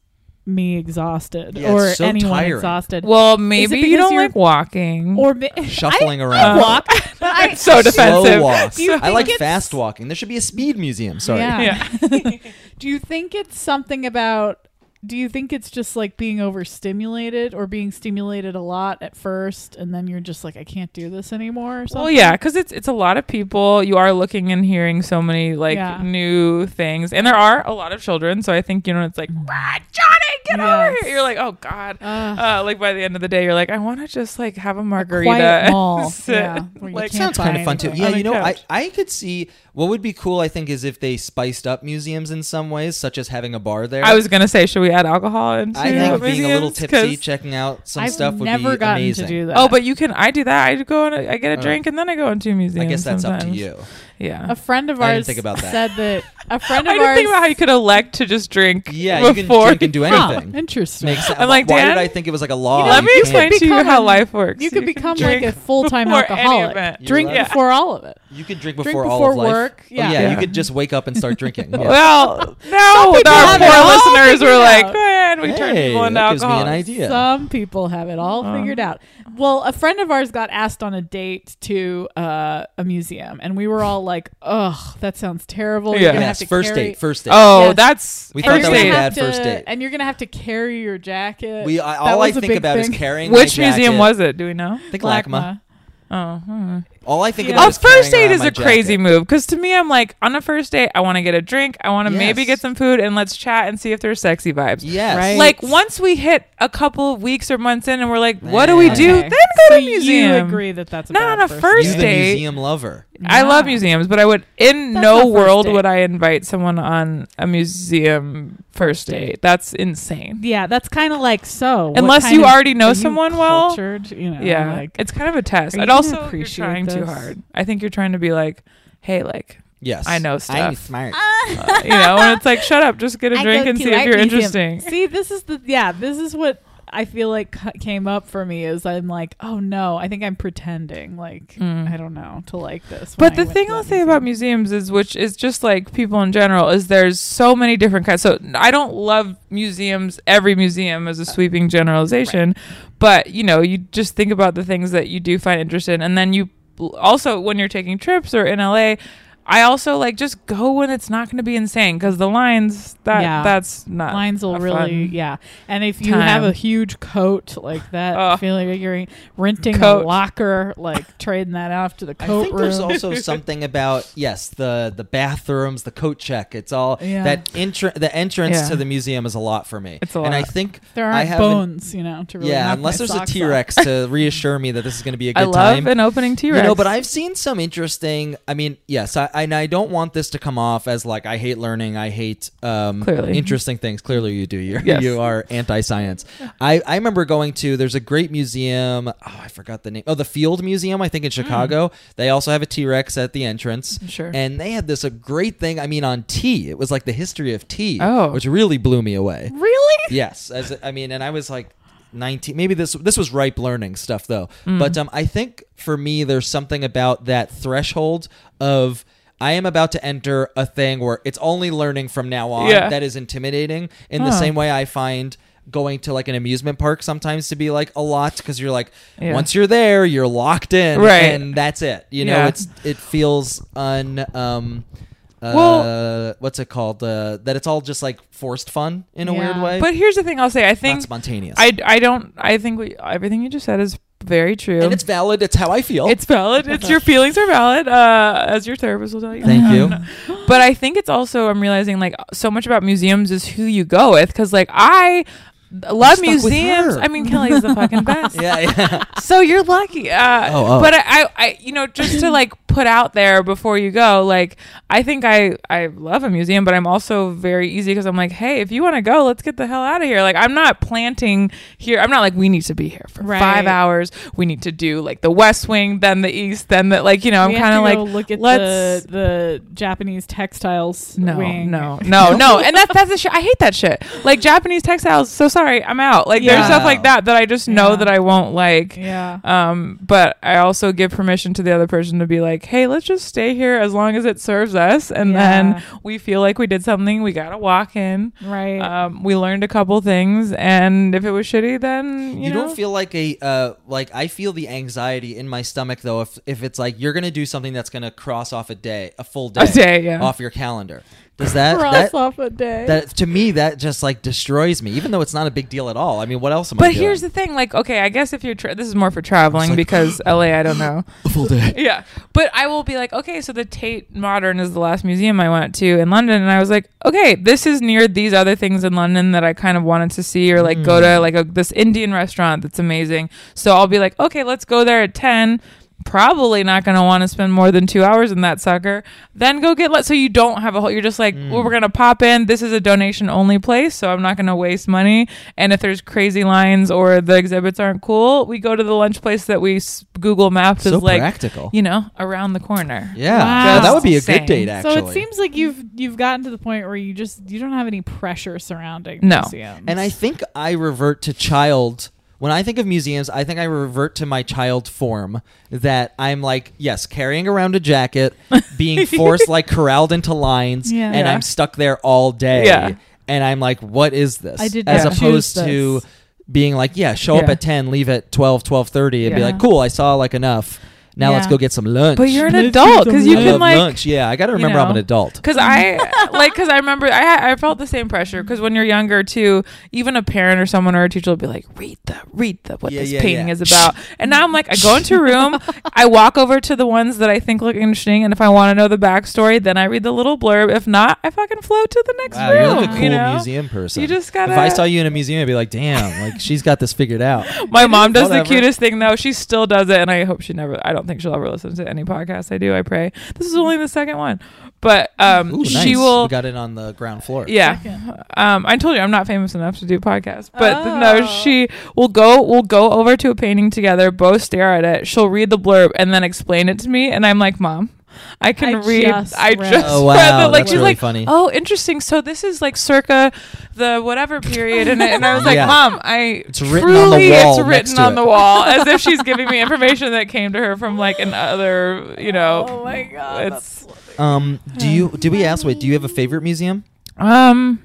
Speaker 2: me exhausted
Speaker 3: Yeah,
Speaker 2: or
Speaker 3: it's so
Speaker 2: anyone
Speaker 3: tiring.
Speaker 2: exhausted?
Speaker 5: Well,
Speaker 2: Is it
Speaker 5: maybe you
Speaker 2: because
Speaker 5: don't
Speaker 2: you're-
Speaker 5: like walking.
Speaker 2: or ma-
Speaker 3: Shuffling
Speaker 2: I,
Speaker 3: around.
Speaker 2: I walk, but I,
Speaker 5: It's so defensive.
Speaker 3: Slow walk.
Speaker 2: Do you
Speaker 3: I
Speaker 2: think
Speaker 3: like
Speaker 2: it's-
Speaker 3: fast walking. There should be a speed museum. Sorry.
Speaker 2: Yeah.
Speaker 5: Yeah.
Speaker 2: do you think it's something about do you think it's just like being overstimulated or being stimulated a lot at first and then you're just like I can't do this anymore or something?
Speaker 5: Well, yeah, because it's it's a lot of people. You are looking and hearing so many like
Speaker 2: Yeah.
Speaker 5: new things, and there are a lot of children. So I think you know it's like, ah, Johnny, get over
Speaker 2: Mm. Yes.
Speaker 5: here. You're like, oh god.
Speaker 2: Ugh.
Speaker 5: Uh, like by the end of the day, you're like, I want to just like have a margarita.
Speaker 2: quiet
Speaker 5: and
Speaker 2: mall.
Speaker 5: sit.
Speaker 2: Yeah, where you
Speaker 5: like
Speaker 2: can't
Speaker 3: Sounds kind of
Speaker 2: buy
Speaker 3: fun too.
Speaker 2: anything.
Speaker 3: Yeah,
Speaker 5: On the
Speaker 3: you know, I,
Speaker 5: couch.
Speaker 3: I could see what would be cool. I think is if they spiced up museums in some ways, such as having a bar there.
Speaker 5: I was gonna say, should we add alcohol into?
Speaker 3: I think being a little
Speaker 5: museums? 'Cause-
Speaker 3: tipsy, checking out some
Speaker 2: I've
Speaker 3: stuff would
Speaker 2: never
Speaker 3: be
Speaker 2: gotten
Speaker 3: amazing.
Speaker 2: to do that.
Speaker 5: Oh, but you can. I do that. I go and I get a
Speaker 3: Oh.
Speaker 5: drink, and then I go into a museum.
Speaker 3: I guess that's up to
Speaker 5: sometimes.
Speaker 3: you.
Speaker 5: Yeah.
Speaker 2: a friend of ours
Speaker 3: I didn't think about that.
Speaker 2: said that a friend of
Speaker 5: I didn't
Speaker 2: ours
Speaker 5: think about how you could elect to just drink.
Speaker 3: Yeah, you can
Speaker 5: before
Speaker 3: drink and do
Speaker 2: Huh,
Speaker 3: anything.
Speaker 2: interesting.
Speaker 3: Makes sense.
Speaker 5: I'm like,
Speaker 3: Why did
Speaker 5: Dan,
Speaker 3: I think it was like a law?
Speaker 5: Let me
Speaker 3: You can't-
Speaker 5: explain to you
Speaker 2: become
Speaker 5: how
Speaker 2: an-
Speaker 5: life works.
Speaker 2: You could become
Speaker 5: drink
Speaker 2: like a full time
Speaker 5: before any
Speaker 2: alcoholic.
Speaker 5: event.
Speaker 3: You're
Speaker 2: Drink
Speaker 3: allowed.
Speaker 2: before all of it.
Speaker 3: You could drink
Speaker 2: Drink
Speaker 3: before all
Speaker 2: before
Speaker 3: of life.
Speaker 2: work.
Speaker 3: Oh,
Speaker 2: Yeah.
Speaker 3: yeah, you
Speaker 5: Yeah.
Speaker 3: could just wake up and start drinking. Yeah.
Speaker 5: Well, now our
Speaker 2: have it all
Speaker 5: poor listeners
Speaker 2: figured
Speaker 5: were like,
Speaker 2: out.
Speaker 5: man, we turned
Speaker 3: Hey,
Speaker 5: people into
Speaker 3: that gives me
Speaker 5: alcohol.
Speaker 3: an idea.
Speaker 2: Some people have it all figured out. Well, a friend of ours got asked on a date to uh, a museum, and we were all like, "Ugh, that sounds terrible." You're
Speaker 5: Yeah.
Speaker 2: gonna have
Speaker 3: yes,
Speaker 2: to
Speaker 3: first
Speaker 2: carry-
Speaker 3: date, first date.
Speaker 5: Oh,
Speaker 2: Yes.
Speaker 5: that's
Speaker 3: We
Speaker 2: and
Speaker 3: thought
Speaker 5: first
Speaker 2: you're
Speaker 3: that was a
Speaker 2: gonna
Speaker 5: aid.
Speaker 3: bad
Speaker 2: have to-
Speaker 3: first date.
Speaker 2: And you're gonna have to carry your jacket.
Speaker 3: we I,
Speaker 2: That
Speaker 3: all I
Speaker 2: was a
Speaker 3: think
Speaker 2: big
Speaker 3: about
Speaker 2: thing.
Speaker 3: is carrying
Speaker 5: Which
Speaker 3: my
Speaker 5: museum
Speaker 3: jacket.
Speaker 5: was it? Do we know?
Speaker 3: Think LACMA.
Speaker 2: LACMA.
Speaker 5: Oh, hmm.
Speaker 3: All I think
Speaker 2: Yeah.
Speaker 3: about
Speaker 5: oh
Speaker 3: is
Speaker 5: first
Speaker 3: carrying
Speaker 5: date is
Speaker 3: around
Speaker 5: a
Speaker 3: my
Speaker 5: crazy
Speaker 3: jacket.
Speaker 5: move because to me, I'm like, on a first date, I want to get a drink, I want to maybe
Speaker 3: Yes.
Speaker 5: get some food, and let's chat and see if there's sexy vibes.
Speaker 3: Yes.
Speaker 2: Right.
Speaker 5: Like once we hit a couple of weeks or months in, and we're like, what do we
Speaker 3: Man.
Speaker 5: do?
Speaker 2: Okay.
Speaker 5: Then go
Speaker 2: So
Speaker 5: to a museum.
Speaker 2: You agree that that's a
Speaker 5: Not
Speaker 2: bad
Speaker 5: on a
Speaker 3: You
Speaker 5: first
Speaker 3: the
Speaker 5: date.
Speaker 3: museum lover.
Speaker 5: I love
Speaker 2: Yeah.
Speaker 5: museums, but I would in
Speaker 2: That's not
Speaker 5: no
Speaker 2: first
Speaker 5: world
Speaker 2: date.
Speaker 5: would I invite someone on a museum first date. That's insane.
Speaker 2: Yeah, that's kind of like so. what
Speaker 5: Unless
Speaker 2: kind
Speaker 5: you
Speaker 2: of-
Speaker 5: already know
Speaker 2: are you
Speaker 5: someone well?
Speaker 2: cultured? you know,
Speaker 5: yeah,
Speaker 2: like-
Speaker 5: it's kind of a test.
Speaker 2: Are you
Speaker 5: And
Speaker 2: gonna
Speaker 5: also, you're
Speaker 2: appreciate
Speaker 5: trying too
Speaker 2: this?
Speaker 5: hard. I think you're trying to be like, hey, like,
Speaker 3: Yes,
Speaker 5: I know
Speaker 3: I'm
Speaker 5: stuff.
Speaker 3: smart.
Speaker 5: you know, and it's like, shut up, just get a
Speaker 1: I
Speaker 5: drink
Speaker 1: go
Speaker 5: and
Speaker 1: to
Speaker 5: see if
Speaker 1: art
Speaker 5: you're
Speaker 1: museum.
Speaker 5: interesting.
Speaker 2: See, this is the yeah. This is what I feel like c- came up for me is I'm like, oh no, I think I'm pretending. Like I don't know to like this. when
Speaker 5: Mm. But
Speaker 2: I
Speaker 5: the
Speaker 2: went
Speaker 5: thing
Speaker 2: to
Speaker 5: I'll
Speaker 2: that
Speaker 5: say
Speaker 2: museum.
Speaker 5: about museums is, which is just like people in general, is there's so many different kinds. So I don't love museums, every museum as a sweeping generalization, but you know, you just think about the things that you do find interesting. And then you also, when you're taking trips or in LA, I also like just go when it's not going to be insane because the lines that
Speaker 2: Yeah.
Speaker 5: that's not
Speaker 2: lines will
Speaker 5: a
Speaker 2: really
Speaker 5: uh, fun-
Speaker 2: yeah. And if you have
Speaker 5: time.
Speaker 2: a huge coat like that,
Speaker 5: Ugh.
Speaker 2: feeling like you're renting
Speaker 5: Coat.
Speaker 2: a locker, like trading that off to the
Speaker 3: I
Speaker 2: coat
Speaker 3: think
Speaker 2: room.
Speaker 3: there's also something about yes, the the bathrooms, the coat check. It's all
Speaker 2: Yeah.
Speaker 3: that entr- the entrance
Speaker 5: Yeah.
Speaker 3: to the museum is a lot for me.
Speaker 5: It's a
Speaker 3: And I
Speaker 5: lot.
Speaker 3: think
Speaker 2: there
Speaker 3: I
Speaker 2: aren't
Speaker 3: have
Speaker 2: bones, you know, to really
Speaker 3: yeah,
Speaker 2: knock
Speaker 3: unless
Speaker 2: my
Speaker 3: there's a
Speaker 2: socks off.
Speaker 3: T Rex to reassure me that this is going to be a good
Speaker 5: I love
Speaker 3: time.
Speaker 5: an opening T
Speaker 3: You
Speaker 5: Rex.
Speaker 3: know, but I've seen some interesting. I mean, yes, I, I and I don't want this to come off as like I hate learning. I hate um,
Speaker 5: Clearly.
Speaker 3: interesting things. Clearly, you do. You're,
Speaker 5: Yes.
Speaker 3: You are anti science. I, I remember going to. There's a great museum. Oh, I forgot the name. Oh, the Field Museum. I think in Chicago. They also have a T Rex at the entrance.
Speaker 5: Sure.
Speaker 3: And they had this a great thing. I mean, on tea. It was like the history of tea.
Speaker 5: Oh.
Speaker 3: which really blew me away.
Speaker 2: Really?
Speaker 3: Yes, as I mean, and I was like nineteen. Maybe this this was ripe learning stuff though.
Speaker 5: Mm.
Speaker 3: But um, I think for me, there's something about that threshold of. I am about to enter a thing where it's only learning from now on
Speaker 5: Yeah.
Speaker 3: that is intimidating. In the same way, I find going to like an amusement park sometimes to be like a lot because you're like,
Speaker 5: Yeah.
Speaker 3: once you're there, you're locked in,
Speaker 5: Right.
Speaker 3: And that's it. You know,
Speaker 5: Yeah.
Speaker 3: it's it feels un um, uh,
Speaker 5: Well-
Speaker 3: what's it called? Uh, that it's all just like forced fun in a weird
Speaker 2: Yeah.
Speaker 3: way
Speaker 5: but here's the thing I'll say. I think
Speaker 3: not spontaneous.
Speaker 5: I, I don't I think we, everything you just said is very true.
Speaker 3: and it's valid. It's how I feel.
Speaker 5: It's valid. It's your feelings are valid, uh, as your therapist will tell you.
Speaker 3: Thank you.
Speaker 5: But I think it's also I'm realizing like so much about museums is who you go with because like I love
Speaker 3: stuck with
Speaker 5: museums.
Speaker 3: her.
Speaker 5: I mean Kelly's the fucking best.
Speaker 3: yeah, yeah.
Speaker 5: So you're lucky. Uh,
Speaker 3: Oh, oh.
Speaker 5: But I, I, I, you know, just to like put out there before you go, like I think I, I love a museum, but I'm also very easy because I'm like, hey, if you want to go, let's get the hell out of here. Like I'm not planting here. I'm not like we need to be here for
Speaker 2: Right.
Speaker 5: five hours. We need to do like the West Wing, then the East, then the like. You know, I'm
Speaker 2: We have
Speaker 5: kind of
Speaker 2: to
Speaker 5: like
Speaker 2: go look at
Speaker 5: let's.
Speaker 2: the the Japanese textiles.
Speaker 5: no,
Speaker 2: wing.
Speaker 5: no, no, no, and that's that's the shit. I hate that shit. Like Japanese textiles. So sorry, I'm out. Like
Speaker 2: Yeah.
Speaker 5: there's stuff like that that I just know
Speaker 2: Yeah.
Speaker 5: that I won't like.
Speaker 2: Yeah.
Speaker 5: Um, but I also give permission to the other person to be like, hey, let's just stay here as long as it serves us. And
Speaker 2: Yeah.
Speaker 5: then we feel like we did something, we got to walk in.
Speaker 2: Right.
Speaker 5: Um, we learned a couple things. And if it was shitty, then you,
Speaker 3: You
Speaker 5: know,
Speaker 3: don't feel like a uh, like I feel the anxiety in my stomach though if if it's like you're gonna do something that's gonna cross off a day, a full day,
Speaker 5: A day, yeah.
Speaker 3: off your calendar. Does that
Speaker 2: Cross
Speaker 3: that,
Speaker 2: off a day.
Speaker 3: that to me that just like destroys me? Even though it's not a big deal at all. I mean, what else am I?
Speaker 5: But here's the thing like, okay, I guess if you're, tra- this is more for
Speaker 3: uh,
Speaker 5: traveling
Speaker 3: like,
Speaker 5: because LA, I don't know.
Speaker 3: the full day.
Speaker 5: yeah. But I will be like, okay, so the Tate Modern is the last museum I went to in London. And I was like, okay, this is near these other things in London that I kind of wanted to see, or like go to like a, this Indian restaurant that's amazing. So I'll be like, okay, let's go there at 10. Probably not going to want to spend more than two hours in that sucker. Then go get let. So you don't have a whole, you're just like, well, we're going to pop in. This is a donation only place. So I'm not going to waste money. And if there's crazy lines or the exhibits aren't cool, we go to the lunch place that we s- Google Maps
Speaker 3: So
Speaker 5: is like,
Speaker 3: practical.
Speaker 5: you know, around the corner.
Speaker 3: Yeah,
Speaker 2: Wow.
Speaker 3: Yeah, that would be a good
Speaker 5: Saying.
Speaker 3: date. Actually,
Speaker 2: So it seems like you've you've gotten to the point where you just you don't have any pressure surrounding
Speaker 5: No.
Speaker 2: museums.
Speaker 3: And I think I revert to child. When I think of museums, I think I revert to my child form that I'm like, yes, carrying around a jacket, being forced, like, corralled into lines,
Speaker 2: Yeah.
Speaker 3: and
Speaker 5: Yeah.
Speaker 3: I'm stuck there all day.
Speaker 5: Yeah.
Speaker 3: And I'm like, what is this?
Speaker 2: I did
Speaker 3: As
Speaker 2: not
Speaker 3: opposed
Speaker 2: choose
Speaker 3: to
Speaker 2: this.
Speaker 3: being like, yeah, show up
Speaker 5: Yeah.
Speaker 3: at 10, leave at 12, 12.30, and be
Speaker 5: Yeah.
Speaker 3: like, cool, I saw, like, enough. Now let's
Speaker 2: Yeah.
Speaker 3: go get some lunch.
Speaker 5: But you're an
Speaker 2: Let's
Speaker 5: adult
Speaker 2: do
Speaker 5: because
Speaker 2: some
Speaker 5: you
Speaker 3: I
Speaker 5: can
Speaker 3: love
Speaker 5: like.
Speaker 3: lunch. Yeah, I got to
Speaker 5: you
Speaker 3: remember I'm
Speaker 5: know.
Speaker 3: an adult.
Speaker 5: Cause I like, cause I remember I had, I felt the same pressure. Cause when you're younger too, even a parent or someone or a teacher will be like, read the, read the, what
Speaker 3: Yeah,
Speaker 5: this
Speaker 3: yeah,
Speaker 5: painting
Speaker 3: yeah.
Speaker 5: is about. And now I'm like, I go into a room, I walk over to the ones that I think look interesting. And if I want to know the backstory, then I read the little blurb. If not, I fucking float to the next
Speaker 3: Wow,
Speaker 5: room.
Speaker 3: you're like a cool
Speaker 5: you know?
Speaker 3: museum person.
Speaker 5: You just gotta-
Speaker 3: If I saw you in a museum, I'd be like, "Damn, like she's got this figured out."
Speaker 5: My mom does
Speaker 3: Whatever.
Speaker 5: the cutest thing though. She still does it, and I hope she never. I don't think she'll ever listen to any podcast I do. I pray. This is only the second one, but um,
Speaker 3: Ooh, nice.
Speaker 5: she will.
Speaker 3: We got it on the ground floor.
Speaker 5: yeah, um, I told you I'm not famous enough to do podcasts, but th- no,
Speaker 2: Oh.
Speaker 5: she will go. We'll go over to a painting together, both stare at it. She'll read the blurb and then explain it to me, and I'm like, "Mom, I can
Speaker 2: I
Speaker 5: read.
Speaker 2: just
Speaker 5: I
Speaker 2: read-
Speaker 5: just
Speaker 3: Oh, wow,
Speaker 5: read the, like
Speaker 3: that's
Speaker 5: she's
Speaker 3: really
Speaker 5: like,
Speaker 3: funny.
Speaker 5: oh, interesting. So this is like circa the whatever period, and, I- and I was like,
Speaker 3: Yeah.
Speaker 5: mom, I
Speaker 3: It's written on the
Speaker 5: truly,
Speaker 3: wall
Speaker 5: It's
Speaker 3: next
Speaker 5: written
Speaker 3: to
Speaker 5: on
Speaker 3: it."
Speaker 5: the wall, as if she's giving me information that came to her from like another, you know.
Speaker 2: Oh my God,
Speaker 5: It's
Speaker 3: Um, do you? Did we ask? Wait, do you have a favorite museum?
Speaker 5: um.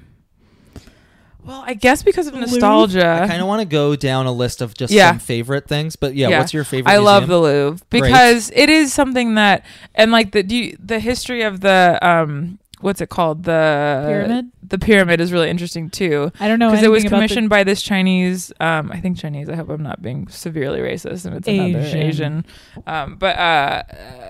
Speaker 5: Well, I guess because of nostalgia.
Speaker 3: I kind of want to go down a list of just
Speaker 5: Yeah.
Speaker 3: some favorite things, but yeah, what's your favorite?
Speaker 5: I love the
Speaker 3: museum?
Speaker 5: Louvre
Speaker 3: Great.
Speaker 5: because it is something that and like the do you, the history of the um what's it called
Speaker 2: uh,
Speaker 5: the
Speaker 2: Pyramid?
Speaker 5: the pyramid is really interesting too
Speaker 2: I don't know
Speaker 5: because it was
Speaker 2: anything about the-
Speaker 5: commissioned by this Chinese um I think Chinese I hope I'm not being severely racist and it's another
Speaker 2: Asian.
Speaker 5: Asian um but uh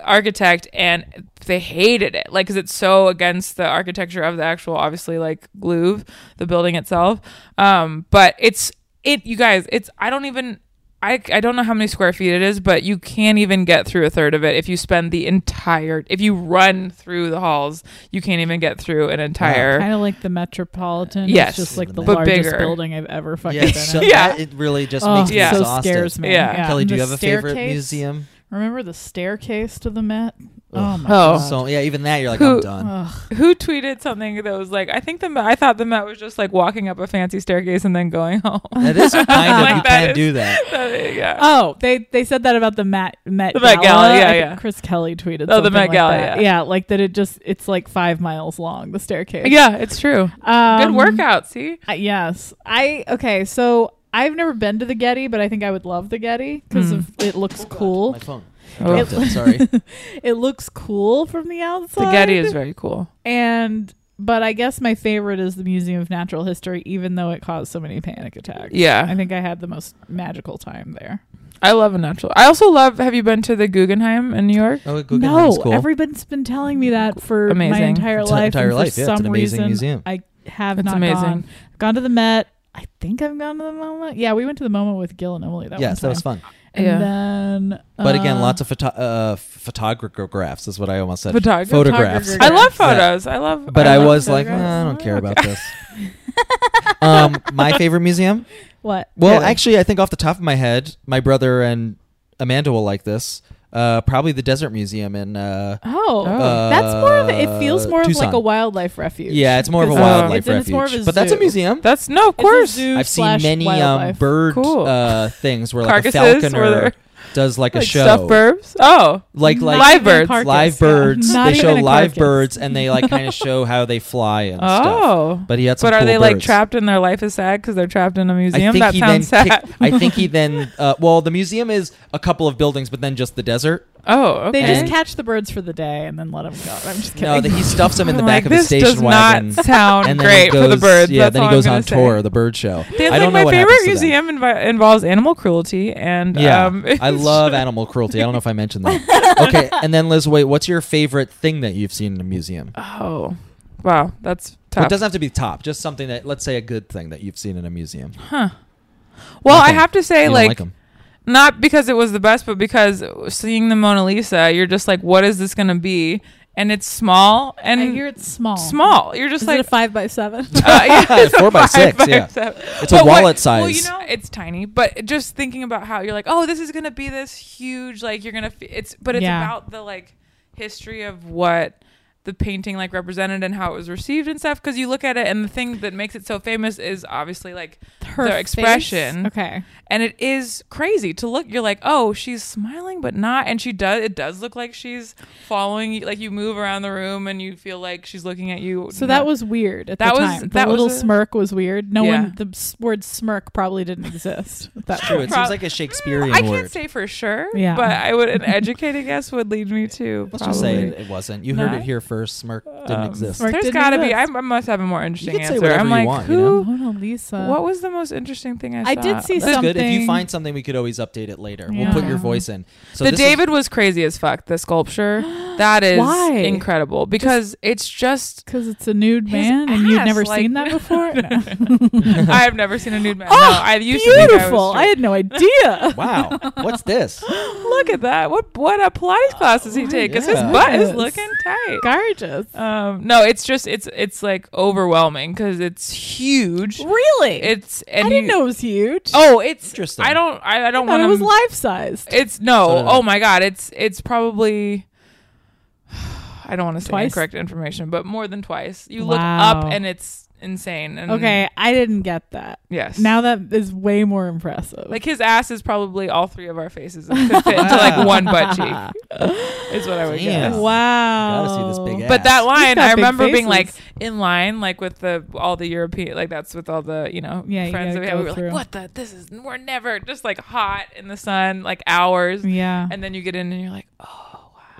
Speaker 5: architect and they hated it like because it's so against the architecture of the actual obviously like Louvre the building itself um but it's it you guys it's I don't even I, I don't know how many square feet it is, but you can't even get through a third of it if you spend the entire if you run through the halls, you can't even get through an entire
Speaker 2: Kind of like the Metropolitan.
Speaker 5: Yes,
Speaker 2: It's just like the
Speaker 3: but
Speaker 2: largest
Speaker 5: bigger.
Speaker 2: building I've ever fucking
Speaker 3: Yeah,
Speaker 2: been
Speaker 3: so
Speaker 2: in.
Speaker 5: Yeah.
Speaker 3: that- it really just
Speaker 2: Oh,
Speaker 3: makes me
Speaker 5: Yeah.
Speaker 2: so
Speaker 3: exhausted.
Speaker 2: scares me.
Speaker 5: Yeah.
Speaker 3: Kelly,
Speaker 2: And
Speaker 3: do you
Speaker 2: the
Speaker 3: have a favorite
Speaker 2: staircase-
Speaker 3: museum?
Speaker 2: Remember the staircase to the Met? Oh
Speaker 3: Ugh.
Speaker 2: my god.
Speaker 5: Oh.
Speaker 3: So yeah, even that you're like,
Speaker 5: Who-
Speaker 3: I'm done.
Speaker 2: Ugh.
Speaker 5: who tweeted something that was like, I think the Met, I thought the Met was just like walking up a fancy staircase and then going home.
Speaker 3: That is kind of
Speaker 5: Like
Speaker 3: you
Speaker 5: that
Speaker 3: can
Speaker 5: is-
Speaker 3: do that.
Speaker 5: That- yeah.
Speaker 2: Oh, they they said that about the Met Met
Speaker 5: The Met Gala,
Speaker 2: I
Speaker 5: yeah,
Speaker 2: think
Speaker 5: yeah.
Speaker 2: Chris Kelly tweeted.
Speaker 5: Oh, the
Speaker 2: something
Speaker 5: Met
Speaker 2: like
Speaker 5: Gala,
Speaker 2: that.
Speaker 5: yeah.
Speaker 2: like that. It just it's like five miles long. The staircase.
Speaker 5: yeah, it's true.
Speaker 2: Um,
Speaker 5: Good workout. See,
Speaker 2: Uh, yes. I okay, so I've never been to the Getty, but I think I would love the Getty because
Speaker 5: Hmm.
Speaker 2: it looks cool.
Speaker 3: My phone.
Speaker 5: Oh.
Speaker 3: Dropped it. Sorry.
Speaker 2: It looks cool from the outside.
Speaker 5: the Getty is very cool.
Speaker 2: and but I guess my favorite is the Museum of Natural History, even though it caused so many panic attacks.
Speaker 5: Yeah.
Speaker 2: I think I had the most magical time there.
Speaker 5: I love a natural. I also love. Have you been to the Guggenheim in New York?
Speaker 3: Oh,
Speaker 2: No,
Speaker 3: Guggenheim's cool.
Speaker 2: everybody's been telling me that for my
Speaker 5: Amazing.
Speaker 2: entire
Speaker 3: Enti-
Speaker 2: life.
Speaker 3: entire
Speaker 2: and for
Speaker 3: life, yeah, it's
Speaker 2: some
Speaker 3: an amazing
Speaker 2: reason,
Speaker 3: museum.
Speaker 2: I have
Speaker 5: It's
Speaker 2: not
Speaker 5: amazing.
Speaker 2: gone. Gone to the Met. I think I've gone to the MoMA. Yeah, we went to the MoMA with Gil and Emily. That
Speaker 3: yes, that
Speaker 2: one
Speaker 3: was
Speaker 2: time.
Speaker 3: fun.
Speaker 2: And
Speaker 5: Yeah.
Speaker 2: then,
Speaker 3: But again,
Speaker 2: uh,
Speaker 3: lots of photo- uh, photographs is what I almost said.
Speaker 5: Photog-
Speaker 3: Photographs.
Speaker 5: I
Speaker 3: Yeah.
Speaker 5: love photos. I love.
Speaker 3: But I,
Speaker 5: love
Speaker 3: was like,
Speaker 5: photographs.
Speaker 3: "Nah, I don't care about this. um, my favorite museum.
Speaker 2: what?
Speaker 3: Well,
Speaker 5: Really?
Speaker 3: actually, I think off the top of my head, my brother and Amanda will like this. Uh, probably the Desert Museum in. Uh,
Speaker 2: Oh,
Speaker 3: Uh,
Speaker 2: that's more of a, it feels more
Speaker 3: Tucson.
Speaker 2: of like a wildlife refuge. Oh.
Speaker 3: yeah, it's more of a
Speaker 2: Because
Speaker 5: it's-
Speaker 3: wildlife
Speaker 2: it's-
Speaker 3: refuge,
Speaker 2: it's more of a
Speaker 3: but that's a
Speaker 2: zoo.
Speaker 3: museum.
Speaker 5: That's no, of
Speaker 2: It's a
Speaker 5: course.
Speaker 2: zoo
Speaker 3: I've seen
Speaker 2: slash
Speaker 3: many um,
Speaker 2: wildlife.
Speaker 3: bird
Speaker 5: Cool.
Speaker 3: uh, things where like a
Speaker 5: Carcasses where
Speaker 3: falconer
Speaker 5: they're-
Speaker 3: does like a
Speaker 5: Like
Speaker 3: show,
Speaker 5: stuffed birds. Oh,
Speaker 3: like like
Speaker 5: Live
Speaker 2: even a
Speaker 5: birds.
Speaker 2: carcass,
Speaker 3: live
Speaker 2: yeah.
Speaker 3: birds.
Speaker 2: Not
Speaker 3: They
Speaker 2: even
Speaker 3: show
Speaker 2: a
Speaker 3: live
Speaker 2: carcass.
Speaker 3: birds and they like kind of show how they fly and stuff.
Speaker 5: oh.
Speaker 3: But he had some
Speaker 5: But are
Speaker 3: cool
Speaker 5: they like
Speaker 3: birds.
Speaker 5: trapped and their life is sad because they're trapped in a
Speaker 3: I
Speaker 5: museum?
Speaker 3: think
Speaker 5: That
Speaker 3: he
Speaker 5: sounds
Speaker 3: then
Speaker 5: sad.
Speaker 3: kicked- I think he then uh, well the museum is a couple of buildings but then just the desert.
Speaker 5: oh,
Speaker 2: They
Speaker 5: okay.
Speaker 2: just catch the birds for the day and then let them go. I'm just kidding.
Speaker 3: No, that he stuffs them in the
Speaker 5: I'm
Speaker 3: back
Speaker 5: like,
Speaker 3: of his
Speaker 5: this
Speaker 3: station
Speaker 5: does
Speaker 3: wagon.
Speaker 5: not sound
Speaker 3: and then he
Speaker 5: great for the
Speaker 3: goes-
Speaker 5: birds.
Speaker 3: Yeah,
Speaker 5: That's
Speaker 3: then
Speaker 5: all
Speaker 3: he
Speaker 5: I'm
Speaker 3: goes
Speaker 5: gonna
Speaker 3: on
Speaker 5: say.
Speaker 3: tour, the bird show.
Speaker 5: That's
Speaker 3: I don't
Speaker 5: like
Speaker 3: know
Speaker 5: my
Speaker 3: what happens
Speaker 5: favorite
Speaker 3: to them.
Speaker 5: museum invi- involves animal cruelty and
Speaker 3: Yeah,
Speaker 5: um,
Speaker 3: I
Speaker 5: it's
Speaker 3: love animal cruelty. I don't know if I mentioned that. okay, and then Liz, wait, what's your favorite thing that you've seen in a museum?
Speaker 5: just- Oh, wow, that's
Speaker 3: Well, it
Speaker 5: tough.
Speaker 3: doesn't have to be top, just something that let's say a good thing that you've seen in a museum.
Speaker 5: well, I
Speaker 3: nothing.
Speaker 5: have to say,
Speaker 3: You don't
Speaker 5: like,
Speaker 3: 'em.
Speaker 5: not because it was the best, but because seeing the Mona Lisa, you're just like, what is this gonna be? And it's small and
Speaker 2: I hear it's small.
Speaker 5: small. You're just
Speaker 2: Is
Speaker 5: like
Speaker 2: it a five by seven?
Speaker 5: Uh, yeah, it's
Speaker 3: Four
Speaker 5: a
Speaker 3: by
Speaker 5: five
Speaker 3: six, yeah.
Speaker 5: seven.
Speaker 3: It's a wallet
Speaker 5: Well, you
Speaker 3: size.
Speaker 5: know, it's tiny, but just thinking about how you're like, oh, this is gonna be this huge, like you're gonna. F- it's but it's
Speaker 2: Yeah.
Speaker 5: about the like history of what the painting like represented and how it was received and stuff. Because you look at it, and the thing that makes it so famous is obviously like
Speaker 2: Her
Speaker 5: their expression.
Speaker 2: face? Okay.
Speaker 5: And it is crazy to look. You're like, oh, she's smiling, but not. And she does. It does look like she's following. you. Like you move around the room, and you feel like she's looking at you.
Speaker 2: So that was weird at
Speaker 5: That
Speaker 2: the
Speaker 5: was-
Speaker 2: time. The
Speaker 5: that was
Speaker 2: little
Speaker 5: a-
Speaker 2: smirk was weird. No
Speaker 5: Yeah.
Speaker 2: one, the s- word smirk probably didn't exist. at That
Speaker 3: True,
Speaker 2: point.
Speaker 3: it
Speaker 5: Prob-
Speaker 3: seems like a Shakespearean
Speaker 5: I
Speaker 3: word.
Speaker 5: can't say for sure.
Speaker 2: Yeah.
Speaker 5: But I would an educated guess would lead me to
Speaker 3: let's
Speaker 5: probably.
Speaker 3: just say it, it wasn't. You heard
Speaker 5: No.
Speaker 3: it here first. Smirk didn't
Speaker 5: um,
Speaker 3: exist.
Speaker 2: Smirk
Speaker 5: There's
Speaker 2: didn't
Speaker 5: got to be. I,
Speaker 2: exist.
Speaker 5: I must have a more interesting
Speaker 3: can say
Speaker 5: answer.
Speaker 3: whatever
Speaker 5: I'm
Speaker 3: you
Speaker 5: like,
Speaker 3: want,
Speaker 5: who?
Speaker 3: you know?
Speaker 2: Mona Lisa.
Speaker 5: What was the most interesting thing I saw?
Speaker 2: I did see
Speaker 3: That's good. If you
Speaker 2: something-
Speaker 3: find something, we could always update it later. We'll put your
Speaker 2: Yeah.
Speaker 3: voice in. So
Speaker 5: the
Speaker 3: this is-
Speaker 5: David was crazy as fuck. The sculpture that is
Speaker 2: Why?
Speaker 5: incredible because it's just.
Speaker 2: Because it's a nude
Speaker 5: His
Speaker 2: man, and you've
Speaker 5: ass,
Speaker 2: never
Speaker 5: like-
Speaker 2: seen that before. No.
Speaker 5: I have never seen a nude man.
Speaker 2: Oh,
Speaker 5: no, I used to think I
Speaker 2: Beautiful.
Speaker 5: was
Speaker 2: I, had no idea.
Speaker 3: wow, what's this?
Speaker 5: straight. Look at that. What what a Pilates class does he take? Because
Speaker 3: yeah.
Speaker 5: his butt is
Speaker 2: Yes.
Speaker 5: looking tight.
Speaker 2: Gorgeous.
Speaker 5: Um, no, it's just it's it's like overwhelming because it's huge.
Speaker 2: Really?
Speaker 5: It's
Speaker 2: I
Speaker 5: and
Speaker 2: didn't
Speaker 5: you-
Speaker 2: know it was huge.
Speaker 5: Oh, it's
Speaker 3: Interesting.
Speaker 5: I don't. I, I
Speaker 2: I
Speaker 5: don't
Speaker 2: thought
Speaker 5: want
Speaker 2: it
Speaker 5: to.
Speaker 2: was life sized.
Speaker 5: Oh it's no.
Speaker 3: So did I.
Speaker 5: oh my god. It's it's probably. I don't want to say
Speaker 2: Twice?
Speaker 5: incorrect information, but more than twice. You look
Speaker 2: Wow.
Speaker 5: up and it's insane. And
Speaker 2: Okay, I didn't get that.
Speaker 5: Yes.
Speaker 2: Now that is way more impressive.
Speaker 5: Like his ass is probably all three of our faces and could fit into like one butt cheek. Is what I would
Speaker 3: Damn.
Speaker 5: guess.
Speaker 2: wow.
Speaker 3: Gotta see this big ass.
Speaker 5: But that line,
Speaker 2: got
Speaker 5: I
Speaker 2: big
Speaker 5: remember being like
Speaker 2: faces.
Speaker 5: in line, like with the all the European, like that's with all the you know
Speaker 2: Yeah, you
Speaker 5: friends
Speaker 2: gotta
Speaker 5: that we had.
Speaker 2: go
Speaker 5: We were
Speaker 2: through.
Speaker 5: like, what the? This is we're never just like hot in the sun, like hours,
Speaker 2: Yeah.
Speaker 5: and then you get in and you're like, oh,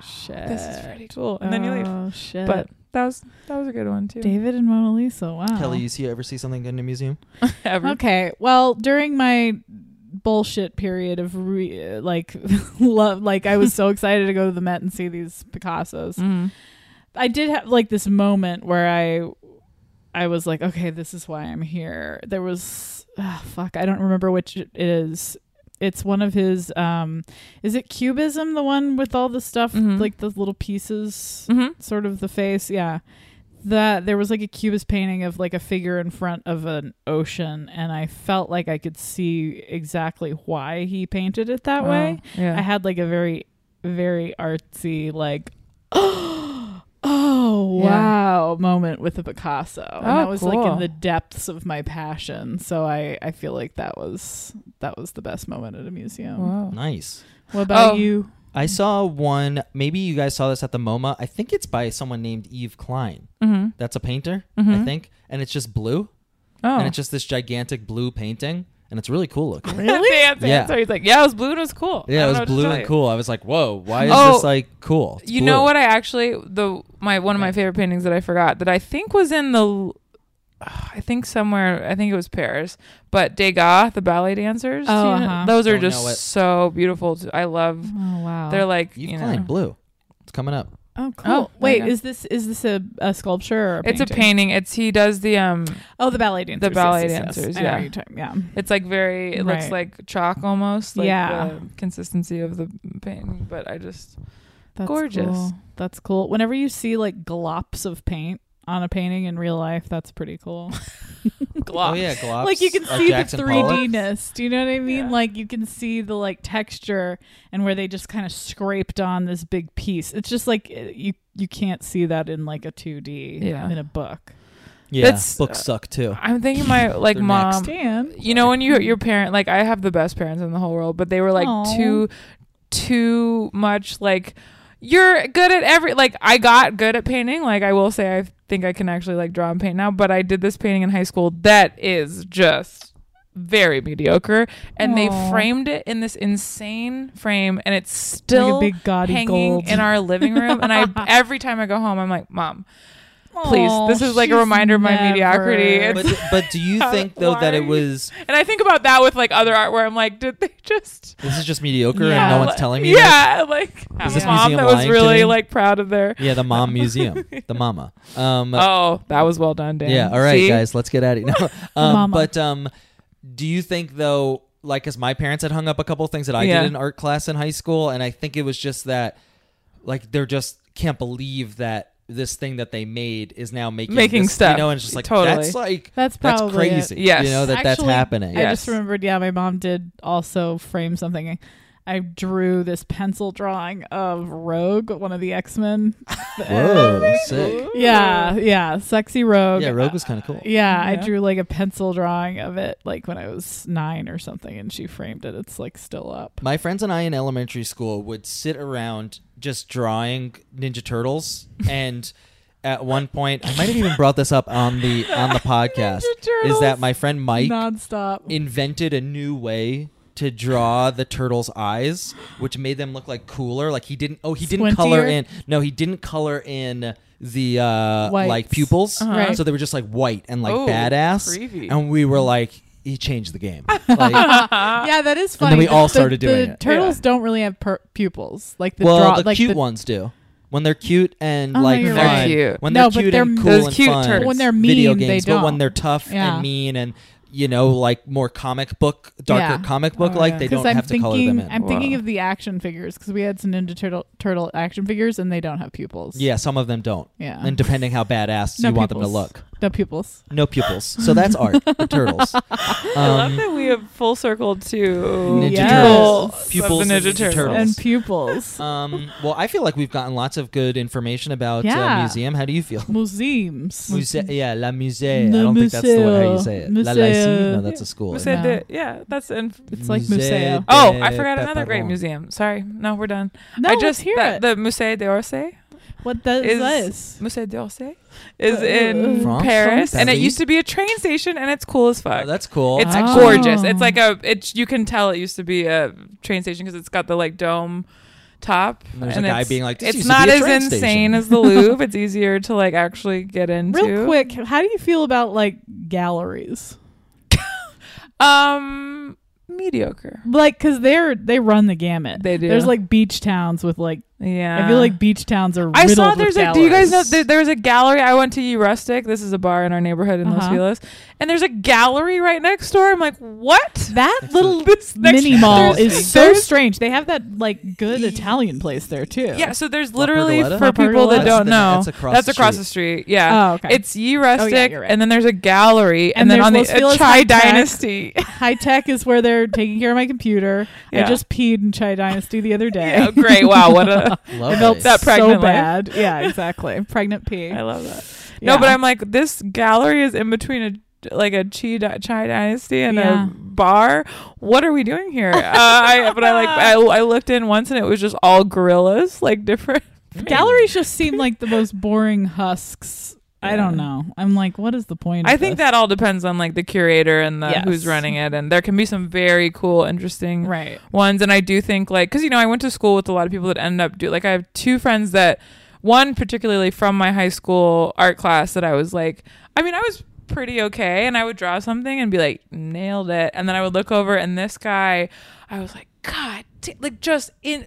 Speaker 2: shit.
Speaker 5: this is pretty cool, and then you leave.
Speaker 2: Oh shit.
Speaker 5: But that was that was a good one too.
Speaker 2: David and Mona Lisa. Wow.
Speaker 3: Kelly, you see you ever see something good in a museum?
Speaker 5: Ever.
Speaker 2: Okay. Well, during my bullshit period of re- like love like I was so excited to go to the Met and see these Picassos.
Speaker 5: Mhm.
Speaker 2: I did have like this moment where I I was like, okay, this is why I'm here. There was ah, fuck, I don't remember which it is. It's one of his um is it cubism the one with all the stuff
Speaker 5: Mhm.
Speaker 2: like the little pieces
Speaker 5: Mhm.
Speaker 2: sort of the face, yeah. That there was like a cubist painting of like a figure in front of an ocean and I felt like I could see exactly why he painted it that
Speaker 5: Wow.
Speaker 2: way.
Speaker 5: Yeah.
Speaker 2: I had like a very, very artsy, like, oh, oh
Speaker 5: Yeah.
Speaker 2: wow moment with a Picasso.
Speaker 5: Oh,
Speaker 2: and that was like in
Speaker 5: cool.
Speaker 2: the depths of my passion. So I, I feel like that was that was the best moment at a museum.
Speaker 5: Wow.
Speaker 3: Nice.
Speaker 2: What about
Speaker 5: Oh.
Speaker 2: you?
Speaker 3: I saw one. Maybe you guys saw this at the MoMA. I think it's by someone named Eve Klein.
Speaker 5: Mhm.
Speaker 3: That's a painter, I
Speaker 5: Mhm.
Speaker 3: think, and it's just blue,
Speaker 5: Oh.
Speaker 3: and it's just this gigantic blue painting, and it's really cool looking.
Speaker 5: Dance
Speaker 3: Yeah.
Speaker 5: So he's like, yeah, it was blue and it was cool. I
Speaker 3: Yeah, it
Speaker 5: don't know
Speaker 3: was
Speaker 5: what to
Speaker 3: blue
Speaker 5: tell
Speaker 3: and
Speaker 5: you.
Speaker 3: cool. I was like, "Whoa, why is
Speaker 5: Oh.
Speaker 3: this like cool?" It's
Speaker 5: You know
Speaker 3: blue.
Speaker 5: what? I actually the my one of my favorite paintings that I forgot that I think was in the, l- I think somewhere I think it was Paris, but Degas the ballet dancers.
Speaker 2: Oh,
Speaker 5: do you know-
Speaker 2: uh-huh.
Speaker 5: those are
Speaker 3: Don't know it.
Speaker 5: just so beautiful. To, I love.
Speaker 2: Oh wow.
Speaker 5: They're like
Speaker 3: Eve
Speaker 5: you know,
Speaker 3: Klein, blue. It's coming up.
Speaker 2: oh cool.
Speaker 5: Oh, there you
Speaker 2: Wait,
Speaker 5: go.
Speaker 2: is this is this a, a sculpture or a
Speaker 5: it's a
Speaker 2: painting?
Speaker 5: painting. It's he does the um.
Speaker 2: Oh, the ballet dancers.
Speaker 5: ballet
Speaker 2: yes, yes, yes.
Speaker 5: dancers,
Speaker 2: I know
Speaker 5: yeah.
Speaker 2: what you're talking- yeah.
Speaker 5: It's like very. It looks
Speaker 2: Right.
Speaker 5: like chalk almost. Like
Speaker 2: Yeah.
Speaker 5: The consistency of the painting, but I just
Speaker 2: That's
Speaker 5: Gorgeous.
Speaker 2: cool. That's cool. Whenever you see like glops of paint on a painting in real life, that's pretty cool.
Speaker 5: gloss.
Speaker 3: Oh yeah, Globs.
Speaker 2: like you can
Speaker 3: Like
Speaker 2: see
Speaker 3: Jackson
Speaker 2: the
Speaker 3: Pollock.
Speaker 2: 3dness do you know what i mean
Speaker 5: Yeah.
Speaker 2: like you can see the like texture and where they just kind of scraped on this big piece it's just like uh, you you can't see that in like a 2d
Speaker 5: Yeah.
Speaker 2: in a book
Speaker 3: Yeah,
Speaker 5: That's-
Speaker 3: books suck too.
Speaker 5: I'm thinking my like
Speaker 3: They're
Speaker 5: mom.
Speaker 3: next.
Speaker 2: dan
Speaker 5: You know when you your parent like I have the best parents in the whole world, but they were like
Speaker 2: Aw.
Speaker 5: too too much like you're good at every like I got good at painting. Like I will say I think I can actually like draw and paint now, but I did this painting in high school that is just very mediocre and
Speaker 2: Aw.
Speaker 5: they framed it in this insane frame and it's
Speaker 2: Like
Speaker 5: still
Speaker 2: a big gaudy
Speaker 5: hanging
Speaker 2: gold.
Speaker 5: in our living room and I every time I go home I'm like, "Mom, please. this is like a reminder of my mediocrity.
Speaker 2: never-
Speaker 5: It's
Speaker 3: But but do you think though that it
Speaker 5: Why?
Speaker 3: was
Speaker 5: And I think about that with like other art where I'm like, did they just
Speaker 3: this is just mediocre
Speaker 2: Yeah.
Speaker 3: and no
Speaker 5: Yeah,
Speaker 3: one's
Speaker 5: like-
Speaker 3: telling me? this?
Speaker 5: Yeah, like
Speaker 3: Is
Speaker 5: a
Speaker 3: this
Speaker 5: mom
Speaker 3: museum
Speaker 5: that was
Speaker 3: lying to
Speaker 5: really
Speaker 3: me?
Speaker 5: like proud of their.
Speaker 3: Yeah, the mom museum, the mama. Um,
Speaker 5: Oh, that was well done, Dan.
Speaker 3: yeah. All right,
Speaker 5: See?
Speaker 3: guys, let's get at it. No,
Speaker 2: mama.
Speaker 3: um, but um, do you think though, like, as my parents had hung up a couple things that I
Speaker 5: Yeah.
Speaker 3: did in art class in high school, and I think it was just that, like, they're just can't believe that this thing that they made is now making
Speaker 5: Making
Speaker 3: this,
Speaker 5: stuff.
Speaker 3: You know, and it's just like
Speaker 5: Totally.
Speaker 3: that's like
Speaker 2: That's
Speaker 3: that's
Speaker 2: probably it.
Speaker 3: crazy.
Speaker 5: Yes.
Speaker 3: you know that
Speaker 2: Actually,
Speaker 3: that's happening.
Speaker 2: I
Speaker 5: Yeah.
Speaker 2: just
Speaker 5: Yes.
Speaker 2: remembered, yeah, my mom did also frame something. I drew this pencil drawing of Rogue, one of the X Men.
Speaker 3: Whoa, sick.
Speaker 2: yeah, yeah, sexy Rogue.
Speaker 3: Yeah, Rogue was kind of cool.
Speaker 2: Yeah, I
Speaker 5: Yeah.
Speaker 2: drew like a pencil drawing of it like when I was nine or something, and she framed it. It's like still up.
Speaker 3: My friends and I in elementary school would sit around just drawing Ninja Turtles, and at one point, I might have even brought this up on the on the podcast. Is that
Speaker 5: Turtles.
Speaker 3: my friend Mike
Speaker 2: Nonstop.
Speaker 3: invented a new way to draw the turtle's eyes, which made them look like cooler. Like he didn't. Oh, he didn't color
Speaker 2: Squintier?
Speaker 3: in. No, he didn't color in the uh
Speaker 2: Whites.
Speaker 3: like pupils.
Speaker 2: Right.
Speaker 3: So they were just like white and like
Speaker 5: Oh,
Speaker 3: badass.
Speaker 5: creepy.
Speaker 3: And we were like, he changed the game. Like,
Speaker 2: yeah, that is funny.
Speaker 3: And then we
Speaker 2: The-
Speaker 3: all
Speaker 2: the-
Speaker 3: started
Speaker 2: the,
Speaker 3: doing it.
Speaker 2: turtles don't really have per- pupils. Like the
Speaker 3: well,
Speaker 2: draw,
Speaker 3: the
Speaker 2: like
Speaker 3: cute
Speaker 2: the,
Speaker 3: ones do. When they're cute and
Speaker 2: Oh, no,
Speaker 3: like
Speaker 2: you're
Speaker 3: fun.
Speaker 5: right. They're cute.
Speaker 3: When
Speaker 2: No,
Speaker 3: they're
Speaker 2: but
Speaker 3: cute
Speaker 2: they're-
Speaker 3: and cool
Speaker 5: those
Speaker 3: and
Speaker 5: cute
Speaker 3: fun.
Speaker 5: turds. But
Speaker 2: when they're
Speaker 3: video
Speaker 2: mean, they
Speaker 3: games, but
Speaker 2: don't.
Speaker 3: when they're tough
Speaker 2: Yeah.
Speaker 3: and mean and you know, like more comic book, darker
Speaker 2: Yeah.
Speaker 3: comic book,
Speaker 5: Oh,
Speaker 3: like
Speaker 5: yeah.
Speaker 3: they
Speaker 2: Because
Speaker 3: don't
Speaker 2: I'm
Speaker 3: have to
Speaker 2: thinking,
Speaker 3: color them in.
Speaker 2: I'm thinking
Speaker 5: Wow.
Speaker 2: of the action figures because we had some Ninja Turtle turtle action figures and they don't have pupils.
Speaker 3: yeah, some of them don't.
Speaker 2: yeah.
Speaker 3: And depending how badass
Speaker 2: No
Speaker 3: you want them to
Speaker 2: pupils.
Speaker 3: look.
Speaker 2: No pupils.
Speaker 3: No pupils. So that's art. the turtles.
Speaker 5: I love
Speaker 3: Um,
Speaker 5: that we have full circle to
Speaker 3: Ninja
Speaker 2: Yes.
Speaker 3: Turtles.
Speaker 2: Of
Speaker 3: Pupils.
Speaker 5: the Ninja
Speaker 3: Ninja
Speaker 5: Turtles.
Speaker 3: Turtles.
Speaker 2: And pupils.
Speaker 3: Um, well, I feel like we've gotten lots of good information about uh,
Speaker 2: Yeah.
Speaker 3: museum. How do you feel?
Speaker 2: Museums.
Speaker 3: Musée, yeah, la musée.
Speaker 2: Le
Speaker 3: I don't think that's the way how you
Speaker 2: museo.
Speaker 3: say it. La
Speaker 2: Museo.
Speaker 3: lycée. No, that's a school.
Speaker 5: We
Speaker 3: isn't
Speaker 5: said
Speaker 2: No.
Speaker 5: that- yeah, that's in.
Speaker 3: it?
Speaker 2: It's like museo.
Speaker 3: Musée
Speaker 5: Oh,
Speaker 3: de
Speaker 5: I forgot another great
Speaker 3: Pepperón.
Speaker 5: museum. Sorry, no, we're done.
Speaker 2: No,
Speaker 5: I just
Speaker 2: let's hear
Speaker 5: that-
Speaker 2: it.
Speaker 5: the Musée d'Orsay.
Speaker 2: what does
Speaker 5: is-
Speaker 2: this?
Speaker 5: Musée d'Orsay is
Speaker 2: Uh,
Speaker 5: in
Speaker 3: France?
Speaker 5: Paris, and it
Speaker 3: Paris?
Speaker 5: used to be a train station, and it's cool as
Speaker 3: Oh,
Speaker 5: fuck.
Speaker 3: that's cool.
Speaker 5: It's
Speaker 2: Oh.
Speaker 5: gorgeous. It's like a it's you can tell it used to be a train station because it's got the like dome top.
Speaker 3: And there's a
Speaker 5: and
Speaker 3: guy
Speaker 5: it's-
Speaker 3: being like, "This
Speaker 5: it's
Speaker 3: used to be
Speaker 5: not
Speaker 3: a
Speaker 5: as
Speaker 3: train
Speaker 5: insane
Speaker 3: station."
Speaker 5: as the Louvre. it's easier to like actually get into.
Speaker 2: Real quick, how do you feel about like galleries?
Speaker 5: um, mediocre.
Speaker 2: Like, cause they're they run the gamut.
Speaker 5: They do.
Speaker 2: There's like beach towns with like
Speaker 5: Yeah,
Speaker 2: I feel like beach towns are.
Speaker 5: I
Speaker 2: riddled
Speaker 5: saw
Speaker 2: with
Speaker 5: there's a. Do you guys know
Speaker 2: galleries.
Speaker 5: there, there was a gallery? I went to U Rustic. This is a bar in our neighborhood in Los
Speaker 2: Uh-huh.
Speaker 5: Feliz, and there's a gallery right next door. I'm like, what?
Speaker 2: that little
Speaker 5: This next-
Speaker 2: mini mall
Speaker 5: there's-
Speaker 2: is so
Speaker 5: there's-
Speaker 2: strange. They have that like good Italian place there too.
Speaker 5: Yeah, so there's literally
Speaker 3: Pergoletta?
Speaker 5: for
Speaker 2: La
Speaker 5: people
Speaker 2: Pergoletta?
Speaker 5: that don't
Speaker 3: That's the-
Speaker 5: know.
Speaker 3: that's across the
Speaker 5: the
Speaker 3: street.
Speaker 5: street. Yeah.
Speaker 2: Oh, okay.
Speaker 5: It's Ye Rustic,
Speaker 2: you're right.
Speaker 5: and then there's a gallery, and,
Speaker 2: And
Speaker 5: then
Speaker 2: there's
Speaker 5: on
Speaker 2: Los
Speaker 5: the uh,
Speaker 2: Feliz
Speaker 5: Chai
Speaker 2: High Tech.
Speaker 5: Dynasty.
Speaker 2: High tech is where they're taking care of my computer.
Speaker 5: Yeah.
Speaker 2: I just peed in Chai Dynasty the other day.
Speaker 5: oh, great! Wow, what a
Speaker 3: Lovely.
Speaker 2: I felt
Speaker 5: That pregnant
Speaker 2: so
Speaker 5: life.
Speaker 2: bad. Yeah, exactly. Pregnant pee.
Speaker 5: I love that.
Speaker 2: Yeah.
Speaker 5: No, but I'm like this gallery is in between a like a Chi Di- Chai Dynasty and
Speaker 2: Yeah.
Speaker 5: a bar. What are we doing here? uh, I, but I like I, I looked in once and it was just all gorillas, like different.
Speaker 2: Galleries just seem like the most boring husks. I don't know. I'm like, what is the point?
Speaker 5: I
Speaker 2: of
Speaker 5: think
Speaker 2: this?
Speaker 5: that all depends on like the curator and the
Speaker 2: Yes.
Speaker 5: who's running it, and there can be some very cool, interesting
Speaker 2: right.
Speaker 5: ones and i do think like because you know i went to school with a lot of people that ended up do like i have two friends that one particularly from my high school art class that i was like i mean i was pretty okay and i would draw something and be like nailed it and then i would look over and this guy i was like god da- like just in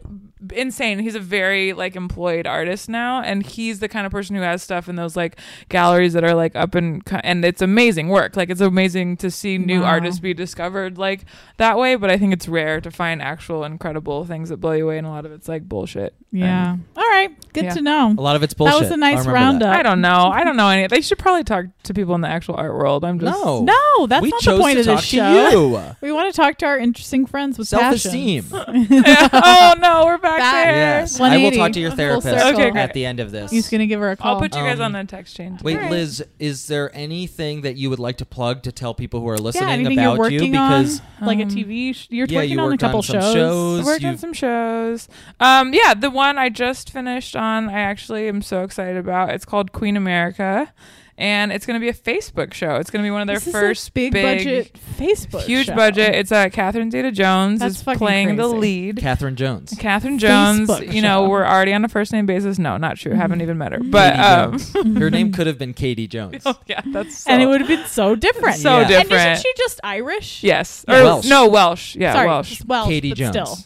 Speaker 5: insane he's a very like employed artist now and he's the kind of person who has stuff in those like galleries that are like up and co- and it's amazing work like it's amazing to see new
Speaker 2: Wow.
Speaker 5: artists be discovered like that way but i think it's rare to find actual incredible things that blow you away and a lot of it's like bullshit
Speaker 2: Yeah. All right. Good
Speaker 5: Yeah.
Speaker 2: to know.
Speaker 3: A lot of it's
Speaker 2: was
Speaker 3: bullshit.
Speaker 2: a nice
Speaker 3: I remember
Speaker 2: roundup.
Speaker 5: And i don't know i don't know any they should probably talk to people in the actual art world i'm just
Speaker 3: No.
Speaker 2: No, that's
Speaker 3: we
Speaker 2: not
Speaker 3: chose
Speaker 2: the point
Speaker 3: to
Speaker 2: of
Speaker 3: talk
Speaker 2: this
Speaker 3: to
Speaker 2: show.
Speaker 3: you.
Speaker 2: We want to talk to our interesting friends with
Speaker 3: Self-esteem.
Speaker 5: oh no we're back
Speaker 2: That-
Speaker 5: there
Speaker 3: Yes, I will
Speaker 2: 180.
Speaker 3: talk to your
Speaker 2: Full
Speaker 3: therapist
Speaker 2: circle.
Speaker 5: Okay, great.
Speaker 3: at the end of this.
Speaker 2: He's gonna give her a call.
Speaker 5: i'll put you guys
Speaker 3: Um,
Speaker 5: on a text chain
Speaker 3: Wait,
Speaker 2: All right.
Speaker 3: Liz, is there anything that you would like to plug to tell people who are
Speaker 2: yeah,
Speaker 3: listening
Speaker 2: anything
Speaker 3: about
Speaker 2: you're working
Speaker 3: you? Because
Speaker 2: on, like a
Speaker 5: Um,
Speaker 2: TV. Sh- you're
Speaker 3: yeah,
Speaker 2: working
Speaker 3: you
Speaker 2: on a
Speaker 3: worked on
Speaker 2: couple
Speaker 3: some
Speaker 2: shows.
Speaker 3: shows.
Speaker 5: I worked on
Speaker 3: You've-
Speaker 5: some shows. Um, yeah, the one I just finished on, I actually am so excited about. It's called Queen America, and it's going to be a Facebook show. It's going to be one of their
Speaker 2: This is a
Speaker 5: first
Speaker 2: big, budget Facebook,
Speaker 5: huge
Speaker 2: show.
Speaker 5: budget. It's uh, Catherine Zeta Jones
Speaker 2: That's
Speaker 5: is
Speaker 2: fucking
Speaker 5: playing the
Speaker 2: crazy.
Speaker 5: lead.
Speaker 3: Catherine Jones.
Speaker 5: Catherine Jones,
Speaker 2: Facebook Mm-hmm.
Speaker 5: you know,
Speaker 2: show.
Speaker 5: we're already on a first name basis. No, not true. Haven't even met her, but
Speaker 3: Katie
Speaker 5: um, oh,
Speaker 3: Jones. Her name could have been Katie Jones.
Speaker 5: yeah, that's so,
Speaker 2: and it would have been so different.
Speaker 5: so
Speaker 3: Yeah. And
Speaker 2: And
Speaker 5: different.
Speaker 2: isn't she just Irish?
Speaker 5: yes,
Speaker 3: Yeah.
Speaker 5: or
Speaker 3: Welsh.
Speaker 5: no Welsh. Yeah,
Speaker 2: Sorry,
Speaker 5: Welsh.
Speaker 2: just Welsh.
Speaker 3: Katie
Speaker 2: but
Speaker 3: Jones.
Speaker 2: Still,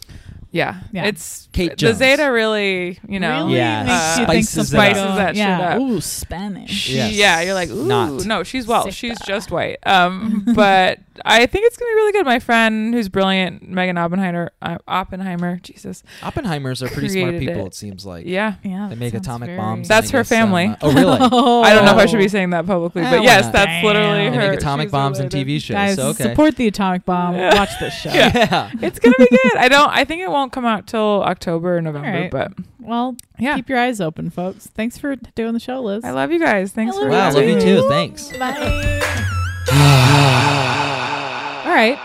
Speaker 5: Yeah,
Speaker 2: Yeah.
Speaker 5: it's
Speaker 3: Kate
Speaker 5: the
Speaker 3: Jones.
Speaker 5: Zeta really, you know, uh,
Speaker 2: really
Speaker 3: Yeah,
Speaker 2: makes you think
Speaker 3: spices
Speaker 2: something
Speaker 3: it up.
Speaker 2: goes-
Speaker 5: Spices that
Speaker 2: yeah.
Speaker 5: shit up.
Speaker 2: Ooh, Spanish.
Speaker 5: She,
Speaker 3: Yes.
Speaker 5: Yeah, you're like, ooh,
Speaker 3: Not.
Speaker 5: no, she's Welsh.
Speaker 2: Sick
Speaker 5: She's
Speaker 2: that.
Speaker 5: just white. Um, but I think it's gonna be really good. My friend, who's brilliant, Megan Oppenheimer, uh, Oppenheimer, Jesus,
Speaker 3: Oppenheimers are pretty smart
Speaker 5: Created
Speaker 3: people. It.
Speaker 5: it.
Speaker 3: seems like
Speaker 5: yeah.
Speaker 2: Yeah,
Speaker 3: they
Speaker 2: that
Speaker 3: make
Speaker 2: sounds
Speaker 3: atomic
Speaker 2: very-
Speaker 3: bombs. and
Speaker 5: That's
Speaker 3: I
Speaker 5: her
Speaker 3: guess, um,
Speaker 5: family.
Speaker 3: uh, oh, really?
Speaker 5: I don't know if I should be saying that publicly,
Speaker 3: Eh,
Speaker 5: but
Speaker 3: why
Speaker 5: yes,
Speaker 3: not?
Speaker 5: that's
Speaker 2: Damn.
Speaker 5: literally
Speaker 3: they
Speaker 5: her.
Speaker 3: make atomic
Speaker 5: She's
Speaker 3: bombs and
Speaker 5: related.
Speaker 3: TV shows.
Speaker 2: Guys,
Speaker 3: so, okay.
Speaker 2: support the atomic bomb. Watch this show.
Speaker 3: Yeah.
Speaker 5: It's gonna be good. I don't. I think it won't come out till October or November,
Speaker 2: right.
Speaker 5: but
Speaker 2: Well,
Speaker 5: yeah,
Speaker 2: keep your eyes open, folks. Thanks for doing the show, Liz.
Speaker 5: I love you guys. Thanks
Speaker 2: I love
Speaker 5: for
Speaker 2: you
Speaker 3: Wow, love you
Speaker 5: having me.
Speaker 3: too. Thanks.
Speaker 2: All right.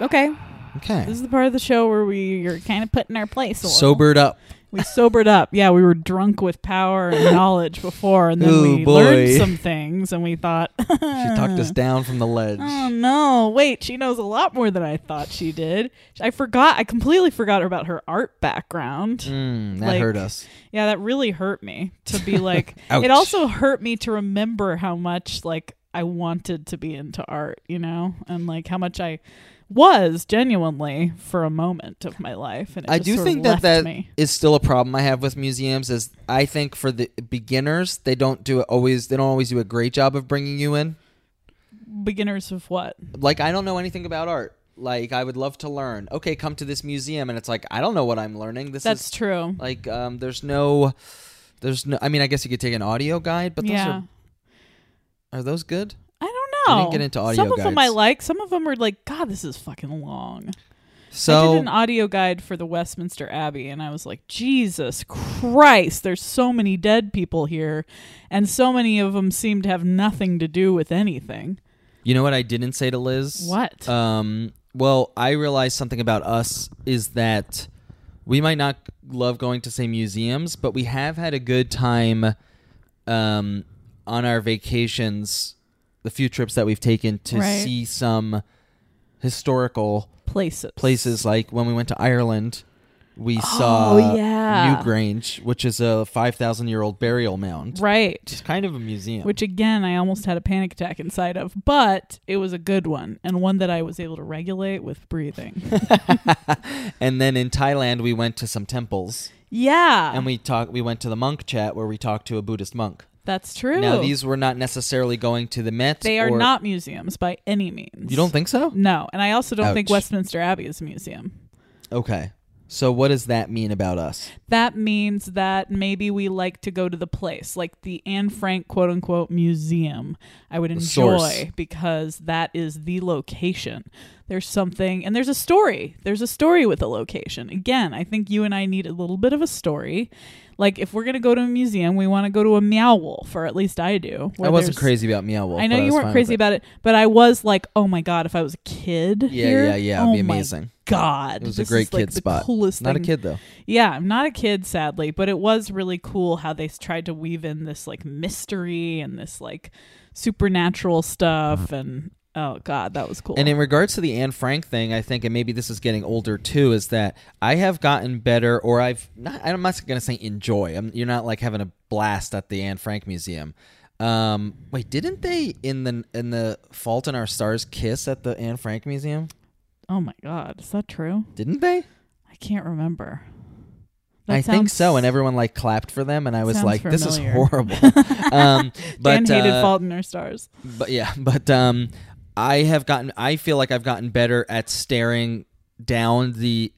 Speaker 2: Okay.
Speaker 3: Okay.
Speaker 2: This is the part of the show where we are kind of put in our place. A little.
Speaker 3: Sobered up.
Speaker 2: We sobered up. Yeah, we were drunk with power and knowledge before, and then
Speaker 3: Ooh,
Speaker 2: we
Speaker 3: boy.
Speaker 2: learned some things, and we thought she
Speaker 3: She talked us down from the ledge.
Speaker 2: Oh no! Wait, she knows a lot more than I thought she did. I forgot. I completely forgot about her art background.
Speaker 3: Mm, that
Speaker 2: Like-
Speaker 3: hurt us.
Speaker 2: Yeah, that really hurt me to be like.
Speaker 3: Ouch.
Speaker 2: it also hurt me to remember how much like I wanted to be into art, you know, and like how much I was genuinely for a moment of my life. And it
Speaker 3: I
Speaker 2: just
Speaker 3: do
Speaker 2: sort of
Speaker 3: think that
Speaker 2: left
Speaker 3: that
Speaker 2: me.
Speaker 3: is still a problem I have with museums. Is I think for the beginners, they don't do it always. They don't always do a great job of bringing you in.
Speaker 2: beginners of what
Speaker 3: Like I don't know anything about art. Like I would love to learn. Okay, come to this museum, and it's like I don't know what I'm learning. This
Speaker 2: that's
Speaker 3: is
Speaker 2: true.
Speaker 3: like um, there's no, there's no. I mean, I guess you could take an audio guide, but those
Speaker 2: yeah.
Speaker 3: are Are those good?
Speaker 2: I don't
Speaker 3: We
Speaker 2: know.
Speaker 3: didn't get into audio
Speaker 2: Some of them I
Speaker 3: guides.
Speaker 2: like. Some of them are like, God, this is fucking long. I did
Speaker 3: So
Speaker 2: an audio guide for the Westminster Abbey, and I was like, Jesus Christ, there's so many dead people here, and so many of them seem to have nothing to do with anything.
Speaker 3: you know what I didn't say to Liz?
Speaker 2: What?
Speaker 3: Um. Well, I realized something about us is that we might not love going to say museums, but we have had a good time um, on our vacations, the few trips that we've taken to
Speaker 2: Right.
Speaker 3: see some historical
Speaker 2: Places.
Speaker 3: places. Like when we went to Ireland, we saw
Speaker 2: Oh, yeah.
Speaker 3: Newgrange, which is a five thousand year old burial mound.
Speaker 2: Right.
Speaker 3: Kind of a museum.
Speaker 2: Which again, I almost had a panic attack inside of, but it was a good one and one that I was able to regulate with breathing.
Speaker 3: and then in Thailand, we went to some temples.
Speaker 2: yeah.
Speaker 3: and we talk we went to the monk chat where we talked to a buddhist monk
Speaker 2: that's true.
Speaker 3: now these were not necessarily going to the met
Speaker 2: they are
Speaker 3: or-
Speaker 2: not museums by any means.
Speaker 3: you don't think so
Speaker 2: No, and I also don't think
Speaker 3: Ouch.
Speaker 2: Westminster Abbey is a museum.
Speaker 3: okay so what does that mean about us
Speaker 2: that means that maybe we like to go to the place like the Anne Frank quote unquote museum I would enjoy
Speaker 3: source.
Speaker 2: because that is the location there's something and there's a story there's a story with a location again I think you and I need a little bit of a story like if we're going to go to a museum we want to go to a meow wolf or at least I do where
Speaker 3: i wasn't
Speaker 2: there's-
Speaker 3: crazy about meow wolf
Speaker 2: I know
Speaker 3: but
Speaker 2: you
Speaker 3: was
Speaker 2: weren't
Speaker 3: fine
Speaker 2: crazy
Speaker 3: with
Speaker 2: about it, but I was like, "Oh my god!" If I was a kid,
Speaker 3: Yeah,
Speaker 2: here,
Speaker 3: yeah, yeah, it'd
Speaker 2: oh
Speaker 3: be
Speaker 2: my
Speaker 3: amazing.
Speaker 2: God,
Speaker 3: it was
Speaker 2: This
Speaker 3: a great
Speaker 2: is, like,
Speaker 3: kid
Speaker 2: the
Speaker 3: spot
Speaker 2: Coolest,
Speaker 3: not a
Speaker 2: thing.
Speaker 3: kid though
Speaker 2: Yeah, I'm not a kid, sadly, but it was really cool how they s- tried to weave in this like mystery and this like supernatural stuff. And oh god, that was cool.
Speaker 3: Uh-huh. And in regards to the Anne Frank thing, I think, and maybe this is getting older too, is that I have gotten better, or I've not, I'm not going to say enjoy. I'm, you're not like having a blast at the Anne Frank Museum. Um, wait, didn't they in the in the Fault in Our Stars kiss at the Anne Frank Museum?
Speaker 2: oh my god, is that true?
Speaker 3: Didn't they?
Speaker 2: I can't remember. That
Speaker 3: I think
Speaker 2: sounds-
Speaker 3: so. And everyone like clapped for them, and I was
Speaker 2: sounds
Speaker 3: like, "This is
Speaker 2: familiar.
Speaker 3: horrible." um,
Speaker 2: Dan
Speaker 3: but
Speaker 2: hated
Speaker 3: uh,
Speaker 2: Fault in Our Stars.
Speaker 3: But yeah, but um, I have gotten. I feel like I've gotten better at staring down the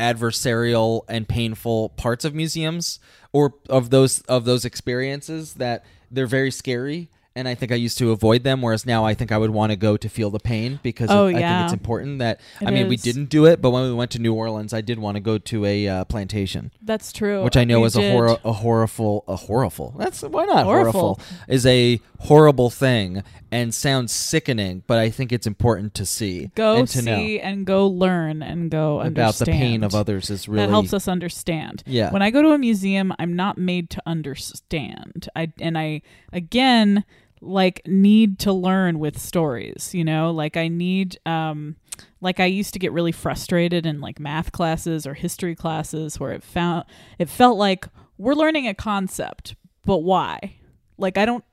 Speaker 3: adversarial and painful parts of museums or of those of those experiences that they're very scary. And I think I used to avoid them, whereas now I think I would want to go to feel the pain because
Speaker 2: Oh,
Speaker 3: of- I think
Speaker 2: yeah.
Speaker 3: it's important that
Speaker 2: It
Speaker 3: I mean we
Speaker 2: is.
Speaker 3: didn't do it, but when we went to New Orleans, I did want to go to a uh, plantation
Speaker 2: That's true.
Speaker 3: which I know
Speaker 2: You
Speaker 3: is a
Speaker 2: did.
Speaker 3: horror, a horriful, a horriful. That's why not horriful
Speaker 2: Horriful.
Speaker 3: is a horrible thing and sounds sickening, but I think it's important to see,
Speaker 2: Go
Speaker 3: and to
Speaker 2: see and go learn and go
Speaker 3: know about the
Speaker 2: understand.
Speaker 3: pain of others is really
Speaker 2: that helps us understand.
Speaker 3: Yeah.
Speaker 2: When I go to a museum, I'm not made to understand. I and I again like need to learn with stories, you know? Like I need um like I used to get really frustrated in like math classes or history classes where it found it felt like we're learning a concept, but why? Like I don't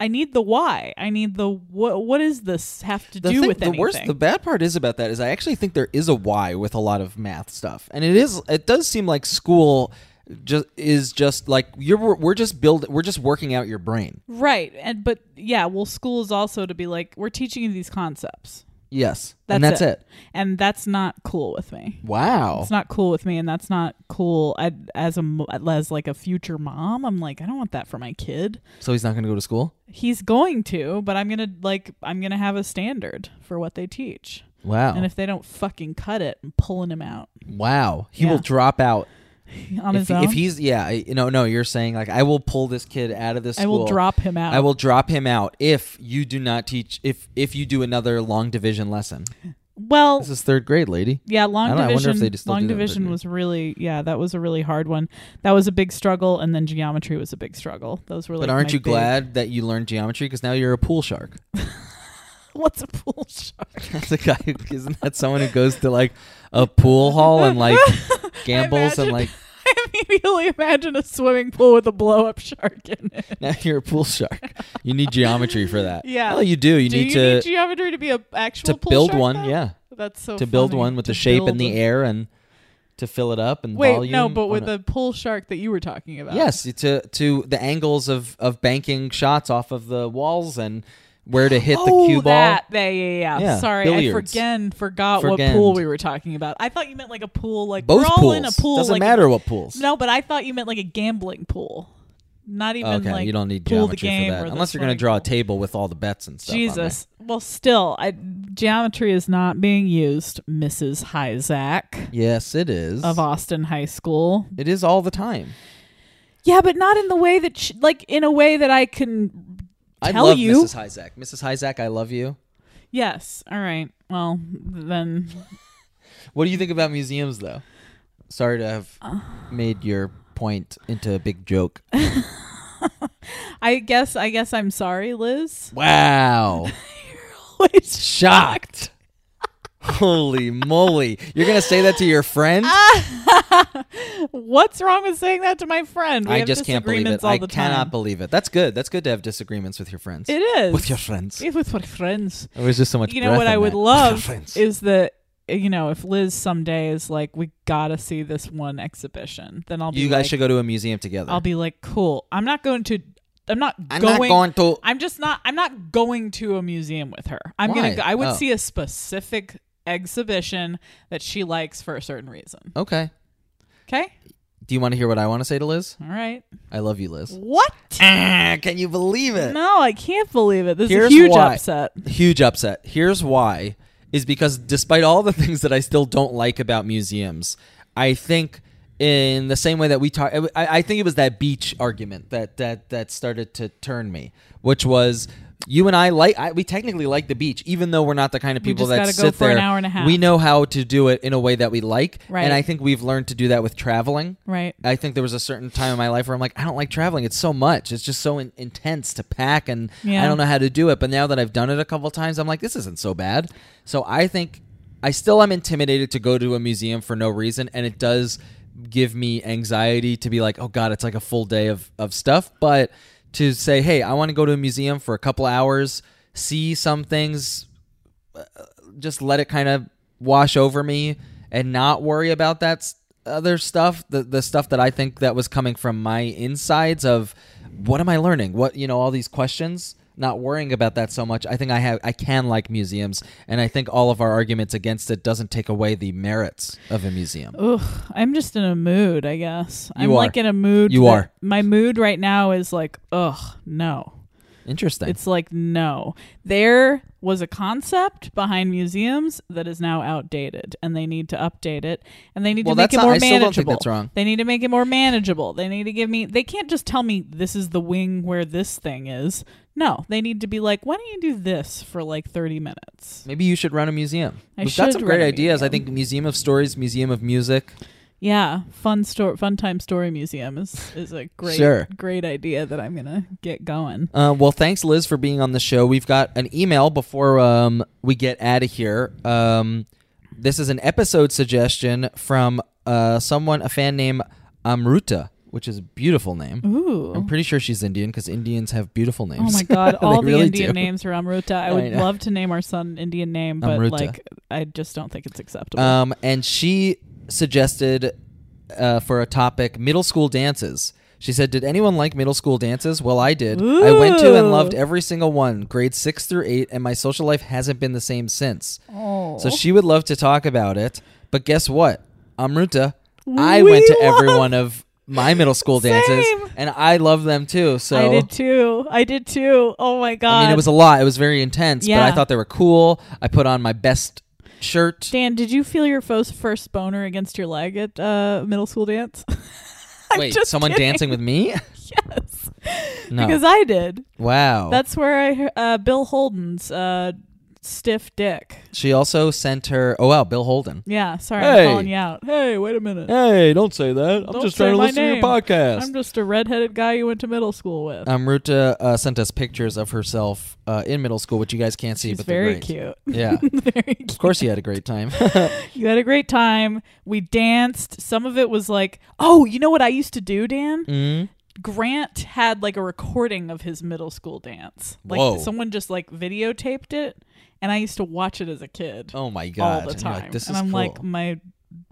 Speaker 2: I need the why. I need the what what does this have to
Speaker 3: the
Speaker 2: do
Speaker 3: thing-
Speaker 2: with
Speaker 3: the
Speaker 2: anything?
Speaker 3: worst. The bad part is about that is I actually think there is a why with a lot of math stuff, and it is. It does seem like school just is just like you're. We're just building. We're just working out your brain.
Speaker 2: Right. And but yeah, well school is also to be like we're teaching you these concepts.
Speaker 3: Yes,
Speaker 2: That's
Speaker 3: and that's it.
Speaker 2: And that's not cool with me.
Speaker 3: Wow.
Speaker 2: It's not cool with me and that's not cool I, as a mo- as like a future mom. I'm like I don't want that for my kid.
Speaker 3: so he's not going to go to school.
Speaker 2: He's going to, but I'm going to like I'm going to have a standard for what they teach.
Speaker 3: Wow.
Speaker 2: And if they don't fucking cut it, I'm pulling him out
Speaker 3: wow. He
Speaker 2: Yeah.
Speaker 3: will drop out
Speaker 2: on
Speaker 3: if,
Speaker 2: his
Speaker 3: he-
Speaker 2: own.
Speaker 3: if he's yeah, I- you know, no, you're saying like I will pull this kid out of this.
Speaker 2: I will
Speaker 3: school.
Speaker 2: drop him out.
Speaker 3: I will drop him out if you do not teach. If if you do another long division lesson,
Speaker 2: well,
Speaker 3: this is third grade, lady.
Speaker 2: Yeah, long
Speaker 3: I don't know. I wonder if
Speaker 2: division.
Speaker 3: they just still
Speaker 2: long
Speaker 3: do that in
Speaker 2: division
Speaker 3: third
Speaker 2: was really yeah, that was a really hard one. That was a big struggle, and then geometry was a big struggle. Those were.
Speaker 3: But
Speaker 2: like,
Speaker 3: aren't
Speaker 2: my
Speaker 3: you
Speaker 2: big-
Speaker 3: glad that you learned geometry? Because now you're a pool shark.
Speaker 2: What's a pool shark?
Speaker 3: That's a guy. Who, isn't that someone who goes to like a pool hall and like gambles and
Speaker 2: Imagine-
Speaker 3: like
Speaker 2: I immediately imagine a swimming pool with a blow up shark in it.
Speaker 3: now you're a pool shark. You need geometry for that.
Speaker 2: Yeah.
Speaker 3: Well, you do. You
Speaker 2: Do
Speaker 3: need
Speaker 2: you
Speaker 3: to
Speaker 2: need geometry to be a actual
Speaker 3: to
Speaker 2: pool
Speaker 3: build
Speaker 2: shark,
Speaker 3: one.
Speaker 2: though?
Speaker 3: Yeah.
Speaker 2: that's so
Speaker 3: to build
Speaker 2: funny.
Speaker 3: one with
Speaker 2: To
Speaker 3: the shape
Speaker 2: build
Speaker 3: and the
Speaker 2: a-
Speaker 3: air and to fill it up and
Speaker 2: Wait,
Speaker 3: volume.
Speaker 2: no, but
Speaker 3: on
Speaker 2: with the
Speaker 3: a-
Speaker 2: pool shark that you were talking about.
Speaker 3: Yes, to to the angles of of banking shots off of the walls and where to hit
Speaker 2: oh,
Speaker 3: the cue ball.
Speaker 2: that. Yeah, yeah, yeah.
Speaker 3: Yeah,
Speaker 2: Sorry,
Speaker 3: billiards.
Speaker 2: I forgen, forgot
Speaker 3: Forgend.
Speaker 2: what pool we were talking about. I thought you meant like a pool, like
Speaker 3: Both
Speaker 2: we're all
Speaker 3: pools.
Speaker 2: in a pool.
Speaker 3: Doesn't
Speaker 2: like,
Speaker 3: matter what pools.
Speaker 2: No, but I thought you meant like a gambling pool. Not even
Speaker 3: Oh, Okay,
Speaker 2: like
Speaker 3: you don't need
Speaker 2: pool the
Speaker 3: geometry
Speaker 2: game
Speaker 3: for that
Speaker 2: or
Speaker 3: unless
Speaker 2: this
Speaker 3: you're going
Speaker 2: one.
Speaker 3: to draw a table with all the bets and stuff. on there.
Speaker 2: Jesus. Well, still, I, geometry is not being used, Mrs. Hyzak
Speaker 3: Yes, it is.
Speaker 2: of Austin High School.
Speaker 3: it is all the time.
Speaker 2: Yeah, but not in the way that, sh like, in a way that I can.
Speaker 3: I
Speaker 2: Tell
Speaker 3: love
Speaker 2: you.
Speaker 3: Mrs. Hyzak. Mrs. Hyzak, I love you.
Speaker 2: Yes. All right. Well, then
Speaker 3: What do you think about museums, though? Sorry to have
Speaker 2: Uh.
Speaker 3: made your point into a big joke.
Speaker 2: I guess I guess I'm sorry, Liz.
Speaker 3: Wow.
Speaker 2: Always
Speaker 3: Shocked. Holy moly. You're going to say that to your friend?
Speaker 2: Ah, What's wrong with saying that to my friend? We
Speaker 3: I
Speaker 2: have
Speaker 3: just can't believe
Speaker 2: disagreements
Speaker 3: it.
Speaker 2: all
Speaker 3: I
Speaker 2: the time.
Speaker 3: cannot believe it. That's good. That's good to have disagreements with your friends.
Speaker 2: It is
Speaker 3: With your friends.
Speaker 2: Yeah, with my friends.
Speaker 3: It was just so much
Speaker 2: you know
Speaker 3: breath
Speaker 2: what
Speaker 3: in
Speaker 2: I would
Speaker 3: that. With
Speaker 2: love
Speaker 3: your friends.
Speaker 2: is that you know if Liz someday is like, we gotta see this one exhibition, then I'll be.
Speaker 3: you guys
Speaker 2: like,
Speaker 3: should go to a museum together.
Speaker 2: I'll be like, cool. I'm not going to. I'm not
Speaker 3: I'm
Speaker 2: going.
Speaker 3: not going to.
Speaker 2: I'm just not. I'm not going to a museum with her. I'm
Speaker 3: Why?
Speaker 2: gonna. Go, I would
Speaker 3: Oh.
Speaker 2: see a specific exhibition that she likes for a certain reason.
Speaker 3: Okay.
Speaker 2: Okay.
Speaker 3: Do you want to hear what I want to say to Liz?
Speaker 2: All right.
Speaker 3: I love you, Liz.
Speaker 2: What?
Speaker 3: Ah, can you believe it?
Speaker 2: No, I can't believe it. This
Speaker 3: Here's
Speaker 2: is a huge
Speaker 3: why.
Speaker 2: upset.
Speaker 3: Huge upset. Here's why is because despite all the things that I still don't like about museums, I think in the same way that we talk, I, I think it was that beach argument that that that started to turn me, which was you and I like I, we technically like the beach, even though we're not the kind of
Speaker 2: We
Speaker 3: people
Speaker 2: just
Speaker 3: that
Speaker 2: gotta go
Speaker 3: sit
Speaker 2: for
Speaker 3: there.
Speaker 2: an hour and a half.
Speaker 3: We know how to do it in a way that we like,
Speaker 2: Right.
Speaker 3: and I think we've learned to do that with traveling.
Speaker 2: Right.
Speaker 3: I think there was a certain time in my life where I'm like, I don't like traveling. It's so much. It's just so in- intense to pack, and
Speaker 2: Yeah.
Speaker 3: I don't know how to do it. But now that I've done it a couple times, I'm like, this isn't so bad. So I think I still am intimidated to go to a museum for no reason, and it does give me anxiety to be like, oh god, it's like a full day of of stuff. But to say, hey, I want to go to a museum for a couple hours, see some things, just let it kind of wash over me and not worry about that s- other stuff the the stuff that I think that was coming from my insides of what am I learning what you know all these questions not worrying about that so much I think I have I can like museums and I think all of our arguments against it doesn't take away the merits of a museum
Speaker 2: Ugh, I'm just in a mood, I guess. I'm
Speaker 3: You
Speaker 2: like
Speaker 3: are.
Speaker 2: in a mood.
Speaker 3: You
Speaker 2: that-
Speaker 3: are.
Speaker 2: My mood right now is like, ugh, no.
Speaker 3: interesting
Speaker 2: It's like, no. There was a concept behind museums that is now outdated, and they need to update it, and they need to
Speaker 3: Well,
Speaker 2: make
Speaker 3: that's
Speaker 2: it
Speaker 3: not-
Speaker 2: more
Speaker 3: I still don't
Speaker 2: manageable.
Speaker 3: think that's wrong.
Speaker 2: They need to make it more manageable. They need to give me. They can't just tell me this is the wing where this thing is. No, they need to be like, why don't you do this for like 30 minutes?
Speaker 3: maybe you should run a museum
Speaker 2: I
Speaker 3: we've got
Speaker 2: should
Speaker 3: some
Speaker 2: run
Speaker 3: great
Speaker 2: a
Speaker 3: ideas I
Speaker 2: museum.
Speaker 3: think museum of stories museum of music
Speaker 2: Yeah, fun store, fun time story museum is is a great
Speaker 3: Sure.
Speaker 2: great idea that I'm gonna get going.
Speaker 3: Uh, well, thanks, Liz, for being on the show. We've got an email before um, we get out of here. Um, this is an episode suggestion from uh, someone, a fan named Amruta, which is a beautiful name. I'm
Speaker 2: Ooh.
Speaker 3: pretty sure she's Indian because Indians have beautiful names.
Speaker 2: Oh my god,
Speaker 3: They
Speaker 2: all the
Speaker 3: really
Speaker 2: Indian
Speaker 3: do.
Speaker 2: names are Amruta. I
Speaker 3: I
Speaker 2: would
Speaker 3: know.
Speaker 2: love to name our son an Indian name, but
Speaker 3: Amruta.
Speaker 2: like I just don't think it's acceptable.
Speaker 3: Um, and she suggested uh, for a topic middle school dances. She said, "Did anyone like middle school dances? Well, I did. I went to and
Speaker 2: Ooh.
Speaker 3: loved every single one, grade six through eight, and my social life hasn't been the same since.
Speaker 2: Oh.
Speaker 3: So she would love to talk about it. But guess what, Amruta, I
Speaker 2: We
Speaker 3: went to every
Speaker 2: love-
Speaker 3: one of my middle school dances,
Speaker 2: Same.
Speaker 3: and I love them too. So
Speaker 2: I did too. I did too. Oh my god.
Speaker 3: I mean, it was a lot. It was very intense, but
Speaker 2: Yeah.
Speaker 3: I thought they were cool. I put on my best shirt.
Speaker 2: Dan, did you feel your first first boner against your leg at uh, middle school dance? I'm
Speaker 3: Wait,
Speaker 2: just
Speaker 3: someone
Speaker 2: kidding.
Speaker 3: dancing with me?
Speaker 2: Yes.
Speaker 3: No. Oh.
Speaker 2: Because I did.
Speaker 3: wow.
Speaker 2: That's where I he- uh, Bill Holden's uh, stiff dick.
Speaker 3: she also sent her. Oh wow, Bill Holden.
Speaker 2: Yeah, sorry,
Speaker 3: Hey.
Speaker 2: I'm calling you out. Hey, wait a minute.
Speaker 3: Hey, don't say that. I'm
Speaker 2: Don't say my name. I'm
Speaker 3: podcast.
Speaker 2: just a redheaded guy you went to middle school with.
Speaker 3: Amruta uh, sent us pictures of herself uh, in middle school, which you guys can't see,
Speaker 2: She's
Speaker 3: but they're
Speaker 2: very
Speaker 3: great.
Speaker 2: cute.
Speaker 3: Yeah, of
Speaker 2: very cute.
Speaker 3: course you had a great time.
Speaker 2: You had a great time. We danced. Some of it was like, oh, you know what I used to do, Dan?
Speaker 3: Mhm.
Speaker 2: Grant had like a recording of his middle school dance. Like
Speaker 3: Whoa.
Speaker 2: someone just like videotaped it, and I used to watch it as a kid
Speaker 3: Oh my god!
Speaker 2: all the
Speaker 3: And you're
Speaker 2: time.
Speaker 3: like, this
Speaker 2: and
Speaker 3: is
Speaker 2: I'm
Speaker 3: cool.
Speaker 2: like, my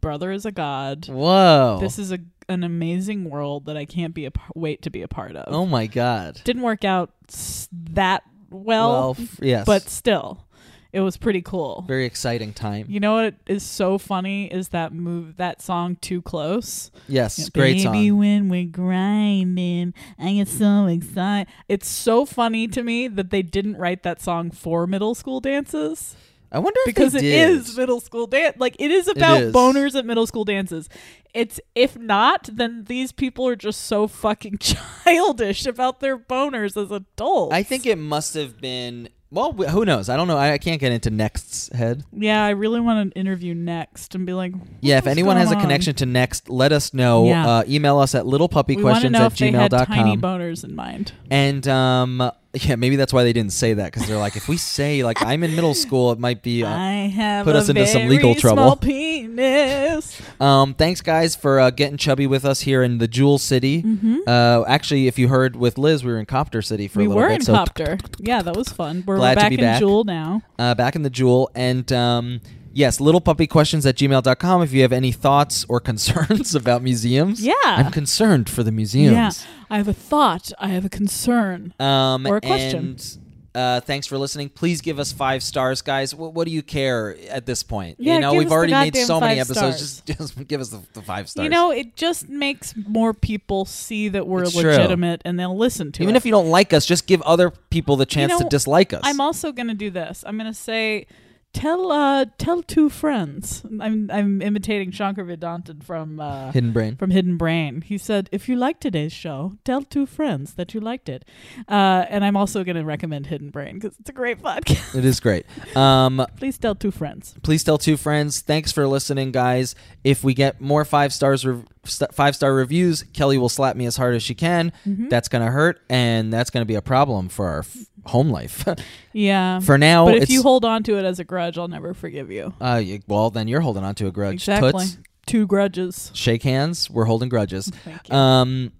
Speaker 2: brother is a god.
Speaker 3: whoa!
Speaker 2: This is a an amazing world that I can't be a par- wait to be a part of.
Speaker 3: oh my god!
Speaker 2: didn't work out s- that well,
Speaker 3: Well, f- yes,
Speaker 2: but still, it It was pretty cool.
Speaker 3: Very exciting time.
Speaker 2: you know what is so funny is that move that song too close.
Speaker 3: Yes,
Speaker 2: Yeah,
Speaker 3: great
Speaker 2: Baby,
Speaker 3: song.
Speaker 2: when we're grinding, I get so excited. It's so funny to me that they didn't write that song for middle school dances
Speaker 3: I wonder if
Speaker 2: because
Speaker 3: they
Speaker 2: it
Speaker 3: did.
Speaker 2: is middle school dance. Like it is about
Speaker 3: is.
Speaker 2: boners at middle school dances. It's if not, then these people are just so fucking childish about their boners as adults.
Speaker 3: I think it must have been. Well, wh- who knows? I don't know. I, I can't get into Next's head.
Speaker 2: Yeah, I really want to interview next and be like,
Speaker 3: Yeah, if
Speaker 2: what's
Speaker 3: anyone
Speaker 2: going
Speaker 3: has a
Speaker 2: on?
Speaker 3: connection to Next, let us know.
Speaker 2: Yeah.
Speaker 3: Uh, email us at
Speaker 2: we want to
Speaker 3: littlepuppyquestions
Speaker 2: know
Speaker 3: at
Speaker 2: if they had tiny
Speaker 3: gmail.com.
Speaker 2: boners in mind.
Speaker 3: And um, yeah, maybe that's why they didn't say that because they're like, if we say, like, I'm in middle school, it might be. Uh,
Speaker 2: I have
Speaker 3: put
Speaker 2: a
Speaker 3: us into some
Speaker 2: very
Speaker 3: legal trouble.
Speaker 2: Small penis.
Speaker 3: um, thanks, guys, for uh, getting chubby with us here in the Jewel City. Uh, actually, if you heard with Liz, we were in Copter City
Speaker 2: Mm-hmm.
Speaker 3: for
Speaker 2: we
Speaker 3: a little
Speaker 2: were
Speaker 3: bit.
Speaker 2: in
Speaker 3: so
Speaker 2: Copter. Yeah, that was fun. We're
Speaker 3: Glad to
Speaker 2: back
Speaker 3: be
Speaker 2: in
Speaker 3: back.
Speaker 2: Jewel now.
Speaker 3: uh, back in the jewel and um, yes littlepuppyquestions at gmail.com if you have any thoughts or concerns about museums
Speaker 2: Yeah.
Speaker 3: i'm concerned for the museums
Speaker 2: Yeah. I have a thought. I have a concern.
Speaker 3: um,
Speaker 2: Or a question.
Speaker 3: and, uh, thanks for listening please give us five stars guys what, what do you care at this point
Speaker 2: Yeah,
Speaker 3: you know
Speaker 2: give
Speaker 3: we've
Speaker 2: us the
Speaker 3: already made
Speaker 2: goddamn
Speaker 3: so many
Speaker 2: five
Speaker 3: episodes
Speaker 2: stars.
Speaker 3: just, just give us the, the five stars
Speaker 2: You know, it just makes more people see that we're
Speaker 3: It's true.
Speaker 2: legitimate and they'll listen to
Speaker 3: even
Speaker 2: it.
Speaker 3: if you don't like us just give other people the chance to
Speaker 2: know,
Speaker 3: dislike us
Speaker 2: I'm also going to do this. I'm going to say, tell uh, tell two friends. I'm I'm imitating Shankar Vedantan from uh,
Speaker 3: hidden brain
Speaker 2: from Hidden Brain. He said, if you like today's show, tell two friends that you liked it. Uh, and I'm also going to recommend Hidden Brain because it's a great podcast.
Speaker 3: it is great um,
Speaker 2: Please tell two friends.
Speaker 3: please tell two friends thanks for listening guys if we get more five stars rev- st- five star reviews kelly will slap me as hard as she can
Speaker 2: Mm-hmm.
Speaker 3: that's gonna hurt and that's gonna be a problem for our f- home life
Speaker 2: Yeah.
Speaker 3: for now
Speaker 2: but if
Speaker 3: it's
Speaker 2: you hold on to it as a grudge, I'll never forgive you.
Speaker 3: uh, y- well then you're holding on to a grudge
Speaker 2: Exactly.
Speaker 3: Toots,
Speaker 2: Two grudges.
Speaker 3: shake hands we're holding grudges
Speaker 2: Thank you.
Speaker 3: um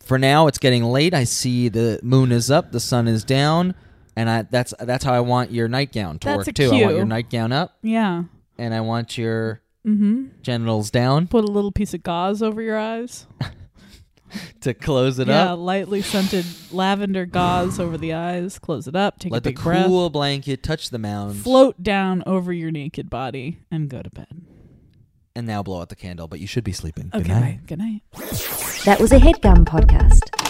Speaker 3: for now it's getting late i see the moon is up the sun is down and I, that's that's how I want your nightgown to
Speaker 2: That's
Speaker 3: work
Speaker 2: a
Speaker 3: too. I want
Speaker 2: cue.
Speaker 3: your nightgown up,
Speaker 2: yeah.
Speaker 3: and I want your
Speaker 2: Mm-hmm.
Speaker 3: genitals down
Speaker 2: Put a little piece of gauze over your eyes.
Speaker 3: to close it up.
Speaker 2: yeah, lightly scented lavender gauze over the eyes. Close it up. Take a
Speaker 3: Let the
Speaker 2: big breath.
Speaker 3: cool blanket touch the mound
Speaker 2: Float down over your naked body and go to bed.
Speaker 3: and now blow out the candle, but you should be sleeping. Good
Speaker 2: Okay.
Speaker 3: night.
Speaker 2: Good night.
Speaker 1: That was a headgum podcast.